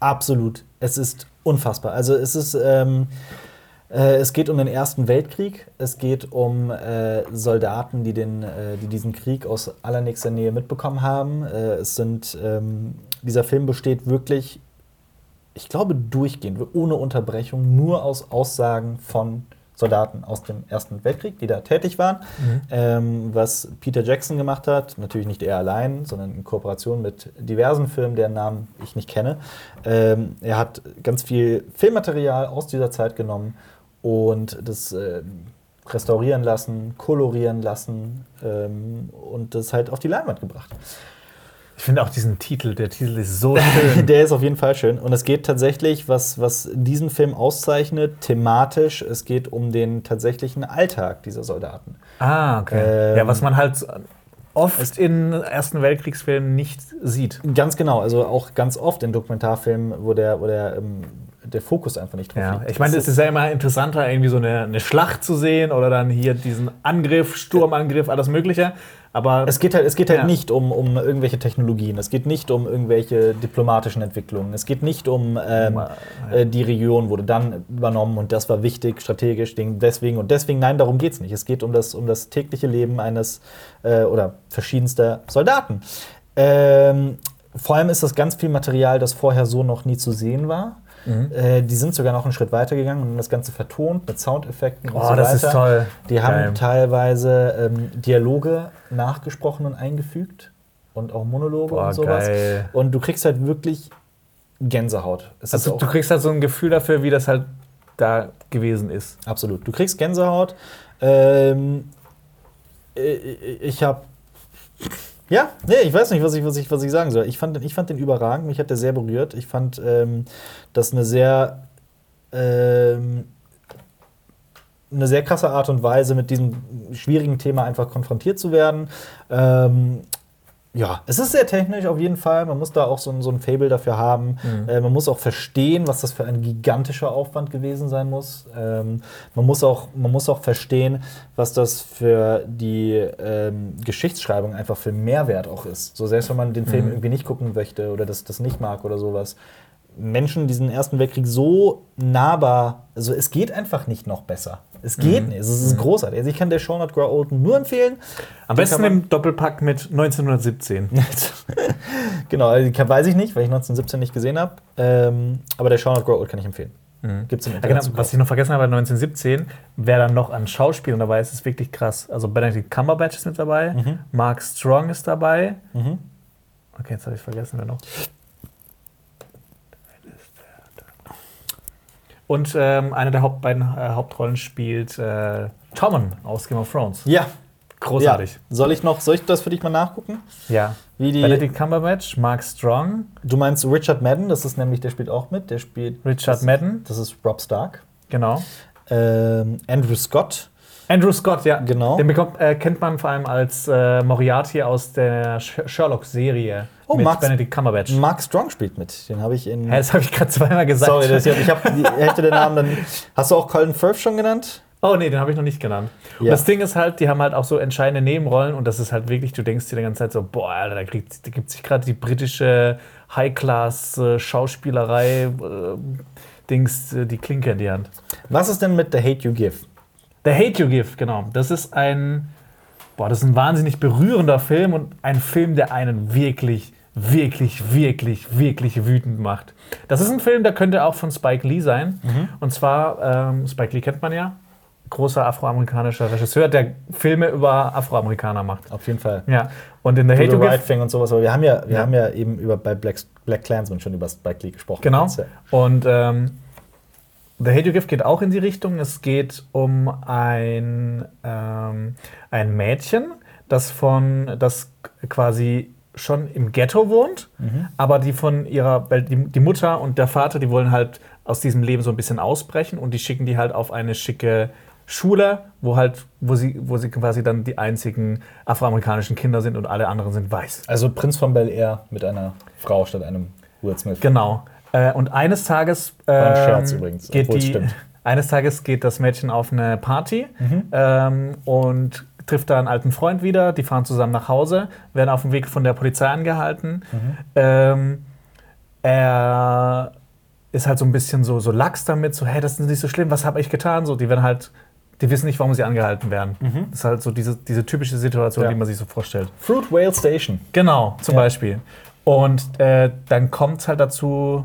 S1: Absolut. Es ist unfassbar. Also es ist, ähm, äh, es geht um den Ersten Weltkrieg. Es geht um äh, Soldaten, die, den, äh, die diesen Krieg aus allernächster Nähe mitbekommen haben. Äh, es sind, ähm, dieser Film besteht wirklich, ich glaube, durchgehend, ohne Unterbrechung, nur aus Aussagen von Soldaten aus dem Ersten Weltkrieg, die da tätig waren. Ähm, was Peter Jackson gemacht hat, natürlich nicht er allein, sondern in Kooperation mit diversen Filmen, deren Namen ich nicht kenne. Ähm, er hat ganz viel Filmmaterial aus dieser Zeit genommen und das ähm, restaurieren lassen, kolorieren lassen ähm, und das halt auf die Leinwand gebracht.
S2: Ich finde auch diesen Titel, der Titel ist so schön.
S1: Der ist auf jeden Fall schön. Und es geht tatsächlich, was, was diesen Film auszeichnet, thematisch, es geht um den tatsächlichen Alltag dieser Soldaten.
S2: ah, okay.
S1: Ähm,
S2: ja, was man halt oft in Ersten Weltkriegsfilmen nicht sieht.
S1: Ganz genau, also auch ganz oft in Dokumentarfilmen, wo der, wo der, ähm, der Fokus einfach nicht drauf
S2: Ja,
S1: liegt.
S2: ich meine, es ist ja immer interessanter, irgendwie so eine, eine Schlacht zu sehen oder dann hier diesen Angriff, Sturmangriff, alles Mögliche. Aber
S1: es geht halt, es geht halt
S2: Äh, Ja.
S1: nicht um, um irgendwelche Technologien, es geht nicht um irgendwelche diplomatischen Entwicklungen, es geht nicht um ähm,
S2: Ja.
S1: äh, die Region wurde dann übernommen und das war wichtig, strategisch, ding- deswegen und deswegen. Nein, darum geht es nicht. Es geht um das, um das tägliche Leben eines äh, oder verschiedenster Soldaten. Ähm, vor allem ist das ganz viel Material, das vorher so noch nie zu sehen war.
S2: Mhm.
S1: Äh, die sind sogar noch einen Schritt weiter gegangen und haben das Ganze vertont mit Soundeffekten und
S2: Oh,
S1: so
S2: das
S1: weiter.
S2: ist toll.
S1: Die haben
S2: Geil.
S1: teilweise ähm, Dialoge nachgesprochen und eingefügt und auch Monologe
S2: Boah,
S1: und sowas.
S2: geil.
S1: Und du kriegst halt wirklich Gänsehaut. Es ist
S2: also,
S1: auch-
S2: du kriegst halt so ein Gefühl dafür, wie das halt da gewesen ist.
S1: Absolut. Du kriegst Gänsehaut. Ähm, i- i- ich habe. Ja, nee, ich weiß nicht, was ich, was ich, was ich sagen soll. Ich fand, den- ich fand den überragend. Mich hat der sehr berührt. Ich fand ähm, das eine sehr. Ähm, eine sehr krasse Art und Weise, mit diesem schwierigen Thema einfach konfrontiert zu werden. Ähm, ja, es ist sehr technisch auf jeden Fall. Man muss da auch so ein, so ein Fable dafür haben.
S2: Mhm.
S1: Äh, man muss auch verstehen, was das für ein gigantischer Aufwand gewesen sein muss. Ähm, man, muss auch, man muss auch verstehen, was das für die ähm, Geschichtsschreibung einfach für einen Mehrwert auch ist. So selbst wenn man den
S2: Mhm.
S1: Film irgendwie nicht gucken möchte oder das, das nicht mag oder sowas. Menschen diesen Ersten Weltkrieg so nahbar, also es geht einfach nicht noch besser. Es
S2: Mhm.
S1: geht nicht. Es ist, es ist großartig. Also ich kann der Show Not Grow Old nur empfehlen.
S2: Am
S1: Den
S2: besten
S1: kann man-
S2: im Doppelpack mit 1917.
S1: genau, also kann- weiß ich nicht, weil ich 1917 nicht gesehen habe. Ähm, aber der Shaun of Grow Old kann ich empfehlen. Gibt's im
S2: Ja,
S1: Internet.
S2: genau,
S1: zu kaufen.
S2: was ich noch vergessen habe, 1917, wer dann noch an Schauspielern dabei ist, ist wirklich krass. Also Benedict Cumberbatch ist mit dabei, Mark Strong ist dabei.
S1: Mhm.
S2: Okay, jetzt habe ich vergessen, wer noch. Und ähm, einer der Haupt beiden äh, Hauptrollen spielt äh, Tommen aus Game of Thrones.
S1: ja,
S2: Großartig.
S1: Ja. Soll ich noch, soll ich das für dich mal nachgucken?
S2: Ja.
S1: Wie die,
S2: Benedict Cumberbatch, Mark Strong,
S1: du meinst Richard Madden, das ist nämlich, der spielt auch mit, der spielt.
S2: Richard
S1: das,
S2: Madden,
S1: Das ist Rob Stark.
S2: genau.
S1: Ähm, Andrew Scott.
S2: Andrew Scott, ja.
S1: Genau.
S2: Den bekommt, äh, kennt man vor allem als äh, Moriarty aus der Sh- Sherlock-Serie
S1: Oh,
S2: mit
S1: Max-
S2: Benedict Cumberbatch. Hä,
S1: Mark Strong spielt mit. Den habe ich in.
S2: das habe ich gerade zweimal gesagt.
S1: Sorry, das, ich habe hab die Hälfte der Namen dann. Hast du auch Colin Firth schon genannt?
S2: Oh nee, den habe ich noch nicht genannt. Und
S1: Ja.
S2: das Ding ist halt, die haben halt auch so entscheidende Nebenrollen und das ist halt wirklich, du denkst dir die ganze Zeit so, boah, Alter, da, kriegt, da gibt sich gerade die britische High-Class-Schauspielerei äh, Dings äh, die Klinke in die Hand.
S1: Was ist denn mit The Hate You Give?
S2: The Hate You Give, genau. Das ist ein, boah, das ist ein wahnsinnig berührender Film und ein Film, der einen wirklich, wirklich, wirklich, wirklich wütend macht. Das ist ein Film, der könnte auch von Spike Lee sein. Und zwar, ähm, Spike Lee kennt man ja, großer afroamerikanischer Regisseur, der Filme über Afroamerikaner macht.
S1: Auf jeden Fall.
S2: Ja, und in The
S1: Hey,
S2: Hate
S1: the
S2: You Give
S1: Right Thing und sowas, aber wir haben ja, wir
S2: Ja.
S1: haben ja eben über bei Black, Black Clansman schon über Spike Lee gesprochen.
S2: Genau.
S1: Ja.
S2: Und ähm, The Hate You Give geht auch in die Richtung. Es geht um ein, ähm, ein Mädchen, das von das quasi schon im Ghetto wohnt,
S1: Mhm.
S2: aber die von ihrer, weil die, die Mutter und der Vater, die wollen halt aus diesem Leben so ein bisschen ausbrechen und die schicken die halt auf eine schicke Schule, wo halt, wo sie, wo sie quasi dann die einzigen afroamerikanischen Kinder sind und alle anderen sind weiß.
S1: Also Prinz von Bel Air mit einer Frau statt einem Will Smith.
S2: Genau. Äh, und eines Tages.
S1: ein
S2: ähm,
S1: Scherz übrigens,
S2: geht
S1: obwohl es
S2: die,
S1: stimmt. Mhm.
S2: Eines Tages geht das Mädchen auf eine Party ähm, und trifft da einen alten Freund wieder. Die fahren zusammen nach Hause, werden auf dem Weg von der Polizei angehalten.
S1: Mhm.
S2: Ähm, er ist halt so ein bisschen so, so lax damit, so, hey, das ist nicht so schlimm, was habe ich getan? So, die werden halt. Die wissen nicht, warum sie angehalten werden. Das ist halt so diese, diese typische
S1: Mhm.
S2: Situation,
S1: Ja.
S2: die man sich so vorstellt.
S1: Fruit Whale Station.
S2: Genau, zum
S1: Ja.
S2: Beispiel. Und äh, dann kommt es halt dazu,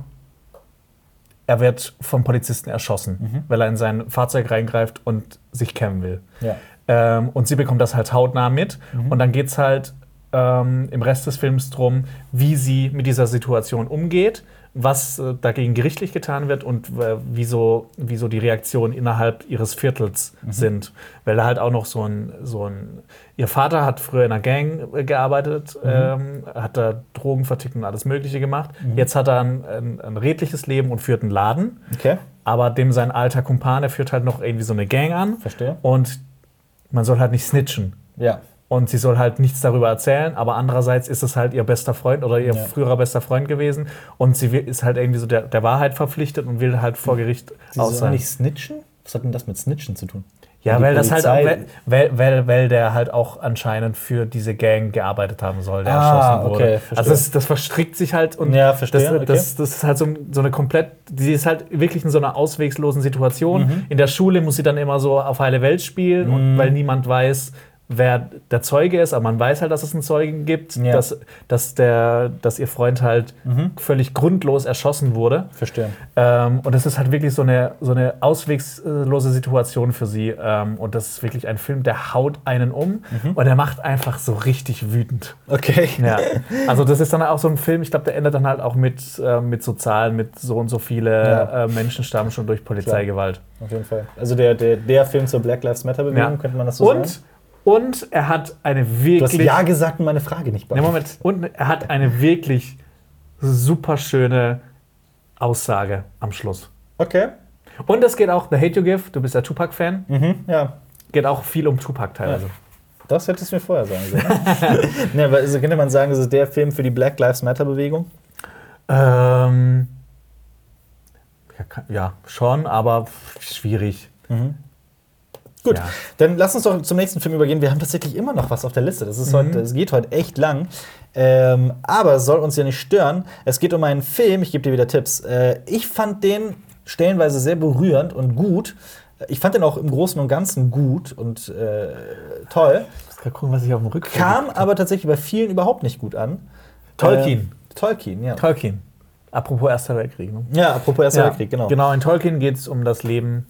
S2: er wird vom Polizisten erschossen, weil er in sein Fahrzeug reingreift und sich kämmen will.
S1: Ja.
S2: Ähm, und sie bekommt das halt hautnah mit. Und dann geht es halt ähm, im Rest des Films drum, wie sie mit dieser Situation umgeht, was äh, dagegen gerichtlich getan wird und äh, wieso, wieso die Reaktionen innerhalb ihres Viertels sind. Weil da halt auch noch so ein, so ein. Ihr Vater hat früher in einer Gang äh, gearbeitet, ähm, hat da Drogen vertickt und alles Mögliche gemacht. Jetzt hat er ein, ein, ein redliches Leben und führt einen Laden.
S1: Okay,
S2: Aber dem sein alter Kumpane führt halt noch irgendwie so eine Gang an.
S1: verstehe.
S2: Und man soll halt nicht snitchen.
S1: Ja.
S2: Und sie soll halt nichts darüber erzählen, aber andererseits ist es halt ihr bester Freund oder ihr
S1: Ja.
S2: früherer bester Freund gewesen. Und sie wi- ist halt irgendwie so der, der Wahrheit verpflichtet und will halt vor Gericht
S1: Hm. Sie
S2: aus
S1: soll
S2: sein.
S1: nicht snitchen? Was hat denn das mit snitchen zu tun?
S2: Ja,
S1: Die
S2: weil das halt, auch-
S1: Polizei-
S2: weil, weil, weil, weil der halt auch anscheinend für diese Gang gearbeitet haben soll, der
S1: Ah,
S2: erschossen wurde.
S1: okay, verstehe.
S2: also das, das verstrickt sich halt und
S1: Ja, verstehe,
S2: das,
S1: okay.
S2: das, das ist halt so, ein- so eine komplett, sie ist halt wirklich in so einer auswegslosen Situation.
S1: Mhm.
S2: In der Schule muss sie dann immer so auf heile Welt spielen, und, weil niemand weiß, wer der Zeuge ist, aber man weiß halt, dass es einen Zeugen gibt,
S1: Ja. Mhm.
S2: dass, dass, der, dass ihr Freund halt völlig grundlos erschossen wurde.
S1: Verstehe.
S2: Ähm, und das ist halt wirklich so eine, so eine auswegslose Situation für sie. Ähm, und das ist wirklich ein Film, der haut einen um
S1: Mhm.
S2: und der macht einfach so richtig wütend.
S1: Okay.
S2: Ja. Also das ist dann auch so ein Film, ich glaube, der endet dann halt auch mit, äh, mit so Zahlen, mit so und so viele
S1: Ja.
S2: äh, Menschen sterben schon durch Polizeigewalt.
S1: Auf jeden Fall. Also der, der, der Film zur Black Lives Matter Bewegung,
S2: Ja.
S1: könnte man das so sagen?
S2: Und, und er hat eine
S1: Du hast
S2: wirklich...
S1: ja gesagt und meine Frage nicht
S2: Nee,
S1: beantwortet.
S2: Moment. Und er hat eine wirklich super schöne Aussage am Schluss.
S1: Okay.
S2: Und es geht auch, The Hate You Give, du bist ja Tupac-Fan.
S1: Mhm. Ja.
S2: geht auch viel um Tupac teilweise.
S1: Das hättest du mir vorher sagen sollen. nee, aber also könnte man sagen, das ist der Film für die Black Lives Matter Bewegung?
S2: Ja, ähm, ja, kann, ja schon, aber schwierig.
S1: Gut,
S2: Ja.
S1: dann lass uns doch zum nächsten Film übergehen. Wir haben tatsächlich immer noch was auf der Liste. Das ist heute, es geht heute echt lang. Ähm, aber es soll uns ja nicht stören. Es geht um einen Film, ich gebe dir wieder Tipps. Äh, ich fand den stellenweise sehr berührend und gut. Ich fand den auch im Großen und Ganzen gut und äh, toll.
S2: Ich muss gerade gucken, was ich auf dem Rückweg.
S1: Kam aber tatsächlich bei vielen überhaupt nicht gut an.
S2: Tolkien.
S1: Äh, Tolkien, ja.
S2: Tolkien. Apropos Erster Weltkrieg. Ne?
S1: Ja, apropos Erster Weltkrieg, genau.
S2: Genau, in Tolkien geht es um das Leben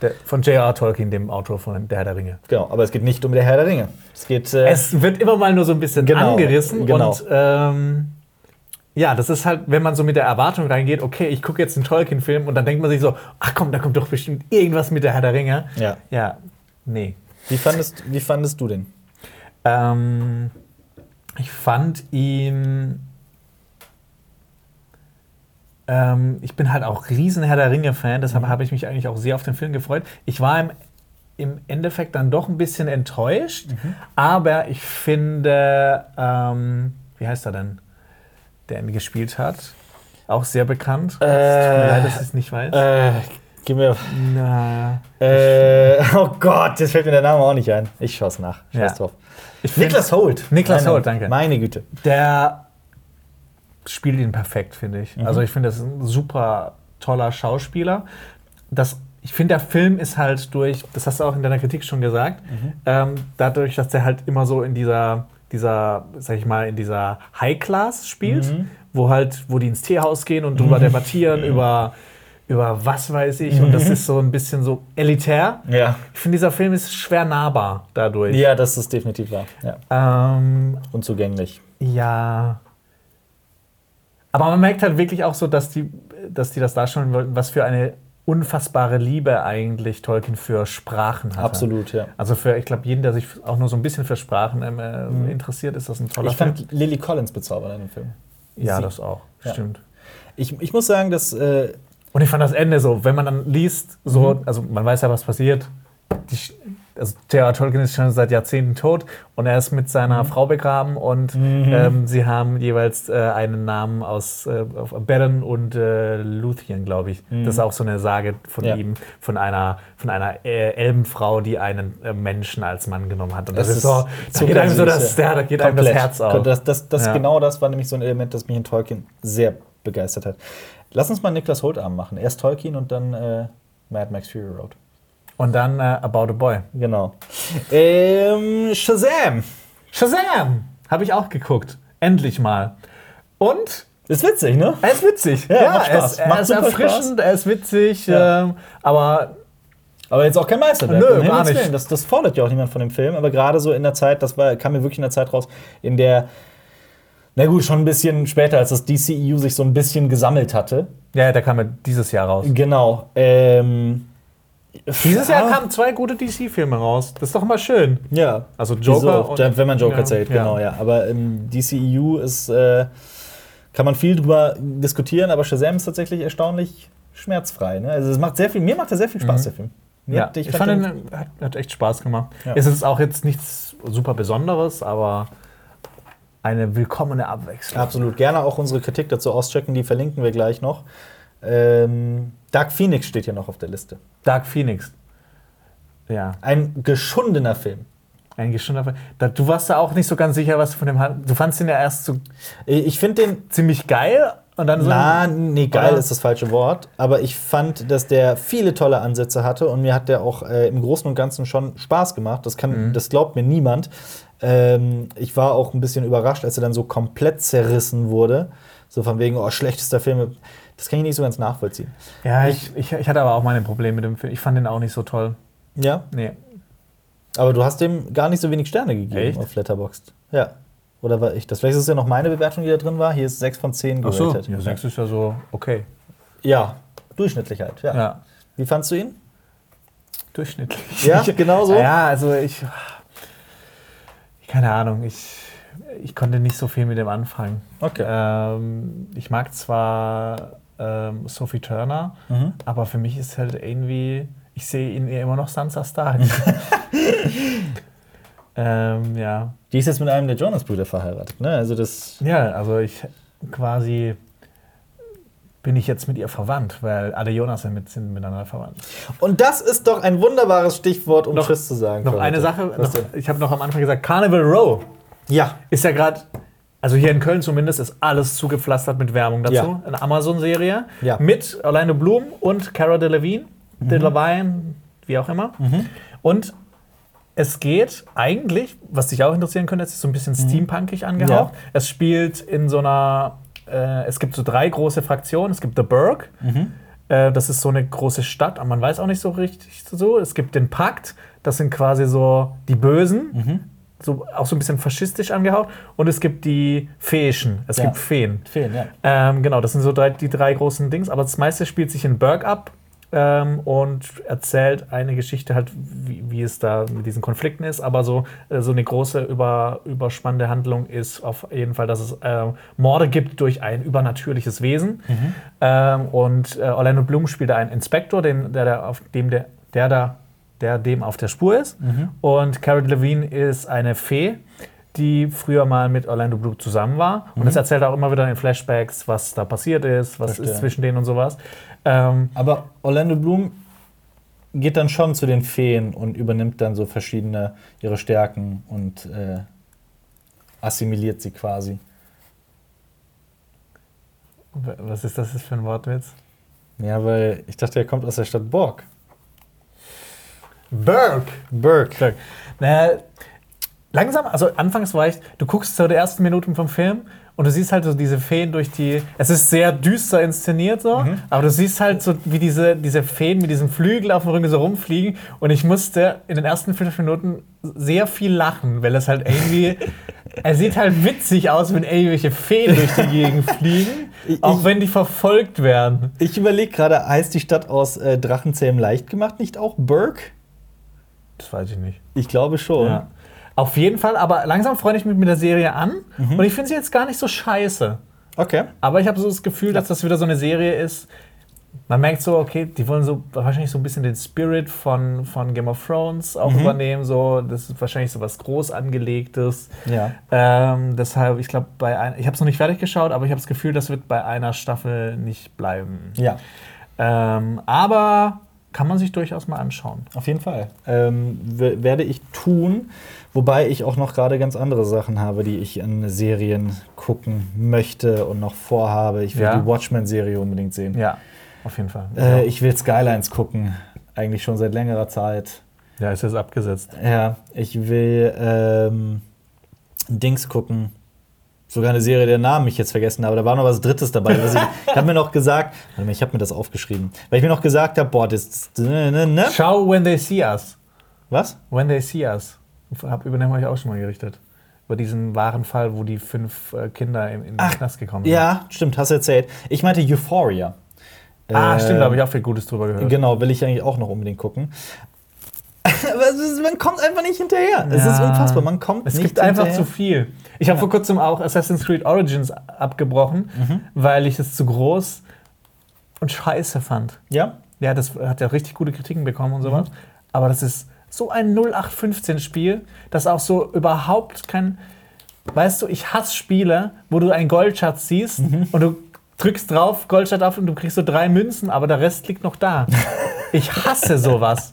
S2: der, von J.R. Tolkien, dem Autor von Der Herr der Ringe.
S1: Genau, aber es geht nicht um der Herr der Ringe. Es geht. Äh,
S2: Es wird immer mal nur so ein bisschen
S1: Genau,
S2: angerissen
S1: genau.
S2: und ähm, ja, das ist halt, wenn man so mit der Erwartung reingeht, okay, ich gucke jetzt einen Tolkien-Film und dann denkt man sich so, ach komm, da kommt doch bestimmt irgendwas mit der Herr der Ringe.
S1: ja.
S2: Ja, nee.
S1: Wie fandest, wie fandest du den?
S2: Ähm, ich fand ihn. Ähm, ich bin halt auch riesen Herr der Ringe-Fan, deshalb
S1: Mhm.
S2: habe ich mich eigentlich auch sehr auf den Film gefreut. Ich war im, im Endeffekt dann doch ein bisschen enttäuscht,
S1: Mhm.
S2: aber ich finde, ähm, wie heißt er denn, der ihn gespielt hat, auch sehr bekannt. es tut mir
S1: Äh,
S2: leid, dass ich es nicht weiß.
S1: Äh, Gib mir.
S2: Na,
S1: Äh, oh Gott, jetzt fällt mir der Name auch nicht ein. Ich schaue es nach. Scheiß
S2: Ja.
S1: drauf.
S2: ich
S1: Niklas Holt.
S2: Niklas
S1: Meine-
S2: Holt, danke.
S1: Meine Güte.
S2: Der spielt ihn perfekt, finde ich. Also ich finde, das ist ein super toller Schauspieler. Das, ich finde, der Film ist halt durch, das hast du auch in deiner Kritik schon gesagt, ähm, dadurch, dass der halt immer so in dieser, dieser, sag ich mal, in dieser High-Class spielt, wo halt, wo die ins Teehaus gehen und drüber debattieren, über, über was weiß ich. Und das ist so ein bisschen so elitär.
S1: Ja.
S2: Ich finde, dieser Film ist schwer nahbar dadurch.
S1: Ja, das ist definitiv wahr. Ja.
S2: Ähm,
S1: Unzugänglich.
S2: ja. Aber man merkt halt wirklich auch so, dass die, dass die das darstellen wollten, was für eine unfassbare Liebe eigentlich Tolkien für Sprachen hatte.
S1: Absolut, ja.
S2: Also für, ich glaube, jeden, der sich auch nur so ein bisschen für Sprachen ähm, äh, interessiert, ist das ein toller
S1: Mhm. Ich
S2: Film.
S1: fand Lily Collins bezaubernd in dem Film.
S2: ja,
S1: sie-
S2: das auch.
S1: Ja.
S2: Stimmt.
S1: Ich, ich muss sagen, dass. Äh,
S2: Und ich fand das Ende so, wenn man dann liest, so,
S1: Mhm.
S2: also man weiß ja, was passiert. Die, Sch- also J.R. Tolkien ist schon seit Jahrzehnten tot und er ist mit seiner
S1: Mhm.
S2: Frau begraben und ähm, sie haben jeweils äh, einen Namen aus äh, auf Beren und äh, Luthien, glaube ich. Das ist auch so eine Sage von
S1: Mhm. Ja.
S2: ihm, von einer, von einer äh, Elbenfrau, die einen äh, Menschen als Mann genommen hat. Und das,
S1: Das ist
S2: ist so, da
S1: super
S2: geht einem so
S1: süß,
S2: das,
S1: ja.
S2: ja, da geht einem das
S1: Komplett.
S2: Herz auf.
S1: Das, das, das
S2: Ja.
S1: Genau das war nämlich so ein Element, das mich in Tolkien sehr begeistert hat. Lass uns mal Niklas Holt arm machen. Erst Tolkien und dann äh, Mad Max Fury Road.
S2: Und dann äh, About a Boy.
S1: Genau. Ähm, Shazam!
S2: Shazam! Habe ich auch geguckt. Endlich mal. Und
S1: Ist witzig, ne?
S2: er ist witzig.
S1: Ja, macht
S2: er
S1: Spaß.
S2: ist, er
S1: Macht
S2: ist
S1: super
S2: erfrischend, er ist witzig.
S1: Ja.
S2: Ähm, aber
S1: Aber jetzt auch kein Meisterwerk.
S2: Nö,
S1: um Himmels
S2: gar nicht.
S1: Willen. Das, das fordert ja auch niemand von dem Film. Aber gerade so in der Zeit, das war, kam mir wirklich in der Zeit raus, in der, na gut, schon ein bisschen später, als das DCEU sich so ein bisschen gesammelt hatte.
S2: ja, der kam ja dieses Jahr raus.
S1: Genau. Ähm, Ah.
S2: Dieses Jahr
S1: ja.
S2: kamen zwei gute DC-Filme raus. Das ist doch immer schön.
S1: Ja.
S2: Also
S1: Joker,
S2: Joker.
S1: Wieso? wenn man Joker
S2: ja,
S1: zählt,
S2: ja.
S1: genau, ja. Aber im DCEU ist, äh, kann man viel drüber diskutieren, aber Shazam ist tatsächlich erstaunlich schmerzfrei. Ne? Also es macht sehr viel, mir macht er sehr viel Spaß, der Film. Mir
S2: Mhm. ja,
S1: hat-
S2: ich, fand, ihn, hat, hat echt Spaß gemacht.
S1: Ja.
S2: Es ist auch jetzt nichts super Besonderes, aber eine willkommene Abwechslung.
S1: absolut gerne auch unsere Kritik dazu auschecken, die verlinken wir gleich noch. Ähm, Dark Phoenix steht hier noch auf der Liste.
S2: Dark Phoenix. Ja,
S1: Ein geschundener Film.
S2: ein geschundener Film. Da- Du warst da auch nicht so ganz sicher, was du von dem Hand. Du fandst ihn ja erst so
S1: Äh, Ich finde den
S2: ziemlich geil und dann so.
S1: Na, nee, geil
S2: Oder?
S1: ist das falsche Wort. Aber ich fand, dass der viele tolle Ansätze hatte und mir hat der auch äh, im Großen und Ganzen schon Spaß gemacht. Das, kann, das glaubt mir niemand. Ähm, ich war auch ein bisschen überrascht, als er dann so komplett zerrissen wurde. So von wegen, oh, schlechtester Film. Das kann ich nicht so ganz nachvollziehen.
S2: Ja, ich, ich, ich hatte aber auch meine Probleme mit dem Film. Ich fand den auch nicht so toll.
S1: Ja,
S2: Nee.
S1: aber du hast dem gar nicht so wenig Sterne gegeben
S2: Echt?
S1: auf Letterboxd. Ja. Oder war ich das? Vielleicht ist es ja noch meine Bewertung, die da drin war. Hier ist 6 von 10 geratet.
S2: ja, sechs ist ja so okay.
S1: ja, durchschnittlich halt. Ja.
S2: Ja,
S1: Wie fandst du ihn?
S2: durchschnittlich.
S1: Ja, genau so?
S2: Ja, also ich. Keine Ahnung, ich, ich konnte nicht so viel mit dem anfangen.
S1: Okay.
S2: Ähm, ich mag zwar ähm, Sophie Turner,
S1: Mhm.
S2: aber für mich ist halt irgendwie. Ich sehe ihn eher immer noch Sansa Stark. ähm, ja.
S1: Die ist jetzt mit einem der Jonas-Brüder verheiratet, ne? Also das.
S2: Ja, also ich quasi bin ich jetzt mit ihr verwandt, weil alle Jonas sind, mit, sind miteinander verwandt.
S1: Und das ist doch ein wunderbares Stichwort, um
S2: Noch-
S1: Tschüss zu sagen.
S2: Noch
S1: für
S2: eine
S1: heute.
S2: Sache,
S1: Was
S2: noch,
S1: denn?
S2: ich habe noch am Anfang gesagt, Carnival Row
S1: Ja,
S2: ist ja gerade, also hier in Köln zumindest, ist alles zugepflastert mit Werbung dazu.
S1: Ja.
S2: Eine Amazon-Serie
S1: Ja. Mhm.
S2: mit Orlando Bloom und Cara Delevingne, Delevingne, wie auch immer. Und es geht eigentlich, was dich auch interessieren könnte, es ist so ein bisschen
S1: Mhm.
S2: steampunkig angehaucht. Es spielt in so einer, äh, es gibt so drei große Fraktionen. Es gibt The Burg, äh, das ist so eine große Stadt, aber man weiß auch nicht so richtig so. Es gibt den Pakt, das sind quasi so die Bösen, so, auch so ein bisschen faschistisch angehaucht. Und es gibt die Feischen, es
S1: Ja.
S2: gibt Feen.
S1: fehlen, ja.
S2: Ähm, genau, das sind so drei, die drei großen Dings. Aber das meiste spielt sich in Berg ab ähm, und erzählt eine Geschichte halt, wie, wie es da mit diesen Konflikten ist. Aber so, äh, so eine große, über, überspannende Handlung ist auf jeden Fall, dass es ähm, Morde gibt durch ein übernatürliches Wesen. Ähm, und äh, Orlando Bloom spielt da einen Inspektor, den, der, da auf dem der, der da der dem auf der Spur ist. Und Carol Levine ist eine Fee, die früher mal mit Orlando Bloom zusammen war. Und es erzählt auch immer wieder in Flashbacks, was da passiert ist, was
S1: Verstehe.
S2: ist zwischen denen und sowas. Ähm,
S1: Aber Orlando Bloom geht dann schon zu den Feen und übernimmt dann so verschiedene ihre Stärken und äh, assimiliert sie quasi.
S2: w- was ist das jetzt für ein Wortwitz?
S1: Ja, weil ich dachte, er kommt aus der Stadt Borg.
S2: Burke!
S1: Burke.
S2: Burke. Naja, langsam, also anfangs war ich, du guckst so die ersten Minuten vom Film und du siehst halt so diese Feen durch die. Es ist sehr düster inszeniert so,
S1: Mhm.
S2: aber du siehst halt so, wie diese, diese Feen mit diesem Flügel auf dem Rücken so rumfliegen und ich musste in den ersten fünf Minuten sehr viel lachen, weil es halt irgendwie. er sieht halt witzig aus, wenn irgendwelche Feen durch die Gegend fliegen,
S1: Ich-
S2: auch
S1: ich-
S2: wenn die verfolgt werden.
S1: Ich überlege gerade, heißt die Stadt aus äh, Drachenzähmen leicht gemacht nicht auch Burke?
S2: Das weiß ich nicht.
S1: Ich glaube schon.
S2: Ja. Auf jeden Fall, aber langsam freue ich mich mit der Serie an und ich finde sie jetzt gar nicht so scheiße.
S1: Okay.
S2: Aber ich habe so das Gefühl, dass das wieder so eine Serie ist. Man merkt so, okay, die wollen so wahrscheinlich so ein bisschen den Spirit von, von Game of Thrones auch übernehmen. So, das ist wahrscheinlich so was groß angelegtes.
S1: Ja.
S2: Ähm, deshalb, ich glaube, bei ein, ich habe es noch nicht fertig geschaut, aber ich habe das Gefühl, das wird bei einer Staffel nicht bleiben.
S1: Ja.
S2: Ähm, aber kann man sich durchaus mal anschauen.
S1: Auf jeden Fall. Ähm, w- werde ich tun, wobei ich auch noch gerade ganz andere Sachen habe, die ich in Serien gucken möchte und noch vorhabe. Ich will
S2: Ja.
S1: die Watchmen-Serie unbedingt sehen.
S2: Ja, auf jeden Fall.
S1: Äh, ich will Skylines gucken, eigentlich schon seit längerer Zeit.
S2: ja, ist jetzt abgesetzt.
S1: Ja, ich will ähm, Dings gucken. Sogar eine Serie, deren Namen ich jetzt vergessen habe. Da war noch was Drittes dabei. Was ich ich habe mir noch gesagt, warte mal, ich habe mir das aufgeschrieben, weil ich mir noch gesagt habe, boah, das. das- Ne, ne, ne?
S2: Schau When They See Us.
S1: Was?
S2: When They See Us. Hab übernehmen euch auch schon mal gerichtet. Über diesen wahren Fall, wo die fünf äh, Kinder in, in den Knast gekommen sind.
S1: Ja, stimmt, hast du erzählt. Ich meinte Euphoria.
S2: Ah, stimmt, da habe
S1: Ähm,
S2: ich auch viel Gutes drüber gehört.
S1: Genau, will ich eigentlich auch noch unbedingt gucken. Aber es ist, man kommt einfach nicht hinterher. Es ist
S2: Ja.
S1: unfassbar. Man kommt
S2: Es
S1: nicht
S2: gibt einfach zu
S1: hinterher.
S2: viel. Ich habe vor kurzem auch Assassin's Creed Origins abgebrochen,
S1: Mhm.
S2: weil ich es zu groß und scheiße fand.
S1: Ja,
S2: Ja, das hat ja richtig gute Kritiken bekommen und sowas.
S1: Mhm.
S2: Aber das ist so ein 0815-Spiel, das auch so überhaupt kein. Weißt du, ich hasse Spiele, wo du einen Goldschatz siehst
S1: Mhm.
S2: und du drückst drauf, Goldschatz auf und du kriegst so drei Münzen, aber der Rest liegt noch da. ich hasse sowas.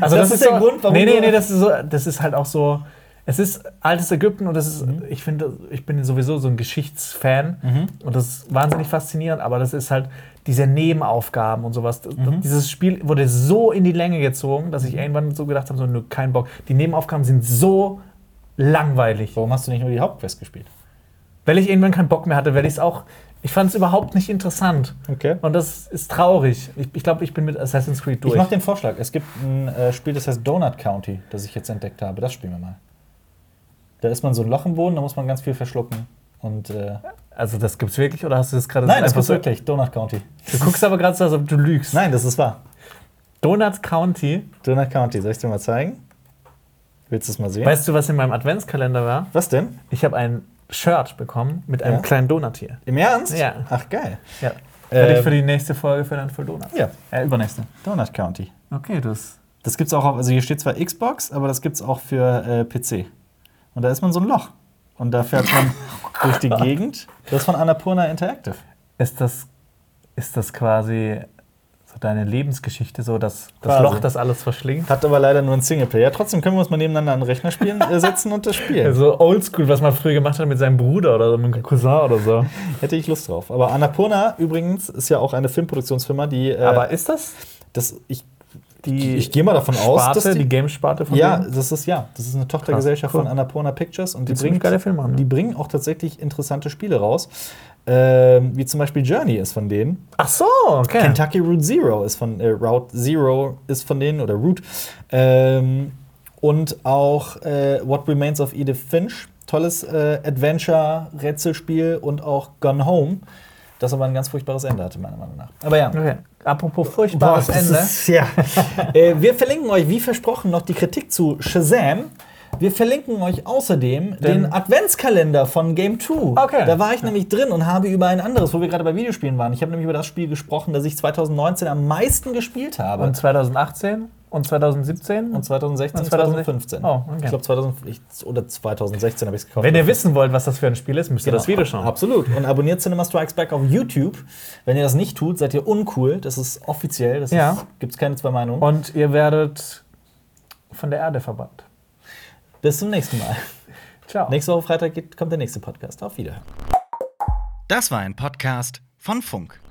S2: Also
S1: Das ist der
S2: so,
S1: Grund, warum
S2: Nee, nee,
S1: du-
S2: nee, das ist, so, das ist halt auch so. Es ist altes Ägypten und das ist,
S1: Mhm.
S2: ich finde, ich bin sowieso so ein Geschichtsfan und das ist wahnsinnig faszinierend, aber das ist halt diese Nebenaufgaben und sowas. Das-
S1: Mhm.
S2: Dieses Spiel wurde so in die Länge gezogen, dass ich irgendwann so gedacht habe, so, nö, kein Bock. Die Nebenaufgaben sind so langweilig.
S1: warum hast du nicht nur die Hauptquest gespielt?
S2: Weil ich irgendwann keinen Bock mehr hatte, weil ich es auch, ich fand es überhaupt nicht interessant.
S1: Okay.
S2: Und das ist traurig. Ich, ich glaube, ich bin mit Assassin's Creed durch.
S1: Ich mache den Vorschlag. Es gibt ein äh, Spiel, das heißt Donut County, das ich jetzt entdeckt habe. Das spielen wir mal. Da ist man so ein Loch im Boden, da muss man ganz viel verschlucken. Und äh,
S2: also das gibt's wirklich oder hast du das gerade
S1: nein, das
S2: einfach
S1: ist wirklich Donut County.
S2: Du guckst aber gerade so, als ob du lügst.
S1: Nein, das ist wahr.
S2: Donuts County.
S1: Donut County, soll ich dir mal zeigen? Willst du es mal sehen?
S2: Weißt du, was in meinem Adventskalender war?
S1: Was denn?
S2: Ich habe ein Shirt bekommen mit einem
S1: Ja.
S2: kleinen Donut hier.
S1: Im Ernst?
S2: Ja.
S1: Ach geil.
S2: Ja. Werde ich
S1: Ähm.
S2: für die nächste Folge für dann für Donuts.
S1: Ja.
S2: Äh, übernächste.
S1: Donut County.
S2: Okay, das.
S1: Das gibt's auch auf, also hier steht zwar Xbox, aber das gibt's auch für äh, PC. Und da ist man so ein Loch. Und da fährt man durch die Gegend. Das ist von Annapurna Interactive.
S2: Ist das, ist das quasi so deine Lebensgeschichte, so dass das
S1: Quasi.
S2: Loch, das alles verschlingt?
S1: Hat aber leider nur einen Singleplayer. Trotzdem können wir uns mal nebeneinander an den Rechner spielen, äh, setzen und das spielen.
S2: So oldschool, was man früher gemacht hat mit seinem Bruder oder so, mit einem Cousin oder so.
S1: Hätte ich Lust drauf. Aber Annapurna übrigens ist ja auch eine Filmproduktionsfirma, die. Äh,
S2: Aber ist das
S1: das, ich
S2: die
S1: ich gehe mal davon
S2: Sparte,
S1: aus, dass
S2: die,
S1: die.
S2: Game-Sparte von
S1: ja,
S2: denen?
S1: das ist ja. Das ist eine Tochtergesellschaft
S2: Krass, cool.
S1: von Annapurna Pictures und die,
S2: Die ziemlich
S1: bringt,
S2: geile Filme an, ne?
S1: die bringen auch tatsächlich interessante Spiele raus. Ähm, wie zum Beispiel Journey ist von denen.
S2: Ach so, okay.
S1: Kentucky Route Zero ist von äh, Route Zero ist von denen oder Route ähm, und auch äh, What Remains of Edith Finch, tolles äh, Adventure-Rätselspiel und auch Gone Home, das aber ein ganz furchtbares Ende hatte meiner Meinung nach. Aber ja.
S2: okay. Apropos
S1: Boah,
S2: furchtbares
S1: das
S2: Ende.
S1: Ist, ja. äh, wir verlinken euch, wie versprochen, noch die Kritik zu Shazam. Wir verlinken euch außerdem den, Adventskalender von Game 2.
S2: Okay.
S1: Da war ich nämlich drin und habe über ein anderes, wo wir gerade bei Videospielen waren. Ich habe nämlich über das Spiel gesprochen, das ich 2019 am meisten gespielt habe.
S2: Und 2018 und 2017.
S1: Und 2016,
S2: Und
S1: 2015.
S2: 2015. Oh, okay.
S1: Ich glaube 2000 oder 2016 habe ich es gekauft.
S2: Wenn ihr wissen wollt, was das für ein Spiel ist,
S1: Genau.
S2: müsst ihr das Video schauen.
S1: Absolut. Und abonniert Cinema Strikes Back auf YouTube. Wenn ihr das nicht tut, seid ihr uncool. Das ist offiziell. Das
S2: Ja.
S1: gibt es keine zwei Meinungen.
S2: Und ihr werdet von der Erde verbannt.
S1: Bis zum nächsten Mal.
S2: Ciao.
S1: Nächste Woche Freitag geht, kommt der nächste Podcast. Auf Wiederhören.
S3: Das war ein Podcast von Funk.